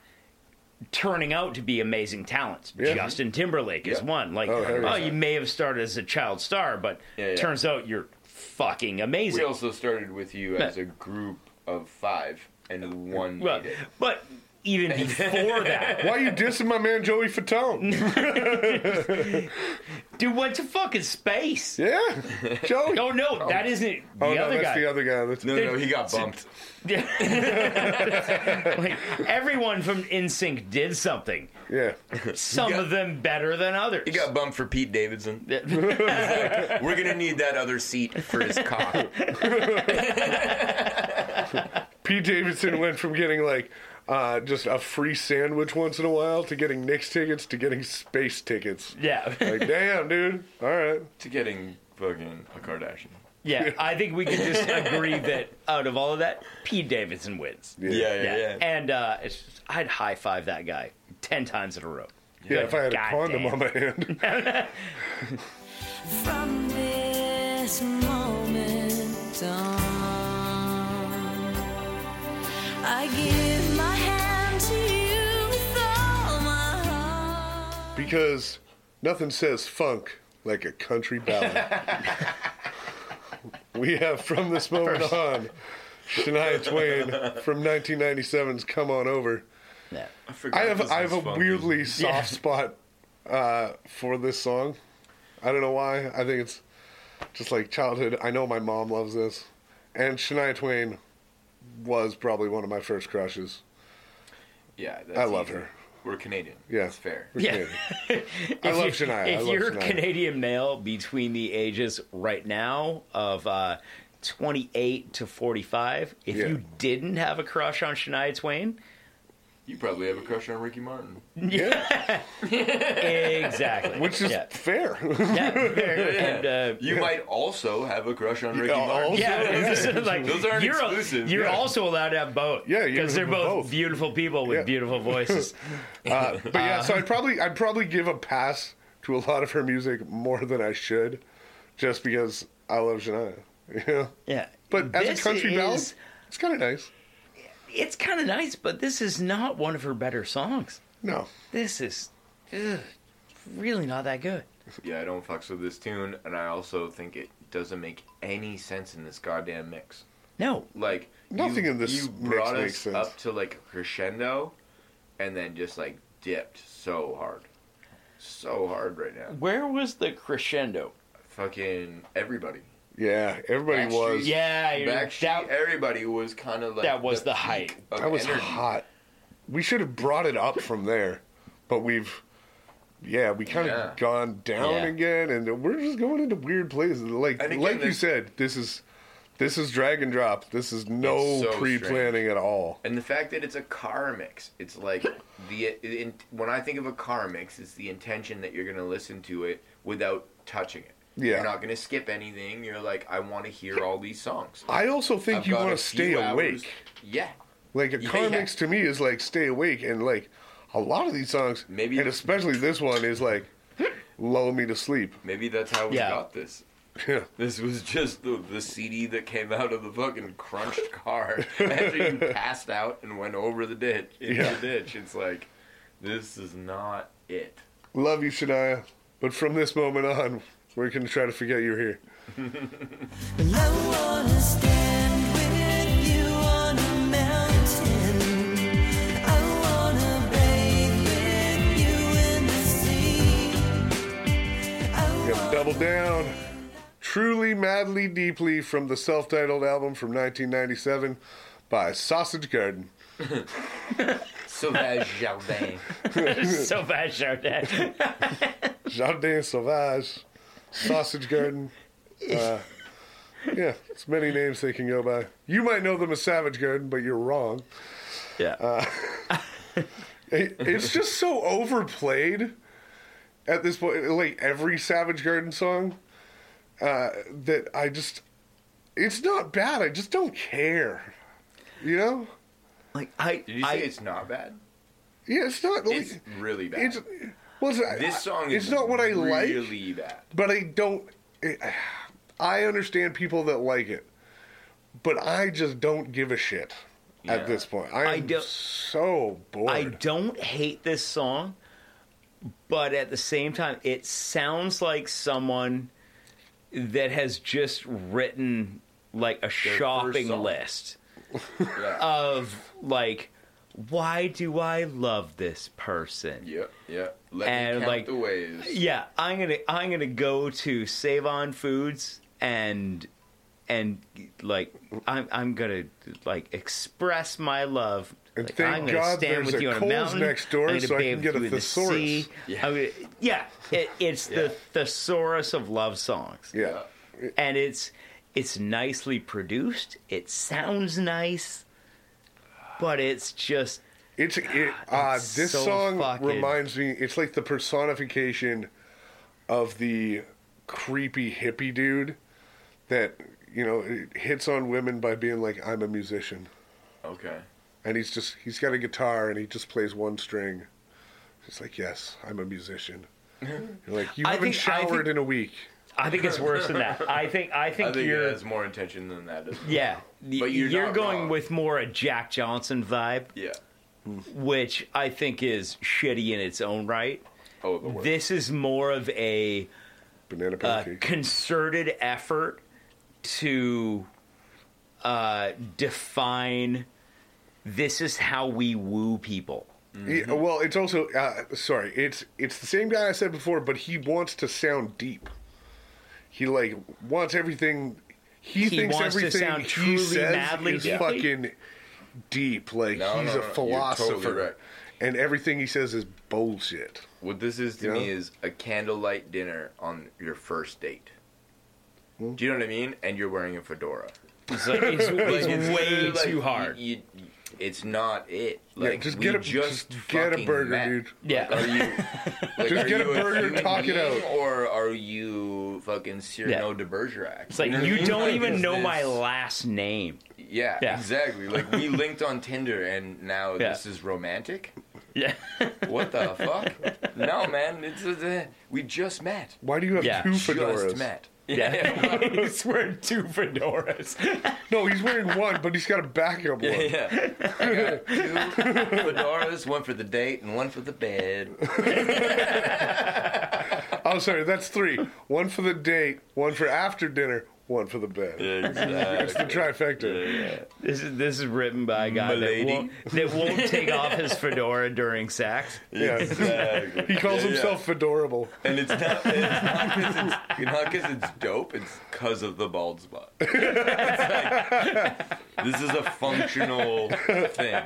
S5: turning out to be amazing talents.
S4: Yeah.
S5: Justin Timberlake is
S6: Yeah.
S5: one. Like,
S4: Oh,
S5: oh,
S4: hell yeah.
S5: you may have started as a child star, but
S6: Yeah, yeah.
S5: turns out you're fucking
S6: We
S5: amazing.
S6: also started with you as a group of five, and one
S5: Well,
S6: made it.
S5: but even before that,
S4: Why you dissing my man Joey Fatone?
S5: dude went to fucking space. Oh,
S4: yeah, Joey.
S5: No, no, that isn't the
S4: oh no,
S5: other
S4: that's
S5: guy.
S4: the other guy. That's
S6: No, no, he got bumped.
S5: Like, everyone from InSync did something.
S4: yeah.
S5: Some
S6: got-
S5: of them better than others.
S6: He got bumped for Pete Davidson. We're gonna need that other seat for his cock.
S4: Pete Davidson went from getting like uh, just a free sandwich once in a while to getting Knicks tickets to getting space tickets.
S5: yeah.
S4: Like, damn, dude. All right.
S6: to getting fucking a Kardashian.
S5: Yeah, I think we can just agree that out of all of that, Pete Davidson wins.
S6: Yeah, yeah, yeah.
S5: And uh, it's I'd high five that guy 10 times in a row.
S4: Yeah, if I had
S5: God
S4: a condom
S5: damn.
S4: on my hand.
S7: From this moment on, I give my hand to you with all my heart.
S4: because nothing says funk like a country ballad. we have from this moment on Shania Twain from 1997's "Come On Over."
S5: Yeah.
S6: I, forgot
S4: I have
S6: this
S4: I have
S6: was
S4: a
S6: funky.
S4: weirdly soft spot uh, for this song. I don't know why. I think it's just like childhood. I know my mom loves this, and Shania Twain was probably one of my first crushes.
S6: Yeah, that's
S4: I love
S6: easy.
S4: her.
S6: We're Canadian.
S4: Yeah.
S6: that's fair.
S5: Yeah.
S4: I
S5: If
S4: love
S5: you-
S4: Shania. I
S5: If
S4: love
S5: you're a
S4: Shania.
S5: Canadian male between the ages right now of uh, 28 to 45, if
S4: Yeah.
S5: you didn't have a crush on Shania Twain,
S6: You probably have a crush on Ricky Martin.
S4: Yeah.
S5: Exactly.
S4: Which is
S5: yeah.
S4: fair.
S5: Yeah, and, uh,
S6: You might also have a crush on Ricky
S4: Yeah,
S6: Martin.
S4: also-
S5: yeah, this is like,
S6: Those aren't
S5: you're,
S6: exclusive,
S5: You're
S6: yeah.
S5: also allowed to have both.
S4: Yeah, you
S5: because they're
S4: can have
S5: both,
S4: both.
S5: beautiful people with
S4: Yeah.
S5: beautiful voices.
S4: Uh, but yeah, so I'd probably I'd probably give a pass to a lot of her music more than I should, just because I love Shania. You know?
S5: yeah,
S4: But as
S5: This
S4: a country ballad,
S5: is-
S4: it's kind of nice.
S5: it's kind of nice, but this is not one of her better songs.
S4: No,
S5: This is ugh, really not that good.
S6: Yeah, I don't fucks with this tune, and I also think it doesn't make any sense in this goddamn mix.
S5: No,
S6: Like
S4: Nothing
S6: you,
S4: in this
S6: you
S4: mix
S6: brought
S4: makes
S6: us
S4: sense.
S6: up to like a crescendo, and then just like dipped so hard, so hard right now.
S5: where was the crescendo?
S6: Fucking everybody.
S4: yeah, everybody
S6: Backstreet-
S4: was.
S5: Yeah, you're-
S6: Backstreet,
S5: that,
S6: everybody was kind of like
S5: that was the,
S6: peak
S5: height.
S6: of
S4: that was
S6: energy.
S4: hot. We should have brought it up from there, but we've. Yeah, we kind of
S6: Yeah.
S4: gone down
S5: Yeah.
S4: again, and we're just going into weird places. Like,
S6: And again,
S4: like you
S6: there's-
S4: said, this is, this is drag and drop. This is no
S6: It's so
S4: pre-planning at all.
S6: And the fact that it's a car mix, it's like the in, when I think of a car mix, it's the intention that you're going to listen to it without touching it.
S4: Yeah.
S6: You're not going to skip anything. You're like, I want to hear all these songs.
S4: I also think
S6: I've
S4: you
S6: got
S4: want
S6: a
S4: to stay
S6: few hours-
S4: awake.
S6: Yeah.
S4: Like a
S6: Yeah,
S4: car
S6: yeah.
S4: mix to me is like stay awake, and like a lot of these songs,
S6: Maybe-
S4: and especially this one is like lull me to sleep.
S6: Maybe that's how we
S5: Yeah.
S6: got this.
S4: Yeah.
S6: This was just the, the CD that came out of the fucking crunched car after you passed out and went over the ditch. Into
S4: Yeah.
S6: the ditch. It's like, this is not it.
S4: Love you, Shania, but from this moment on, we're gonna try to forget you're here.
S7: I wanna stand with you on a mountain. I wanna bathe with you in the sea.
S4: We gotta double down. Truly, madly, deeply from the self-titled album from 1997 by Sausage Garden.
S6: Sauvage Jardin.
S5: so bad, Chardonnay.
S4: Jardin Sauvage, Sausage Garden. Uh, yeah, it's many names they can go by. You might know them as Savage Garden, but you're wrong.
S5: yeah,
S4: Uh, It, it's just so overplayed at this point. Like every Savage Garden song, uh, that I just, it's not bad. I just don't care. You know?
S5: like I,
S6: Did you say
S5: I,
S6: it's not bad?
S4: Yeah, Oh, it's not. Like,
S6: It's really bad.
S4: it's, well, it's-
S6: this song is
S4: it's not what I like.
S6: Really bad.
S4: but I don't. eh, I understand people that like it, but I just don't give a shit
S6: Yeah.
S4: at this point. I'm
S5: I don't-
S4: so bored.
S5: I don't hate this song, but at the same time, it sounds like someone that has just written like a shopping
S6: song.
S5: list
S6: Yeah.
S5: of like, why do I love this person?
S6: yeah. Yeah. Let
S5: And,
S6: me count
S5: like-
S6: the ways.
S5: Yeah, I'm gonna I'm gonna go to Save On Foods and and like I'm I'm gonna like express my love.
S4: And
S5: Like,
S4: thank
S5: I'm gonna
S4: God
S5: stand
S4: there's
S5: with
S4: a
S5: you on a
S4: Kohl's
S5: mountain.
S4: next door
S5: I'm gonna
S4: so I can
S5: bathe
S4: get a
S5: you in the
S4: thesaurus.
S5: sea.
S6: Yeah.
S5: I'm gonna- yeah, it, it's the thesaurus of love songs,
S4: yeah.
S5: and it's it's nicely produced. It sounds nice, but it's just
S4: It's it, uh,
S5: It's
S4: this
S5: so
S4: song
S5: fucking-
S4: reminds me. It's like the personification of the creepy hippie dude that you know hits on women by being like, "I'm a musician,"
S6: Okay.
S4: and he's just he's got a guitar and he just plays one string. It's like, "Yes, I'm a musician."
S6: Mm-hmm.
S4: You're like, "You
S5: I
S4: haven't
S5: think- I
S4: showered
S5: think-
S4: in a week."
S5: I think it's worse than that. I think I think,
S6: I think
S5: you're
S6: it has more intention than that. doesn't it?
S5: Yeah,
S6: But
S5: you're,
S6: you're not
S5: going
S6: wrong.
S5: with more a Jack Johnson vibe,
S6: Yeah.
S5: which I think is shitty in its own right.
S6: Oh, the word.
S5: This is more of a,
S4: Banana
S5: uh
S4: pancake.
S5: concerted effort to uh, define this is how we woo people.
S4: Yeah, well, it's also uh, sorry. It's it's the same guy I said before, but he wants to sound deep. He like wants everything. He,
S5: He
S4: thinks
S5: wants to
S4: everything
S5: sound
S4: he
S5: truly
S4: says
S5: madly
S4: is
S5: deeply?
S4: fucking deep. Like
S6: No,
S4: he's
S6: no,
S4: a
S6: no, you're
S4: philosopher,
S6: totally right.
S4: and everything he says is bullshit.
S6: What this is to me
S4: Yeah.
S6: is a candlelight dinner on your first date.
S4: Hmm.
S6: Do you know what I mean? And you're wearing a fedora.
S5: It's, like, it's, it's way
S6: Like,
S5: too hard.
S6: You, you, it's not it.
S4: Yeah,
S6: Like
S4: just
S6: we
S4: get a
S6: just,
S4: just, get a
S6: fucking
S4: burger,
S6: met.
S4: dude.
S5: Yeah.
S6: Are you like,
S4: Just
S6: are
S4: get a
S6: you
S4: burger,
S6: human
S4: talk it
S6: being,
S4: out.
S6: or are you fucking Cyrano
S5: Yeah.
S6: de Bergerac?
S5: It's like
S6: know what I
S5: you
S6: mean?
S5: don't
S6: Like,
S5: even
S6: is
S5: know
S6: this-
S5: my last name.
S6: Yeah,
S5: Yeah.
S6: exactly. Like we linked on Tinder, and now
S5: Yeah.
S6: this is romantic.
S5: Yeah.
S6: What the fuck? No, man. It's uh, we just met.
S4: Why do you have
S5: Yeah,
S4: two
S6: Just
S4: fedoras?
S6: met.
S5: Yeah. He's wearing two fedoras.
S4: No, he's wearing one, but he's got a backup one.
S6: Yeah. I got two fedoras, one for the date and one for the bed.
S4: Oh, sorry, that's three. One for the date, one for after dinner, one for the bed. It's the trifecta.
S5: This is this is written by a guy that
S6: Milady.
S5: won't, that won't take off his fedora during sex.
S4: Yeah.
S6: Exactly.
S4: He calls
S6: Yeah, yeah.
S4: himself Fedorable.
S6: And it's not because it's, you know, 'cause it's dope, it's because of the bald spot. It's like, this is a functional thing.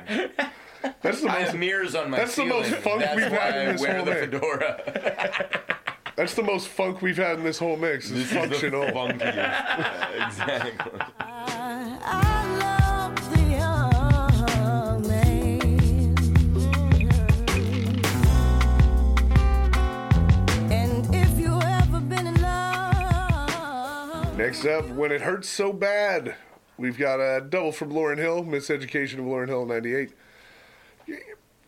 S4: That's the
S6: I have
S4: most.
S6: mirrors on my
S4: That's the
S6: ceiling.
S4: most funk
S6: That's
S4: we've
S6: why
S4: had in
S6: I
S4: this
S6: wear
S4: whole
S6: the
S4: day.
S6: fedora.
S4: That's the most funk we've had in this whole mix. Is
S6: This is the
S4: functional.
S6: funkiest. Yeah, exactly.
S7: I love the young man. And if you ever been in love,
S4: Next up, when it hurts so bad, we've got a double from Lauren Hill, Miseducation of Lauren Hill '98.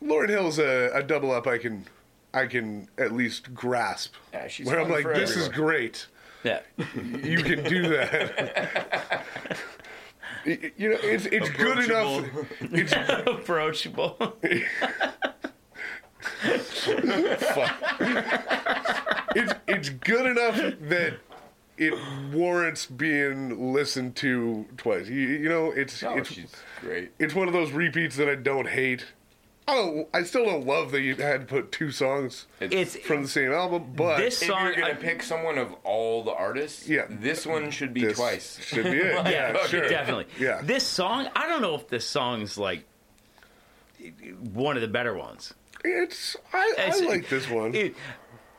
S4: Lauren Hill's a, a double up. I can, I can at least grasp.
S6: Yeah, she's
S4: where I'm
S6: fun
S4: like,
S6: for
S4: this is
S6: everyone.
S4: great.
S5: Yeah.
S4: You can do that. Y- you know, it's it's good enough. It's
S5: Approachable.
S4: it's it's good enough that it warrants being listened to twice. You, you know, it's
S6: Oh,
S4: it's
S6: she's great.
S4: it's one of those repeats that I don't hate. I don't. I still don't love that you had to put two songs
S5: It's
S4: from the same album, but
S5: this
S6: if you're
S5: song.
S6: gonna
S5: I-
S6: pick someone of all the artists,
S4: Yeah.
S6: this one should be
S4: this
S6: twice.
S4: should be it.
S5: yeah,
S4: yeah, sure.
S5: definitely.
S4: Yeah.
S5: This song, I don't know if this song's like one of the better ones.
S4: It's. I, I
S5: It's-
S4: like this one.
S5: It-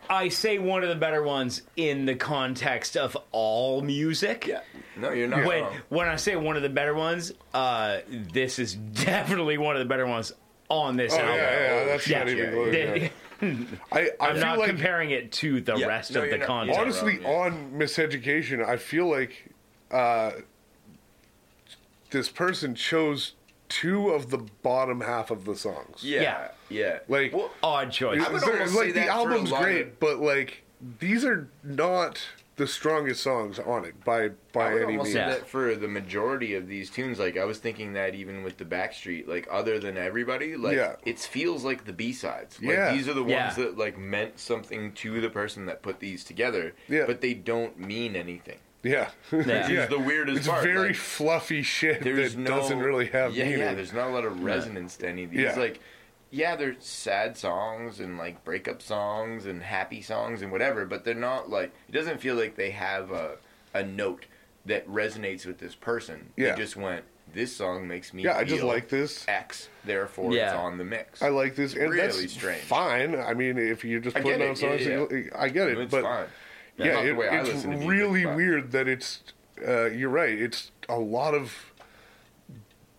S5: I say one of the better ones in the context of all music.
S6: Yeah. No, you're not
S5: When
S6: wrong.
S5: when I say one of the better ones, uh, this is definitely one of the better ones on this
S4: oh yeah,
S5: album.
S4: yeah. That's
S5: Yeah.
S4: not even.
S5: Yeah.
S4: close,
S5: They-
S4: yeah. I, I
S5: I'm
S4: feel
S5: not
S4: like
S5: comparing it to the
S6: Yeah.
S5: rest
S6: No,
S5: of the
S6: you're not.
S5: content.
S4: honestly
S6: Yeah.
S4: on miseducation i feel like uh, this person chose two of the bottom half of the songs
S6: yeah,
S5: Yeah.
S6: yeah.
S4: Like-
S6: well,
S5: Odd choice.
S6: I would
S4: There-
S6: almost
S4: like
S6: say
S4: the
S6: that for a
S4: album's
S6: lot of-
S4: great but like these are not the strongest songs on it by
S6: I
S4: by
S6: would
S4: any
S6: almost
S4: means
S6: say
S5: Yeah.
S6: that for the majority of these tunes, like I was thinking that even with the Backstreet, like other than everybody, like
S4: Yeah.
S6: it feels like the B sides. Like
S4: Yeah.
S6: these are the ones
S5: Yeah.
S6: that like meant something to the person that put these together,
S4: Yeah.
S6: but they don't mean anything.
S4: yeah
S5: Yeah.
S6: Which is the weirdest
S4: it's
S6: part.
S4: very
S6: like,
S4: fluffy shit
S6: there's
S4: that
S6: no
S4: doesn't really have
S6: yeah,
S4: meaning
S6: yeah. There's not a lot of resonance to any of these.
S4: Yeah.
S6: Like, yeah, they're sad songs and like breakup songs and happy songs and whatever, but they're not like it doesn't feel like they have a a note that resonates with this person.
S4: Yeah.
S6: They just went. This song makes me.
S4: yeah i just
S6: feel
S4: like this
S6: X. Therefore,
S5: Yeah.
S6: it's on the mix.
S4: I like this, and
S6: Really
S4: that's
S6: strange.
S4: fine. I mean, if you're just
S6: I
S4: putting
S6: get
S4: on
S6: it, yeah,
S4: songs, that
S6: yeah.
S4: you- I get it.
S6: It's
S4: but
S6: fine.
S4: yeah,
S6: Not the
S4: it-
S6: way I
S4: it's
S6: listen to music,
S4: really
S6: but-
S4: weird that it's. Uh, you're right. It's a lot of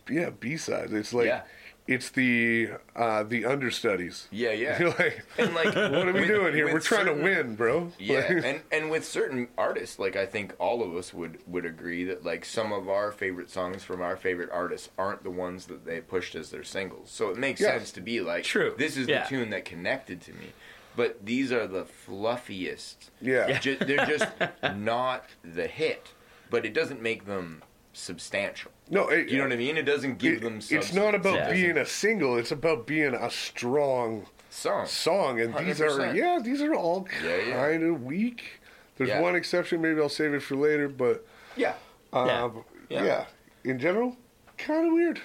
S4: yeah B sides. It's like
S6: Yeah.
S4: it's the uh, the understudies.
S6: Yeah,
S4: You're
S6: yeah.
S4: like,
S6: and like,
S4: what are we doing here? We're trying to win, bro.
S6: Yeah,
S4: Like,
S6: and and with certain artists, like I think all of us would would agree that like some of our favorite songs from our favorite artists aren't the ones that they pushed as their singles. So it makes
S4: Yeah.
S6: sense to be like,
S5: True.
S6: this is
S5: Yeah.
S6: the tune that connected to me. But these are the fluffiest.
S4: Yeah. Yeah.
S6: Ju- they're just not the hit, but it doesn't make them substantial.
S4: no, it,
S6: You know what I mean? It doesn't give
S4: it-
S6: them.
S4: it's not about
S5: Yeah.
S4: being a single. It's about being a strong
S6: song.
S4: song, and these are
S6: 100%.
S4: yeah, these are all kind
S6: Yeah, yeah.
S4: of weak. There's
S6: Yeah.
S4: one exception. Maybe I'll save it for later, but.
S6: Yeah,
S5: Yeah.
S4: Um, yeah. In general, kind of weird.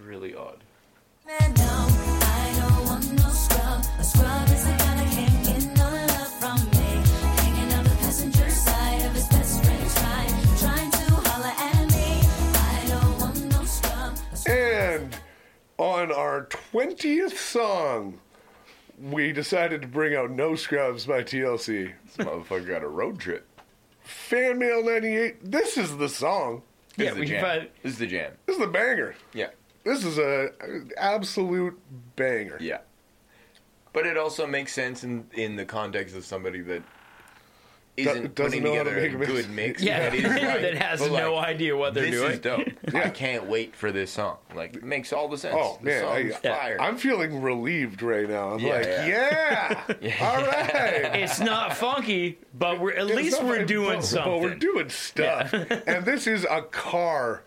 S6: really odd.
S8: Man, no, I don't want no scrub. A scrub is the guy that can't get no love from me. Hanging on the passenger side of his best friend's ride, trying to holler at me. I don't want no scrub. A scrub
S4: And on our 20th song, we decided to bring out No Scrubs by TLC.
S6: This motherfucker got a road trip.
S4: Fan Mail 98, this is the song.
S6: This
S5: Yeah,
S6: is the
S5: we
S6: jam.
S5: find-
S6: This is the jam.
S4: This is the banger.
S6: Yeah.
S4: This is a an absolute banger.
S6: Yeah. But it also makes sense in, in the context of somebody that
S4: doesn't
S6: isn't putting
S4: know how to
S6: together a
S4: make a mix.
S6: good mix.
S5: Yeah,
S6: that, is right,
S5: that has
S6: but, like,
S5: no idea what they're
S6: this
S5: doing.
S6: is dope. I can't wait for this song. Like, it makes all the sense.
S4: Oh
S6: the
S4: man,
S6: song's
S4: I,
S6: fire.
S4: I'm feeling relieved right now. I'm
S6: Yeah.
S4: like, yeah, all right.
S5: It's not funky, but we're at
S4: It's
S5: least
S4: not
S5: we're
S4: like-
S5: doing
S4: but-
S5: something.
S4: But we're doing stuff, and this is a car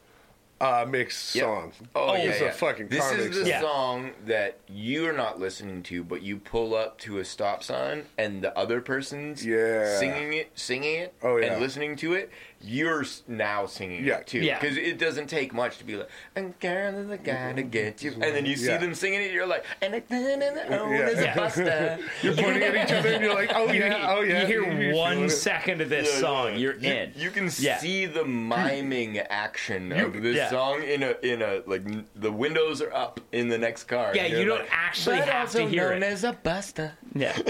S4: uh, mix song.
S6: Oh, yeah,
S4: it's
S6: yeah.
S4: a fucking
S6: This
S4: car
S6: is
S4: mix
S6: the
S4: song.
S5: Yeah.
S6: song that you're not listening to, but you pull up to a stop sign and the other person's
S4: Yeah.
S6: singing it, singing it,
S4: Oh, yeah.
S6: and listening to it. You're s- now singing
S4: Yeah.
S6: it too,
S5: Yeah.
S6: because it doesn't take much to be like, "And girl is the guy to get you," and then you see
S4: Yeah.
S6: them singing it, you're like, "And I did it, oh,
S4: Yeah.
S6: there's a buster."
S4: You're pointing at each other, and you're like, oh yeah, oh yeah.
S5: you hear
S4: feeling
S5: one
S4: it.
S5: second of this
S6: Yeah,
S5: song, you're
S6: You-
S5: in.
S6: You can
S5: Yeah.
S6: see the miming action of this
S5: yeah.
S6: song in a in a like n- the windows are up in the next car.
S5: yeah,
S6: and
S5: you
S6: you're
S5: don't
S6: like,
S5: actually
S6: "But
S5: have to
S6: also
S5: hear
S6: known
S5: it.
S6: as a buster.
S5: Yeah. you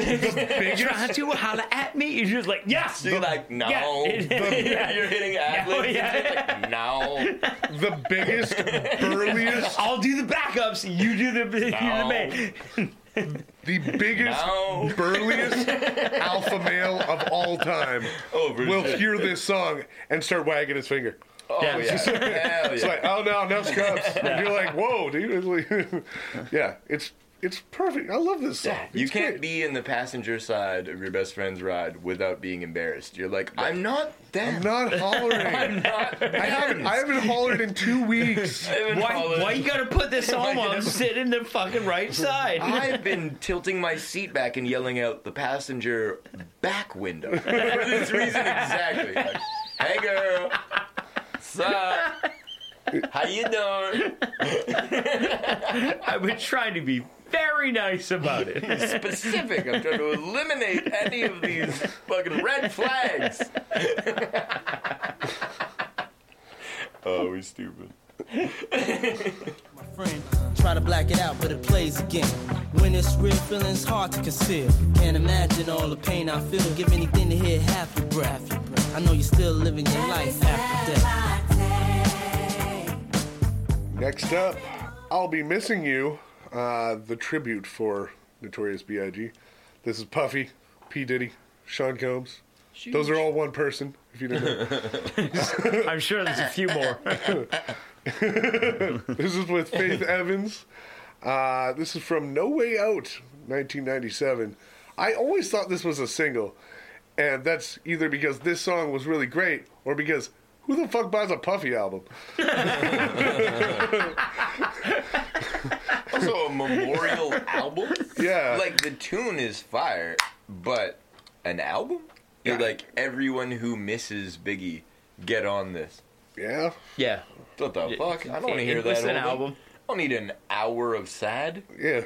S5: don't have to holler at me. You're just like, yes.
S6: So you're like, no.
S5: Yeah.
S6: You're hitting ad
S5: No,
S6: libs.
S5: yeah.
S6: Like, no.
S4: The biggest, burliest,
S5: I'll do the backups. You do the, you do the
S6: No.
S5: main.
S4: the biggest,
S6: No.
S4: burliest alpha male of all time
S6: Oh, Bruce.
S4: will hear this song and start wagging his finger.
S6: Oh,
S5: Yeah.
S6: yeah. Hell
S4: It's
S6: yeah.
S4: like, oh no, no scrubs. And you're like, whoa, dude. It's like- yeah, it's it's perfect. I love this song.
S6: Yeah, you
S4: It's
S6: can't
S4: great.
S6: be in the passenger side of your best friend's ride without being embarrassed. You're like, I'm not them.
S4: I'm not hollering.
S6: not
S4: I haven't, I haven't hollered in two weeks.
S5: Why, why you gotta put this on while I'm sitting the fucking right side?
S6: I've been tilting my seat back and yelling out the passenger back window for this reason exactly. Like, hey girl, sup? How you doing?
S5: I was trying to be very nice about it.
S6: Specific. I'm trying to eliminate any of these fucking red flags. oh, we stupid.
S9: friend. Try to black it out, but it plays again. When it's real, feeling's hard to conceal. Can't imagine all the pain I feel. Give anything to hear half your breath. I know you're still living your life after death.
S4: Next up, I'll Be Missing You, uh, the tribute for Notorious B.I.G. This is Puffy, P. Diddy, Sean Combs. Those are all one person, if you didn't know.
S5: I'm sure there's a few more.
S4: this is with Faith Evans. Uh, this is from No Way Out, 1997. I always thought this was a single, and that's either because this song was really great or because who the fuck buys a Puffy album?
S6: Also, a memorial album?
S4: Yeah.
S6: Like, the tune is fire, but an album? You're Like, everyone who misses Biggie, get on this.
S4: Yeah.
S5: Yeah.
S6: What the fuck? I don't want to hear that.
S5: Listen,
S6: whole thing.
S5: album.
S6: I don't need an hour of sad.
S4: Yeah.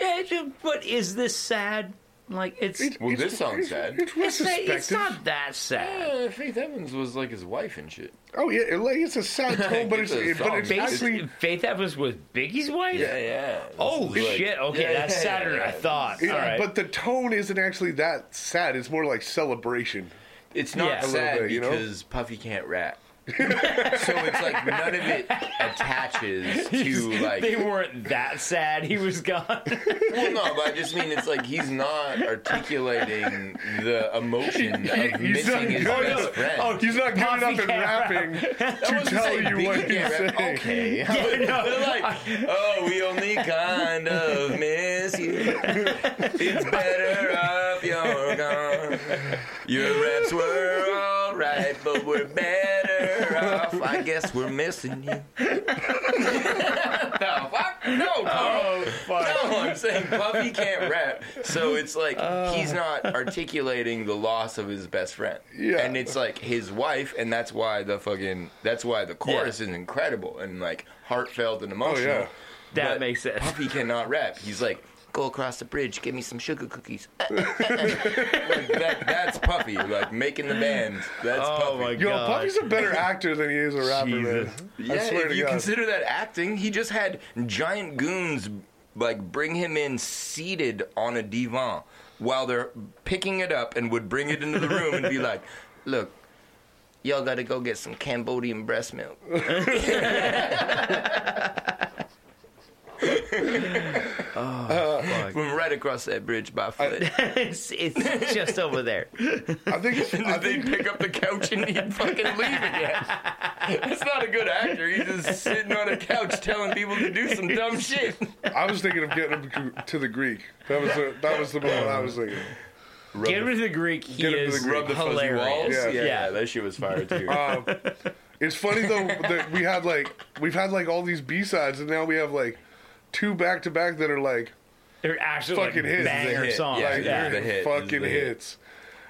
S5: Yeah, it's just- but is this sad? Like it's it's,
S6: Well, this song's sad.
S4: It's retrospective.
S5: it's not that sad.
S6: Uh, Faith Evans was like his wife and shit.
S4: Oh yeah, it, like, it's a sad tone, but it's,
S6: It's a
S4: it- but it's
S6: song.
S4: actually
S5: Faith, Faith Evans was Biggie's wife.
S6: Yeah, yeah. This
S5: Oh
S6: is like-
S5: shit! Okay,
S6: Yeah,
S5: that's
S6: yeah,
S5: sadder than
S6: yeah.
S5: I thought.
S4: it-
S5: All right,
S4: but the tone isn't actually that sad. It's more like celebration.
S6: It's not
S5: Yeah. A little
S6: sad
S4: bit, you know?
S6: because Puffy can't rap. so it's like none of it attaches to like
S5: they weren't that sad. He was gone.
S6: Well, no, but I just mean it's like he's not articulating the emotion of
S4: He's not
S6: missing
S4: good
S6: his best
S4: enough-
S6: friend.
S4: Oh, he's not good
S5: Puffy
S4: enough in
S5: can't rap.
S4: rapping
S6: I
S4: to
S6: wasn't
S4: tell
S6: saying
S4: you
S6: Biggie
S4: what he's
S6: can't rap.
S4: saying.
S6: Okay.
S5: no.
S6: They're like, oh, we only kind of miss you. It's better off you're gone. Your raps were all right, but we're better off. I guess we're missing you. no, fuck. No, Carl.
S4: Oh,
S6: No, I'm saying Puffy can't rap. So it's like
S4: Oh.
S6: he's not articulating the loss of his best friend.
S4: Yeah.
S6: And it's like his wife, and that's why the fucking that's why the chorus is incredible and like heartfelt and emotional.
S4: yeah.
S5: Oh, That
S6: But
S5: makes sense.
S6: Puffy cannot rap. He's like, go across the bridge, give me some sugar cookies. like that, that's Puffy, like making the bands. That's
S5: Oh
S6: Puffy.
S5: my
S4: Yo,
S5: god!
S4: Puffy's a better actor than he is a rapper,
S5: Jesus.
S4: man.
S6: Yeah,
S4: I swear
S6: if
S4: to
S6: you
S4: God.
S6: consider that acting, he just had giant goons like bring him in seated on a divan while they're picking it up and would bring it into the room and be like, "Look, y'all gotta go get some Cambodian breast milk.
S4: Oh,
S6: Uh, From right across that bridge by foot.
S5: it's, it's just over there.
S4: I think it's, I
S6: they
S4: think
S6: pick up the couch and he fucking leave again. That's not a good actor. He's just sitting on a couch telling people to do some dumb shit.
S4: I was thinking of getting him to- to the Greek. That was the, that was the moment I was thinking.
S5: Get him to the Greek. He
S4: Get him to the
S5: is
S4: Greek. Rub the
S5: hilarious.
S4: Yeah. Yeah,
S6: that shit was fire too.
S4: Um, it's funny though that we had like we've had like all these B sides, and now we have like two back to back that are like
S5: They're actually
S4: fucking
S5: like
S4: hits.
S5: banger
S4: Like,
S5: songs.
S6: Yeah,
S4: like,
S5: yeah.
S4: they're
S6: the hit. This is
S4: fucking
S6: the hit.
S4: hits.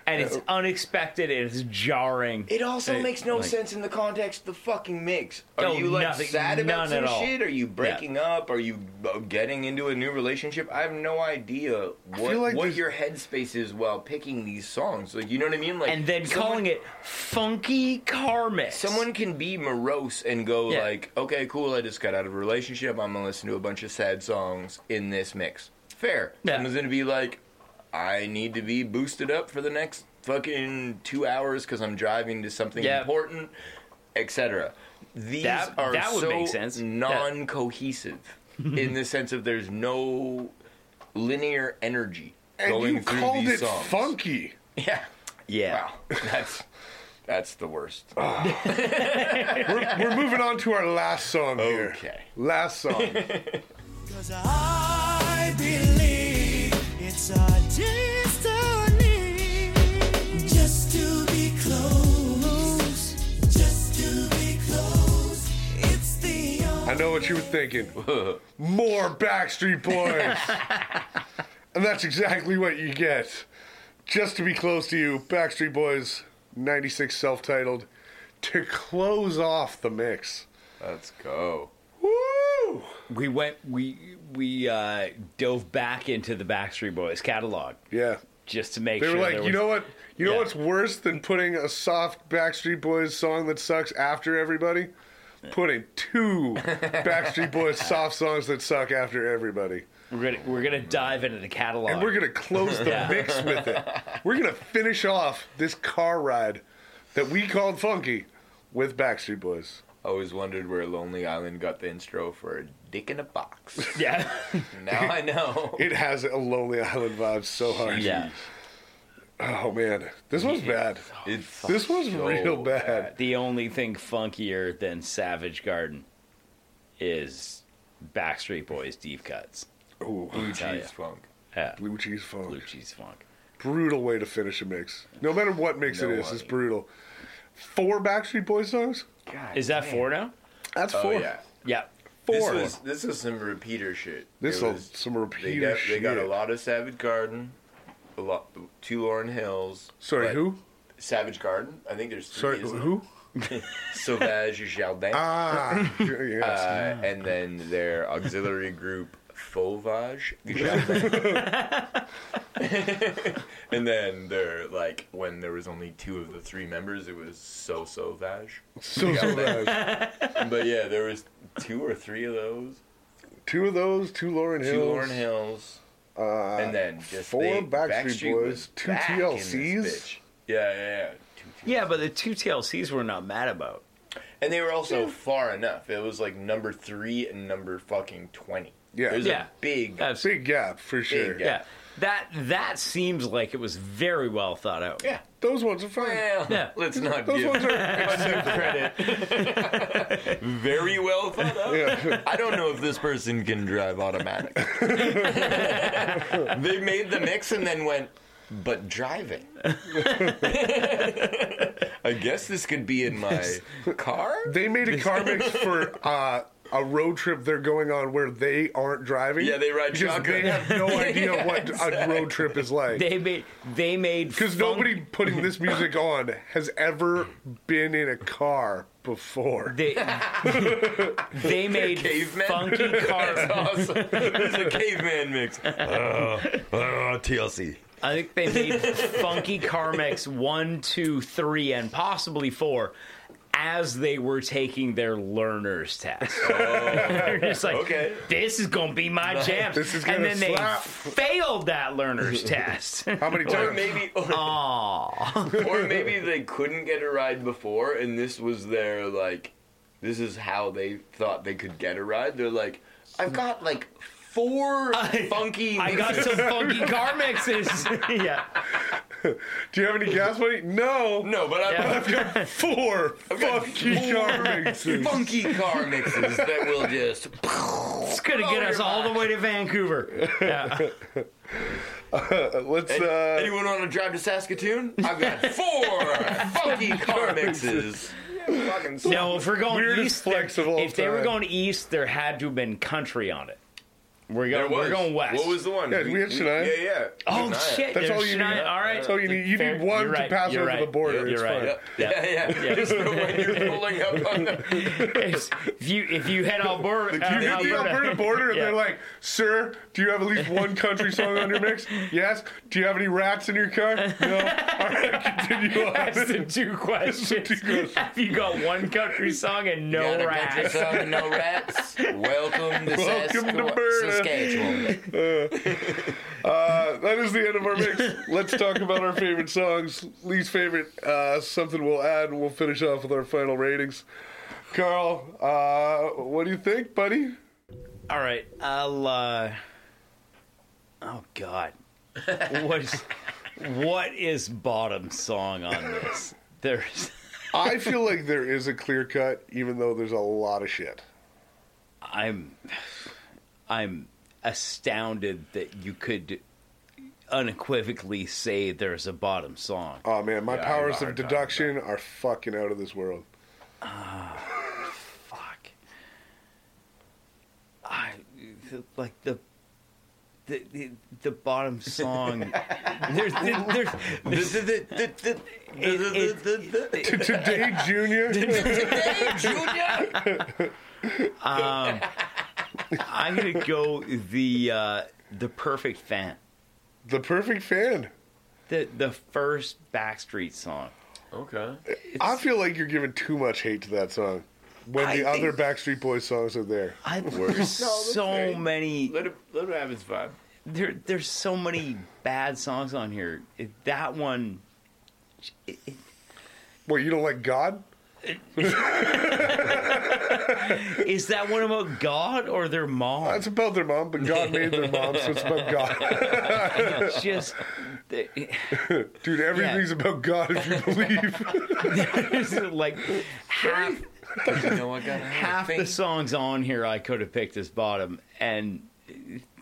S5: and it's unexpected and it's jarring.
S6: It also
S5: Hey,
S6: makes no
S5: like-
S6: sense in the context of the fucking mix. Are
S5: No,
S6: you like
S5: nothing-
S6: sad about
S5: none
S6: some
S5: at all.
S6: shit? Are you breaking up? Are you uh, getting into a new relationship? I have no idea what,
S4: feel like
S6: what
S4: there's-
S6: your headspace is while picking these songs. Like you know what I mean? Like
S5: and then
S6: someone-
S5: calling it funky car mix.
S6: Someone can be morose and go
S5: Yeah.
S6: like, "Okay, cool. I just got out of a relationship. I'm gonna listen to a bunch of sad songs in this mix." Fair.
S5: Yeah.
S6: Someone's gonna be like, "I need to be boosted up for the next fucking two hours because I'm driving to something
S5: Yeah.
S6: important, etc." These
S5: That-
S6: are
S5: that would
S6: so
S5: make sense. Yeah.
S6: non-cohesive in the sense of there's no linear energy
S4: And
S6: going
S4: you
S6: through
S4: called
S6: these
S4: it
S6: songs.
S4: funky.
S6: Yeah.
S5: yeah.
S6: Wow. That's that's the worst.
S4: We're, we're moving on to our last song here.
S6: Okay.
S4: Last song.
S7: Cause I believe it's our destiny. Just to be close. Just to be close. It's the only.
S4: I know what you were thinking. More Backstreet Boys. and that's exactly what you get. Just to be close to you, Backstreet Boys 96 self titled to close off the mix.
S6: Let's go.
S4: Woo!
S5: We went we we uh, dove back into the Backstreet Boys catalog
S4: Yeah.
S5: just to make
S4: They
S5: sure
S4: were like,
S5: there
S4: you
S5: was-
S4: know what? You know
S5: Yeah.
S4: what's worse than putting a soft Backstreet Boys song that sucks after everybody? Putting two Backstreet Boys soft songs that suck after everybody.
S5: we're gonna we're gonna dive into the catalog.
S4: And we're going to close the
S5: Yeah.
S4: mix with it. We're going to finish off this car ride that we called Funky with Backstreet Boys.
S6: Always wondered where Lonely Island got the intro for a dick in a box.
S5: yeah.
S6: now I know.
S4: It has a Lonely Island vibe so hard.
S5: yeah.
S4: Oh, man. This was bad.
S6: It's
S4: This was
S6: so
S4: real bad.
S5: The only thing funkier than Savage Garden is Backstreet Boys deep cuts.
S4: Ooh,
S6: Blue
S5: tell
S6: cheese
S5: ya.
S6: funk.
S5: Yeah.
S4: blue cheese funk.
S5: Blue cheese funk.
S4: Brutal way to finish a mix. No matter what mix
S6: No
S4: it is,
S6: one.
S4: it's brutal. Four Backstreet Boys songs?
S6: God,
S5: Is that four now?
S4: That's
S6: Oh
S4: four.
S6: yeah.
S5: Yeah.
S4: Four.
S6: This was this was some repeater shit.
S4: This
S6: It
S4: was
S6: was-
S4: some
S6: They
S4: repeater
S6: got,
S4: shit.
S6: they got a lot of Savage Garden, a lot two Lauren Hills.
S4: Sorry,
S6: but
S4: who?
S6: Savage Garden. I think there's three.
S4: Sorry,
S6: isn't
S4: who?
S6: there? Sauvage Jardin.
S4: Ah, yes.
S6: Uh, and then their auxiliary group Fauvage. and then their like when there was only two of the three members, it was So Sauvage.
S4: so, so bad.
S6: But yeah, there was two or three of those.
S4: Two of those, two Lauren Hills. uh,
S6: Two Lauren Hills. and then just
S4: four
S6: they-
S4: Backstreet
S6: was
S4: Boys, two
S6: back in this
S4: TLCs.
S6: bitch. Yeah, yeah, yeah. Two, two.
S5: Yeah, but the two TLCs we're not mad about.
S6: And they were also far enough. It was like number three and number fucking twenty.
S4: Yeah.
S6: There's
S5: Yeah.
S6: a big
S5: That's
S4: Big gap for sure.
S6: gap.
S5: yeah. That that seems like it was very well thought out.
S6: Yeah.
S4: Those ones are fine.
S6: Well,
S5: Yeah.
S6: let's not
S4: Those
S6: give
S4: ones are.
S6: credit. Very well thought out.
S4: Yeah.
S6: I don't know if this person can drive automatic. they made the mix and then went, but driving. I guess this could be in my car.
S4: They made a car mix for uh, a road trip they're going on where they aren't driving.
S6: Yeah, they ride
S4: because
S6: shotgun.
S4: They have no idea what a road trip is like.
S5: They made they made
S4: Because
S5: funk-
S4: nobody putting this music on has ever been in a car before.
S5: they, they made
S6: cavemen?
S5: funky car
S6: Awesome. This is a caveman mix. Oh, oh, TLC.
S5: I think they made funky car mix one, two, three, and possibly four
S3: as they were taking their learner's test.
S4: Oh.
S3: They're just like,
S6: okay.
S3: this is going to be my jam.
S4: This is
S3: and
S4: gonna
S3: then
S4: slap.
S3: they failed that learner's test.
S4: How many
S6: Or
S4: times?
S6: maybe, or,
S3: Aw.
S6: or maybe they couldn't get a ride before, and this was their like, this is how they thought they could get a ride. They're like, I've got like four funky.
S3: I got
S6: mixes."
S3: some funky car mixes. yeah.
S4: Do you have any gas money? No.
S6: no, but I've
S3: Yeah.
S6: got
S4: I've got four
S6: got
S4: funky
S6: four.
S4: car mixes.
S6: funky car mixes that will just.
S3: It's going to get
S6: Oh,
S3: us
S6: you're
S3: all
S6: back.
S3: the way to Vancouver. Yeah.
S4: Let's.
S6: Any-
S4: Uh,
S6: anyone on a drive to Saskatoon? I've got four funky car mixes.
S5: Fucking
S3: No, if we're going
S4: Weirdest
S3: east, there-
S4: flex of all
S3: if they were
S4: time.
S3: going east, there had to have been country on it. We're
S6: There
S3: going. We're
S6: was-
S3: going west.
S5: What was the one?
S4: Yeah, we had Shania.
S5: Yeah, yeah.
S3: oh
S6: Shania.
S3: shit!
S4: That's
S3: there's
S4: all you
S3: Shania-
S4: need.
S3: All right.
S4: That's all you need. You
S3: Fair-
S4: need one
S3: you're
S4: to
S3: right,
S4: pass
S3: you're
S4: over
S3: right,
S4: the
S3: You're,
S4: border. it's
S3: right.
S4: fine.
S6: Yeah, yeah. Just the one you're pulling up on the.
S3: It's- if you if you head Alberta,
S4: You hit the
S3: Alberta-
S4: Alberta border, and
S3: Yeah.
S4: they're like, "Sir, do you have at least one country song on your mix? Yes. Do you have any rats in your car? No. All right, continue on."
S3: That's the two questions.
S4: two questions.
S3: Have you got one country song and
S6: Got
S3: no
S6: a country
S3: rats?
S6: song, no rats. Welcome to,
S4: Welcome to
S6: Saskatchewan-
S4: Berna.
S6: Saskatchewan.
S4: Uh, that is the end of our mix. Let's talk about our favorite songs, least favorite, uh, something we'll add, and we'll finish off with our final ratings. Carl, uh, what do you think, buddy?
S3: All right, I'll. Uh... Oh God, what's what is bottom song on this? There's.
S4: I feel like there is a clear cut, even though there's a lot of shit.
S3: I'm I'm astounded that you could unequivocally say there's a bottom song.
S4: Oh man, my
S6: Yeah, I have a
S4: powers of
S6: hard time with
S4: deduction are fucking out of this world.
S3: Fuck. I the- like the the, the, the bottom song. there's, there's, there's, it- it- it-
S4: Today, Junior.
S3: I'm gonna go the uh, the perfect fan.
S4: The perfect fan.
S3: The the first Backstreet song.
S5: Okay.
S4: I feel like you're giving too much hate to that song when the
S3: I
S4: other
S3: think-
S4: Backstreet Boys songs are there.
S3: I there's so many
S5: Let it let it have its vibe.
S3: there there's so many bad songs on here. It, that one, it, it,
S4: Wait, you don't like God?
S3: is that one about God or their mom?
S4: It's about their mom, but God made their mom, so it's about God.
S3: It's just the-
S4: Dude, everything's about God if you believe.
S3: it's like half
S6: You know what, gotta have
S3: half the
S6: faith.
S3: songs on here I could have picked as bottom, and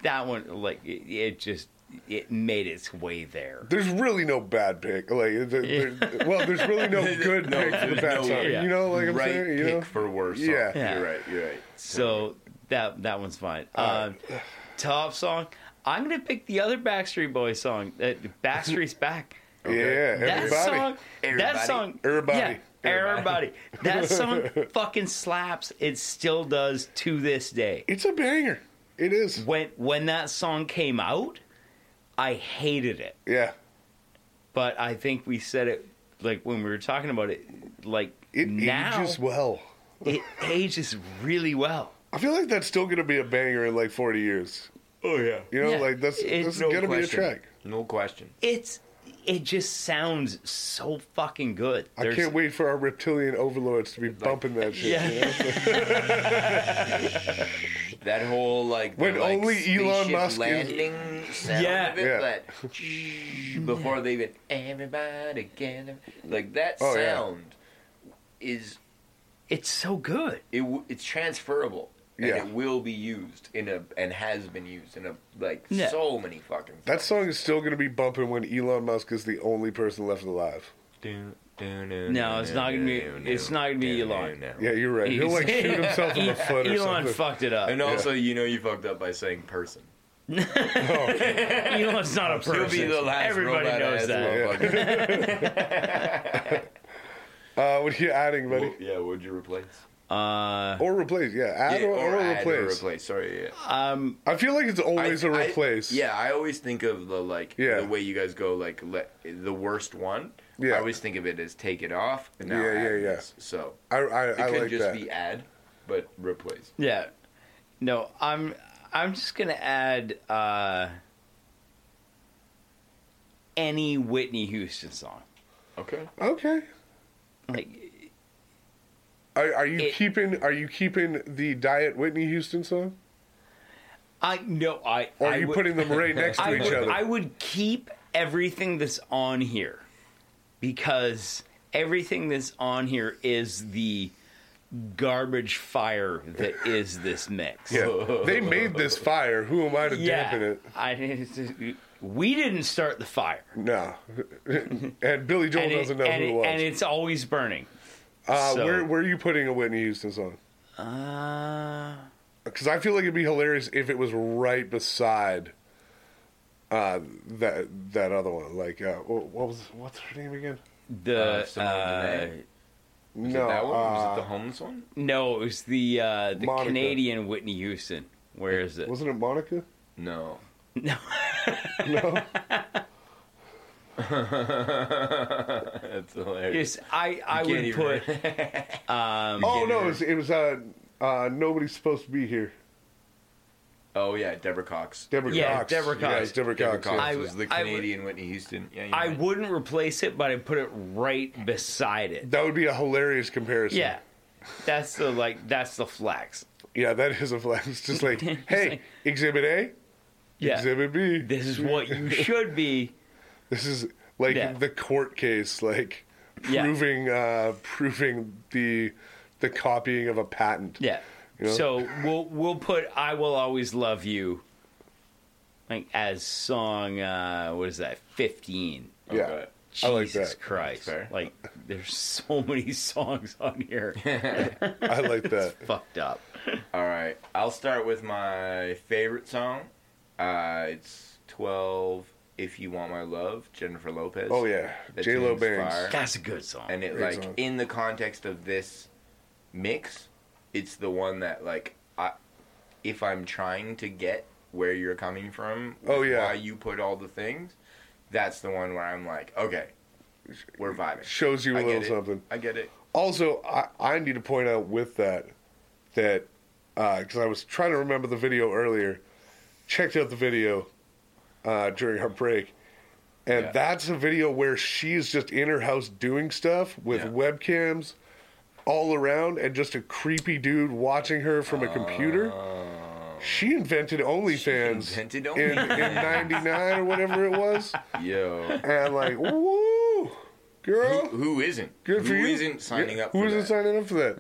S3: that one like it, it just it made its way there.
S4: There's really no bad pick. Like, there- there- well, there's really no good
S6: No,
S4: pick for the
S6: there's
S4: bad
S6: no
S4: song.
S3: yeah.
S4: You know, like I'm
S6: right
S4: saying, you know.
S6: pick for worse. song.
S4: Yeah.
S3: Yeah.
S6: you're right. You're right.
S3: So that that one's fine. Uh, top song. I'm gonna pick the other Backstreet Boys song. Uh, Backstreet's back.
S4: Yeah,
S3: That
S4: everybody.
S3: song, that
S6: Everybody.
S3: song,
S4: Everybody.
S3: yeah, everybody. That song fucking slaps. It still does to this day.
S4: It's a banger. It is.
S3: When when that song came out, I hated it,
S4: Yeah.
S3: but I think we said it like when we were talking about it. Like
S4: It
S3: now,
S4: ages well.
S3: it ages really well.
S4: I feel like that's still gonna be a banger in like 40 years.
S6: Oh yeah.
S4: You know,
S3: Yeah.
S4: like that's
S3: It-
S4: that's
S6: No
S4: gonna
S6: question.
S4: be a track.
S6: No question.
S3: It's it just sounds so fucking good.
S4: I can't wait for our reptilian overlords to be bumping that shit.
S3: Yeah.
S4: you know?
S6: That whole like the,
S4: When
S6: like,
S4: only Elon
S6: spaceship
S4: Musk is-
S6: landing sound
S3: Yeah.
S6: of it,
S4: Yeah.
S6: like, before they even everybody together like that
S4: Oh, yeah.
S6: sound is
S3: It's so good.
S6: it w- it's transferable and
S4: Yeah.
S6: it will be used in a and has been used in a like
S3: Yeah.
S6: so many fucking
S4: That song is still going to be bumping when Elon Musk is the only person left alive.
S3: No, it's not gonna be- it's not gonna be Elon.
S4: Yeah, you're right. He'll like shoot himself in the foot or
S3: Elon
S4: something.
S3: fucked it up.
S5: And also, you know, you fucked up by saying person.
S3: Elon's not a person.
S6: He'll be the last
S3: Everybody
S6: robot
S3: knows
S6: ass
S3: that.
S6: motherfucker.
S4: Uh, what are you adding, buddy?
S6: yeah, what'd you replace?
S4: or replace. Yeah, add
S6: uh, Yeah,
S4: or, or
S6: add
S4: replace.
S6: replace. Sorry, yeah.
S4: I feel like it's
S6: I-
S4: always a
S6: I-
S4: replace.
S6: yeah, I always think of the like
S4: Yeah.
S6: the way you guys go like let, the worst one.
S4: Yeah.
S6: I always think of it as take it off. And now
S4: Yeah,
S6: add
S4: yeah, yeah.
S6: this. So
S4: I I,
S6: it
S4: I
S6: could
S4: like
S6: just
S4: that.
S6: be add, but replace.
S5: Yeah. No, I'm I'm just gonna add uh any Whitney Houston song.
S6: Okay.
S4: Okay.
S5: Like
S4: Are, are you
S5: It-
S4: keeping Are you keeping the Diet Whitney Houston song,
S5: I no I
S4: or are
S5: I
S4: you
S5: would-
S4: putting them right next to
S5: I
S4: each
S5: would,
S4: other?
S5: I would keep everything that's on here because everything that's on here is the garbage fire that is this mix.
S4: yeah. they made this fire. Who am I to dampen
S5: Yeah,
S4: it?
S5: I didn't. We didn't start the fire,
S4: No. and Billy Joel
S5: and, it-
S4: doesn't know
S5: and
S4: who it
S5: it-
S4: was.
S5: and it's always burning.
S4: uh,
S5: so-
S4: Where Where are you putting a Whitney Houston song?
S5: Uh,
S4: Because I feel like it'd be hilarious if it was right beside uh, that that other one. Like uh, wh- what was what's her name again?
S5: the
S6: Uh, Simone
S5: uh,
S6: Dene? Was
S4: no,
S6: it that one? was
S4: uh,
S6: it the homeless one?
S5: no, it was the uh, the
S4: Monica.
S5: Canadian Whitney Houston. Where is it?
S4: wasn't it Monica?
S6: No.
S5: No,
S4: No.
S6: That's hilarious.
S5: it's, I I
S6: You
S5: would
S6: can't
S5: put
S4: oh
S6: get
S4: no,
S6: her.
S4: it was, it was uh, uh, nobody's supposed to be here.
S6: Oh yeah, Deborah Cox.
S4: Deborah
S5: Yeah,
S4: Cox.
S5: Deborah
S4: Yeah,
S5: Cox.
S4: it's Deborah,
S6: Deborah
S4: Cox.
S6: Cox
S4: yeah.
S5: I-
S6: was the
S5: I would-
S6: Canadian Whitney Houston. Yeah, you're
S5: I
S6: right.
S5: wouldn't replace it, but I'd put it right beside it.
S4: That would be a hilarious comparison.
S5: Yeah, that's the like that's the flex.
S4: Yeah, that is a flash. It's just like, hey, Exhibit A,
S5: Yeah,
S4: Exhibit B.
S5: this is what you should be.
S4: This is like
S5: Yeah.
S4: the court case, like
S5: Yeah.
S4: proving uh, proving the the copying of a patent.
S5: Yeah.
S4: You know?
S5: So we'll we'll put "I Will Always Love You" like as song. Uh, what is that? Fifteen.
S4: Yeah.
S6: Okay.
S5: Jesus
S4: I like that.
S5: Christ!
S6: That's fair.
S5: Like there's so many songs on here.
S4: I like that.
S5: Fucked up.
S6: All right, I'll start with my favorite song. Uh, it's 12 If You Want My Love, Jennifer Lopez.
S4: Oh yeah,
S6: That
S4: J Lo
S6: tune's
S4: Bangs.
S6: fire.
S5: That's a good song.
S6: And it,
S4: Great
S6: like,
S4: song.
S6: in the context of this mix, it's the one that, like, I, if I'm trying to get where you're coming from,
S4: Oh, yeah.
S6: why you put all the things, that's the one where I'm like, okay, we're vibing.
S4: Shows you a
S6: I
S4: little
S6: get it.
S4: something.
S6: I get it.
S4: Also, I, I need to point out with that that because I was trying to remember the video earlier, checked out the video uh, during our break, and
S6: Yeah.
S4: that's a video where she's just in her house doing stuff with
S6: Yeah.
S4: webcams all around and just a creepy dude watching her from a computer. She invented OnlyFans
S6: Oh. invented
S4: in, in '99 or whatever it was,
S6: Yo.
S4: and like, woo, girl.
S6: Who isn't?
S4: Good for you.
S6: Who isn't signing
S4: Yeah,
S6: up
S4: Who
S6: for
S4: isn't
S6: that?
S4: signing up for that?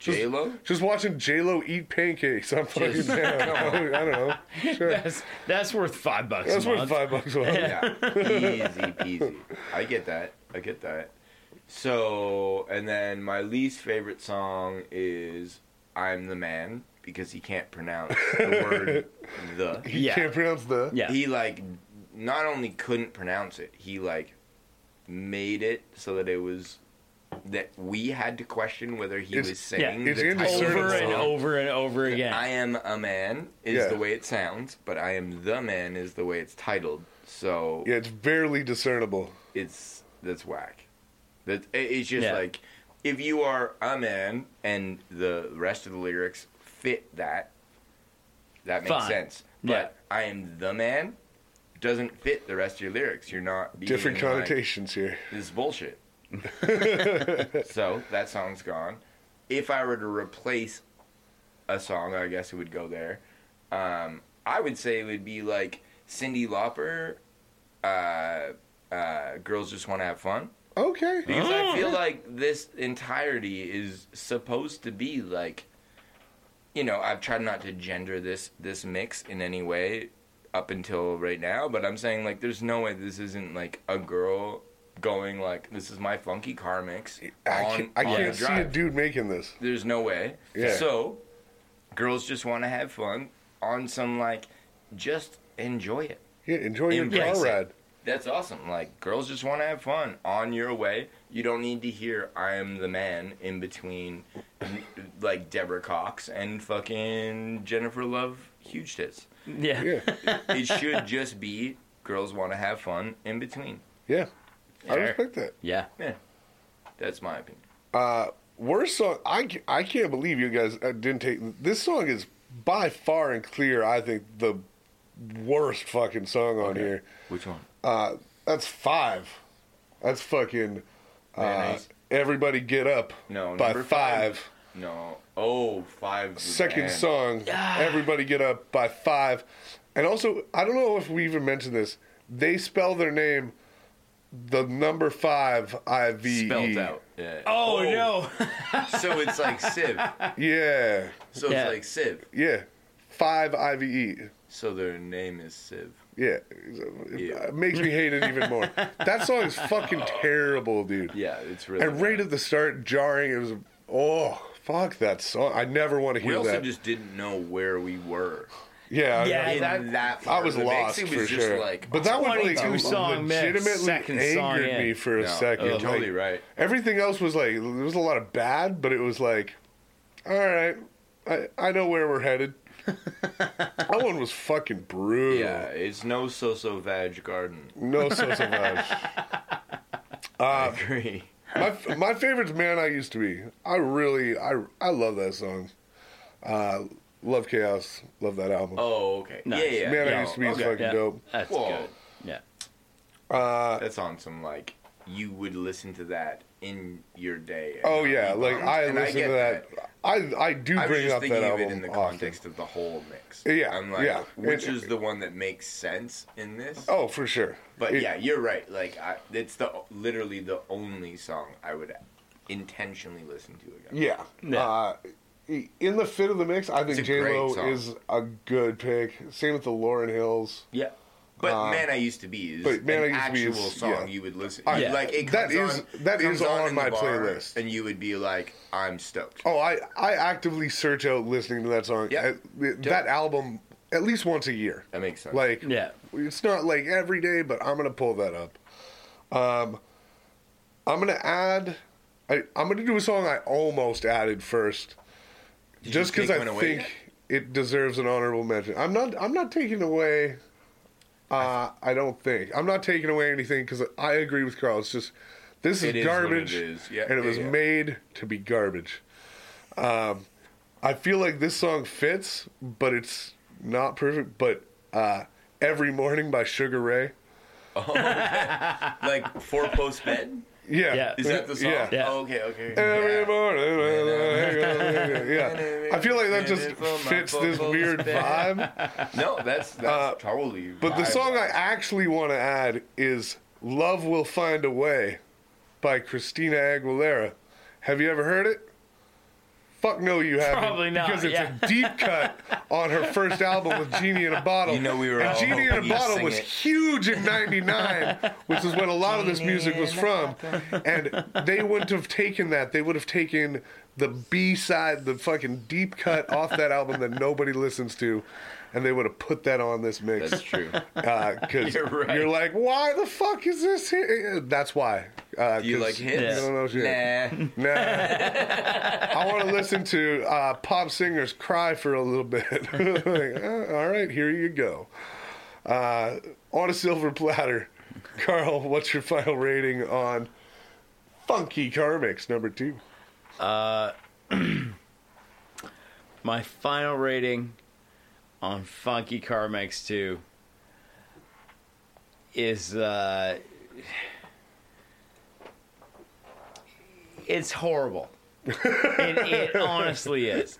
S6: J Lo?
S4: Just watching J Lo eat pancakes. I'm fucking down. I don't know. Sure.
S5: that's that's worth five bucks.
S4: That's
S5: a
S4: worth
S5: month.
S4: five bucks a month.
S6: Yeah, easy peasy. I get that. I get that. So, and then my least favorite song is "I'm the Man" because he can't pronounce the word "the."
S4: He
S5: Yeah.
S4: can't pronounce the.
S5: Yeah.
S6: He like not only couldn't pronounce it, he like made it so that it was that we had to question whether he
S4: It's-
S6: was saying
S4: yeah, it's
S6: the title of the
S4: indiscernible.
S5: over and
S6: song.
S5: over and over again.
S6: I am a man is
S4: Yeah.
S6: the way it sounds, but I am the man is the way it's titled. So
S4: Yeah, it's barely discernible.
S6: it's that's whack. That it- it's just
S5: Yeah.
S6: like if you are a man and the rest of the lyrics fit that, that makes
S5: Fine.
S6: sense. But
S5: Yeah.
S6: I am the man doesn't fit the rest of your lyrics. You're not being
S4: Different
S6: like,
S4: connotations here.
S6: this is bullshit. so that song's gone. If I were to replace a song, I guess it would go there. Um, I would say it would be like Cindy Lauper, uh, uh, Girls Just Want to Have Fun.
S4: Okay.
S6: Because I feel like this entirety is supposed to be like, you know, I've tried not to gender this this mix in any way up until right now, but I'm saying like, there's no way this isn't like a girl going like, this is my funky car mix.
S4: I
S6: on-
S4: can't, I
S6: on the
S4: can't see a
S6: drive."
S4: dude making this.
S6: There's no way.
S4: Yeah.
S6: So, girls just want to have fun on some like, just enjoy it.
S4: Yeah, enjoy your car
S6: Embrace it.
S4: ride.
S6: that's awesome. Like girls just want to have fun on your way. You don't need to hear "I am the man" in between, like Deborah Cox and fucking Jennifer Love huge tits.
S5: Yeah.
S4: Yeah.
S6: It should just be girls want to have fun in between.
S4: Yeah. I
S5: Fair.
S4: respect that.
S5: Yeah.
S6: Yeah, that's my opinion.
S4: Worst song. I, ca- I can't believe you guys uh, didn't take. This song is by far and clear, I think, the worst fucking song on here.
S6: Which one?
S4: Uh, that's five. That's fucking. Uh,
S6: Mayonnaise?
S4: Everybody Get Up
S6: No,
S4: by
S6: number
S4: five.
S6: five. No. Oh, five. was
S4: Second
S6: banned.
S4: song, Everybody Get Up by five. And also, I don't know if we even mentioned this. They spell their name the number five I V E.
S6: Spelled out. Yeah.
S5: Oh, no.
S6: So it's like Civ.
S4: Yeah.
S6: So
S5: Yeah.
S6: it's like Civ.
S4: Yeah. Five I V E.
S6: So their name is Civ.
S4: Yeah.
S6: Yeah.
S4: It makes me hate it even more. that song is fucking terrible, dude.
S6: Yeah, it's really.
S4: And right at the start, jarring. It was, oh, fuck that song. I never want to
S6: we
S4: hear
S6: also
S4: that.
S6: just didn't know where we were.
S4: yeah.
S5: Yeah,
S6: in
S5: that-
S6: that,
S4: I
S6: part.
S4: was
S6: The
S4: lost
S6: mix, it
S4: for
S6: was just
S4: sure.
S6: like,
S4: but that one really
S5: 22 song mix,
S4: legitimately
S5: second song
S4: angered
S5: in.
S4: me for a
S6: No,
S4: 2nd
S6: you're totally right.
S4: Everything else was like there was a lot of bad, but it was like, all right, I I know where we're headed. that one was fucking brutal.
S6: yeah, it's no so so vag garden.
S4: No sense of life. Oh.
S6: I agree.
S4: My my favorite's "Man I Used to Be." I really I I love that song. Uh, love chaos. Love that album.
S6: Oh, okay.
S5: Nice.
S6: Yeah, yeah.
S4: Man
S6: yeah.
S4: I Used to Be is
S6: okay.
S4: fucking
S5: yeah.
S4: dope. Uh,
S5: That's
S6: Whoa.
S5: good. Yeah.
S6: That's on some like you would listen to that in your day.
S4: Oh yeah, like I
S6: And
S4: listen
S6: get
S4: to that. I I do
S6: I was
S4: bring
S6: just
S4: up that
S6: thinking of
S4: album
S6: it in the
S4: often.
S6: context of the whole mix.
S4: Yeah,
S6: I'm like,
S4: yeah.
S6: which
S4: And-
S6: is the one that makes sense in this?
S4: Oh, for sure.
S6: But
S4: It-
S6: yeah, you're right. Like, I, it's the literally the only song I would intentionally listen to again.
S4: yeah.
S5: Yeah.
S4: Uh, i- in the fit of the mix, I think
S6: It's a
S4: J
S6: great
S4: Lo
S6: song.
S4: is a good pick. Same with the Lauren Hills.
S5: Yeah.
S6: But man, I used to be is
S4: Uh, but Man
S6: an
S4: I Used to Be
S6: actual
S4: is-
S6: song
S4: yeah.
S6: you would listen.
S4: I-
S6: you- Like it
S4: That
S6: comes
S4: is-
S6: on,
S4: that
S6: comes
S4: is on
S6: in
S4: my
S6: the bar,
S4: playlist.
S6: and you would be like, I'm stoked.
S4: Oh, I I actively search out listening to that song.
S6: Yeah.
S4: At- That album at least once a year.
S6: That makes sense.
S4: Like
S5: Yeah.
S4: it's not like every day, but I'm gonna pull that up. Um, I'm gonna add. I, I'm gonna do a song I almost added first,
S6: Did you
S4: just because
S6: take
S4: I
S6: one away
S4: think it deserves an honorable mention. I'm not. I'm not taking away. Uh, I don't think I'm not taking away anything because I agree with Carl. It's just this is
S6: It is what it
S4: garbage,
S6: is. Yeah,
S4: and it
S6: yeah,
S4: was
S6: yeah.
S4: made to be garbage. Um, I feel like this song fits, but it's not perfect. But uh, "Every Morning" by Sugar Ray.
S6: like four post bed.
S4: Yeah.
S5: Yeah.
S6: Is that the song?
S4: Yeah.
S5: Yeah.
S6: Oh, okay, okay.
S4: Every
S6: Yeah.
S4: morning when I- yeah. I feel like that just fits this weird vibe.
S6: No, that's that's totally.
S4: Uh, But the
S6: vibe.
S4: song I actually want to add is "Love Will Find a Way" by Christina Aguilera. Have you ever heard it? Fuck no, you haven't.
S5: Probably not,
S4: Because it's
S5: yeah.
S4: a deep cut on her first album with Genie in a Bottle.
S6: You know we were
S4: and
S6: all
S4: Genie in
S6: hoping
S4: a
S6: you'd
S4: Bottle
S6: sing
S4: was
S6: it.
S4: huge in '99, which is when a lot of this music was from. And they wouldn't have taken that. They would have taken the B side, the fucking deep cut off that album that nobody listens to, and they would have put that on this mix
S6: That's true.
S4: because
S6: You're
S4: you're,
S6: right.
S4: like, why the fuck is this here? That's why. Uh,
S6: Do you
S4: 'cause
S6: like hits?
S4: You don't know shit.
S6: Nah.
S4: Nah. I want to listen to uh, pop singers cry for a little bit. Like, uh, all right, here you go. Uh, on a silver platter, Carl, what's your final rating on Funky Karmics number two?
S5: My final rating on Funky Carmex 2 is uh it's horrible. it, it honestly is.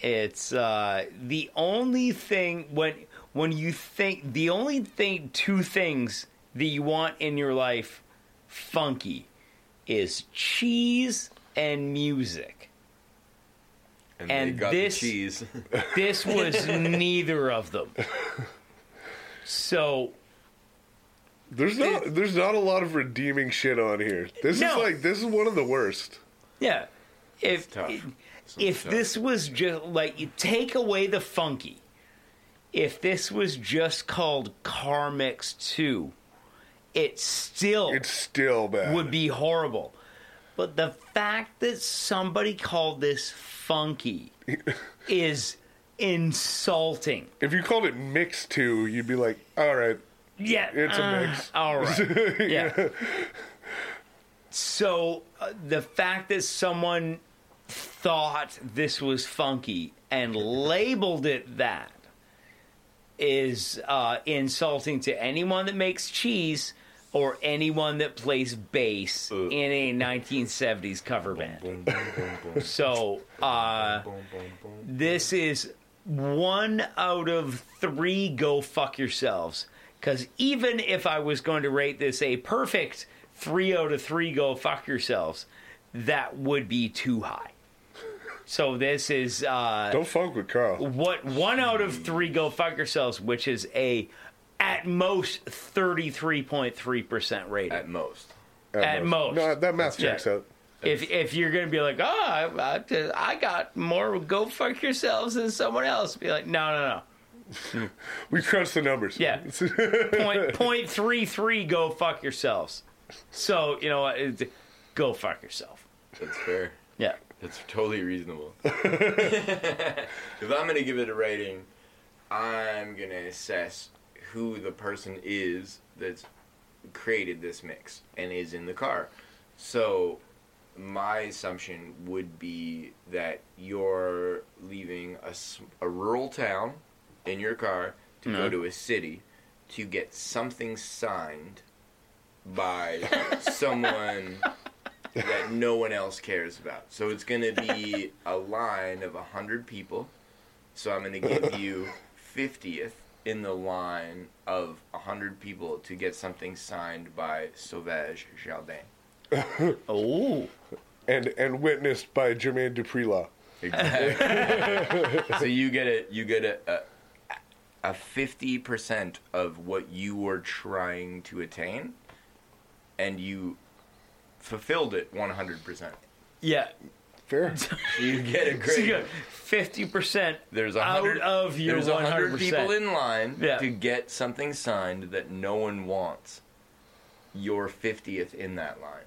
S5: It's uh the only thing when when you think the only thing two things that you want in your life funky is cheese and music.
S6: And, they
S5: And
S6: got the
S5: this-
S6: cheese.
S5: This was neither of them. So
S4: There's not there's not a lot of redeeming shit on here. This is
S5: No.
S4: like this is one of the worst.
S5: yeah, if
S6: tough.
S5: if
S6: tough.
S5: this was just like you take away the funky, if this was just called Carmex Two,
S3: it still
S4: It's still bad.
S3: would be horrible. But the fact that somebody called this funky is insulting.
S4: if you called it mix two, you'd be like, all right,
S3: Yeah,
S4: It's a
S3: uh,
S4: mix.
S3: All right. yeah. So uh, the fact that someone thought this was funky and labeled it that is uh, insulting to anyone that makes cheese or anyone that plays bass
S4: Uh.
S3: in a 1970s cover band. So uh, this is one out of three go fuck yourselves. Because even if I was going to rate this a perfect three out of three go fuck yourselves, that would be too high. So this is uh,
S4: don't fuck with Carl.
S3: what one out of three go fuck yourselves, which is a at most thirty three point three percent rating.
S6: at most.
S3: at most.
S4: No, that math
S3: Yeah.
S4: checks out.
S3: If if you're gonna be like, oh, I, I just- I got more go fuck yourselves than someone else, be like, no, no, no.
S4: We crunched the numbers.
S3: Yeah. point point three three. Go fuck yourselves. So you know, what, it- go fuck yourself.
S6: That's fair.
S3: Yeah.
S6: That's totally reasonable. if I'm gonna give it a rating, I'm gonna assess who the person is that's created this mix and is in the car. So my assumption would be that you're leaving a, s- a rural town in your car to go to a city to get something signed by someone that no one else cares about. So it's going to be a line of 100 people. So I'm going to give you 50th in the line of 100 people to get something signed by Sauvage Jardin.
S3: Oh.
S4: And and witnessed by Jermaine Dupree Law.
S6: Exactly. so you get a you get a a fifty percent of what you were trying to attain, and you fulfilled it one hundred percent.
S3: Yeah.
S4: Fair.
S6: You get a great.
S3: Fifty percent.
S6: There's a
S3: Out
S6: hundred
S3: of your
S6: There's a hundred
S3: 100%.
S6: people in line
S3: Yeah.
S6: to get something signed that no one wants. Your fiftieth in that line.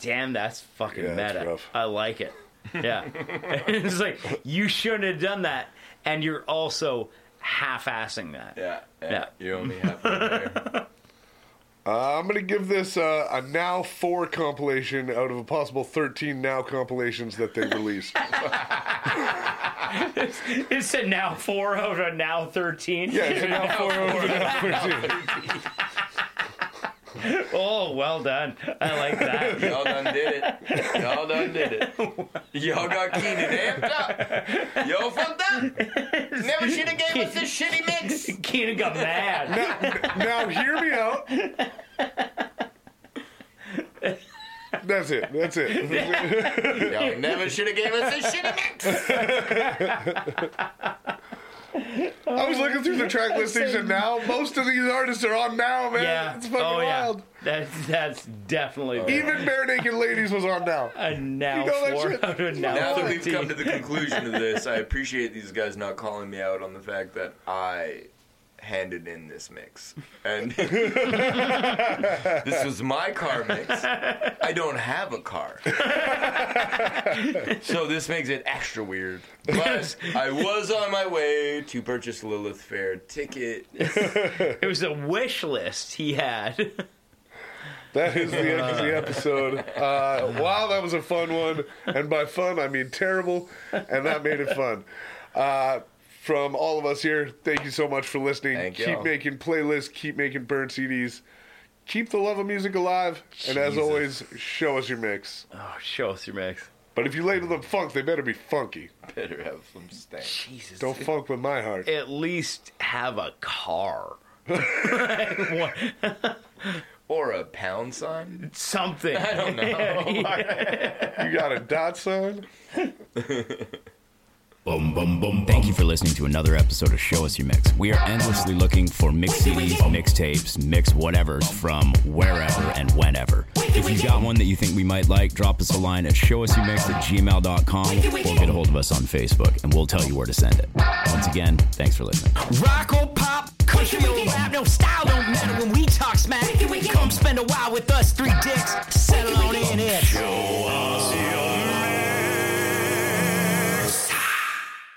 S3: Damn, that's fucking
S4: Yeah, that's
S3: meta.
S4: rough.
S3: I like it. Yeah. it's like you shouldn't have done that, and you're also half-assing that.
S6: Yeah.
S3: Yeah.
S6: You only have one there.
S4: Uh, I'm gonna give this uh, a now four compilation out of a possible 13 now compilations that they released.
S3: It's a now four out of now thirteen.
S4: yeah, it's a now four out of a now 13.
S3: Oh, well done. I like that.
S6: Y'all done did it. Y'all done did it. Y'all got Keenan amped up. Y'all fucked up. Never should have gave us this shitty mix.
S3: Keenan got mad.
S4: Now hear me out. That's it. That's it.
S6: Y'all never should have gave us this shitty mix.
S4: I was looking through the track listings, and now most of these artists are on now, man.
S3: Yeah.
S4: It's fucking
S3: oh, yeah.
S4: wild.
S3: That's that's definitely
S4: Even Bare Naked Ladies was on now.
S3: a now
S4: You know that
S3: four
S4: shit-
S3: out of now,
S6: Now that we've
S3: 14.
S6: come to the conclusion of this, I appreciate these guys not calling me out on the fact that I handed in this mix. And this was my car mix. I don't have a car. so this makes it extra weird. But I was on my way to purchase Lilith Fair ticket.
S3: It was a wish list he had.
S4: That is the end of the episode. Uh, wow, that was a fun one. And by fun, I mean terrible. And that made it fun. Uh, from all of us here, thank you so much for listening.
S6: Thank
S4: keep
S6: y'all.
S4: making playlists, keep making burn CDs, keep the love of music alive. And as
S6: Jesus.
S4: always, show us your mix.
S3: oh, show us your mix.
S4: But if you label them funk, they better be funky.
S6: Better have some stank.
S3: Jesus.
S4: Don't funk with my heart.
S3: At least have a car. What-
S6: Or a pound sign?
S3: Something.
S6: I don't know.
S4: You got a dot sign?
S1: Boom, boom, boom, Thank you for listening to another episode of Show Us Your Mix. We are endlessly looking for mix CDs, mixtapes, mix whatever from wherever and whenever. If you got one that you think we might like, drop us a line at showusyourmix at gmail.com or get a hold of us on Facebook and we'll tell you where to send it. Once again, thanks for listening.
S7: Rock or pop, Quick and wiggy rap, no style don't matter when we talk smack. Come spend a while with us, three dicks, settle on in it.
S10: Show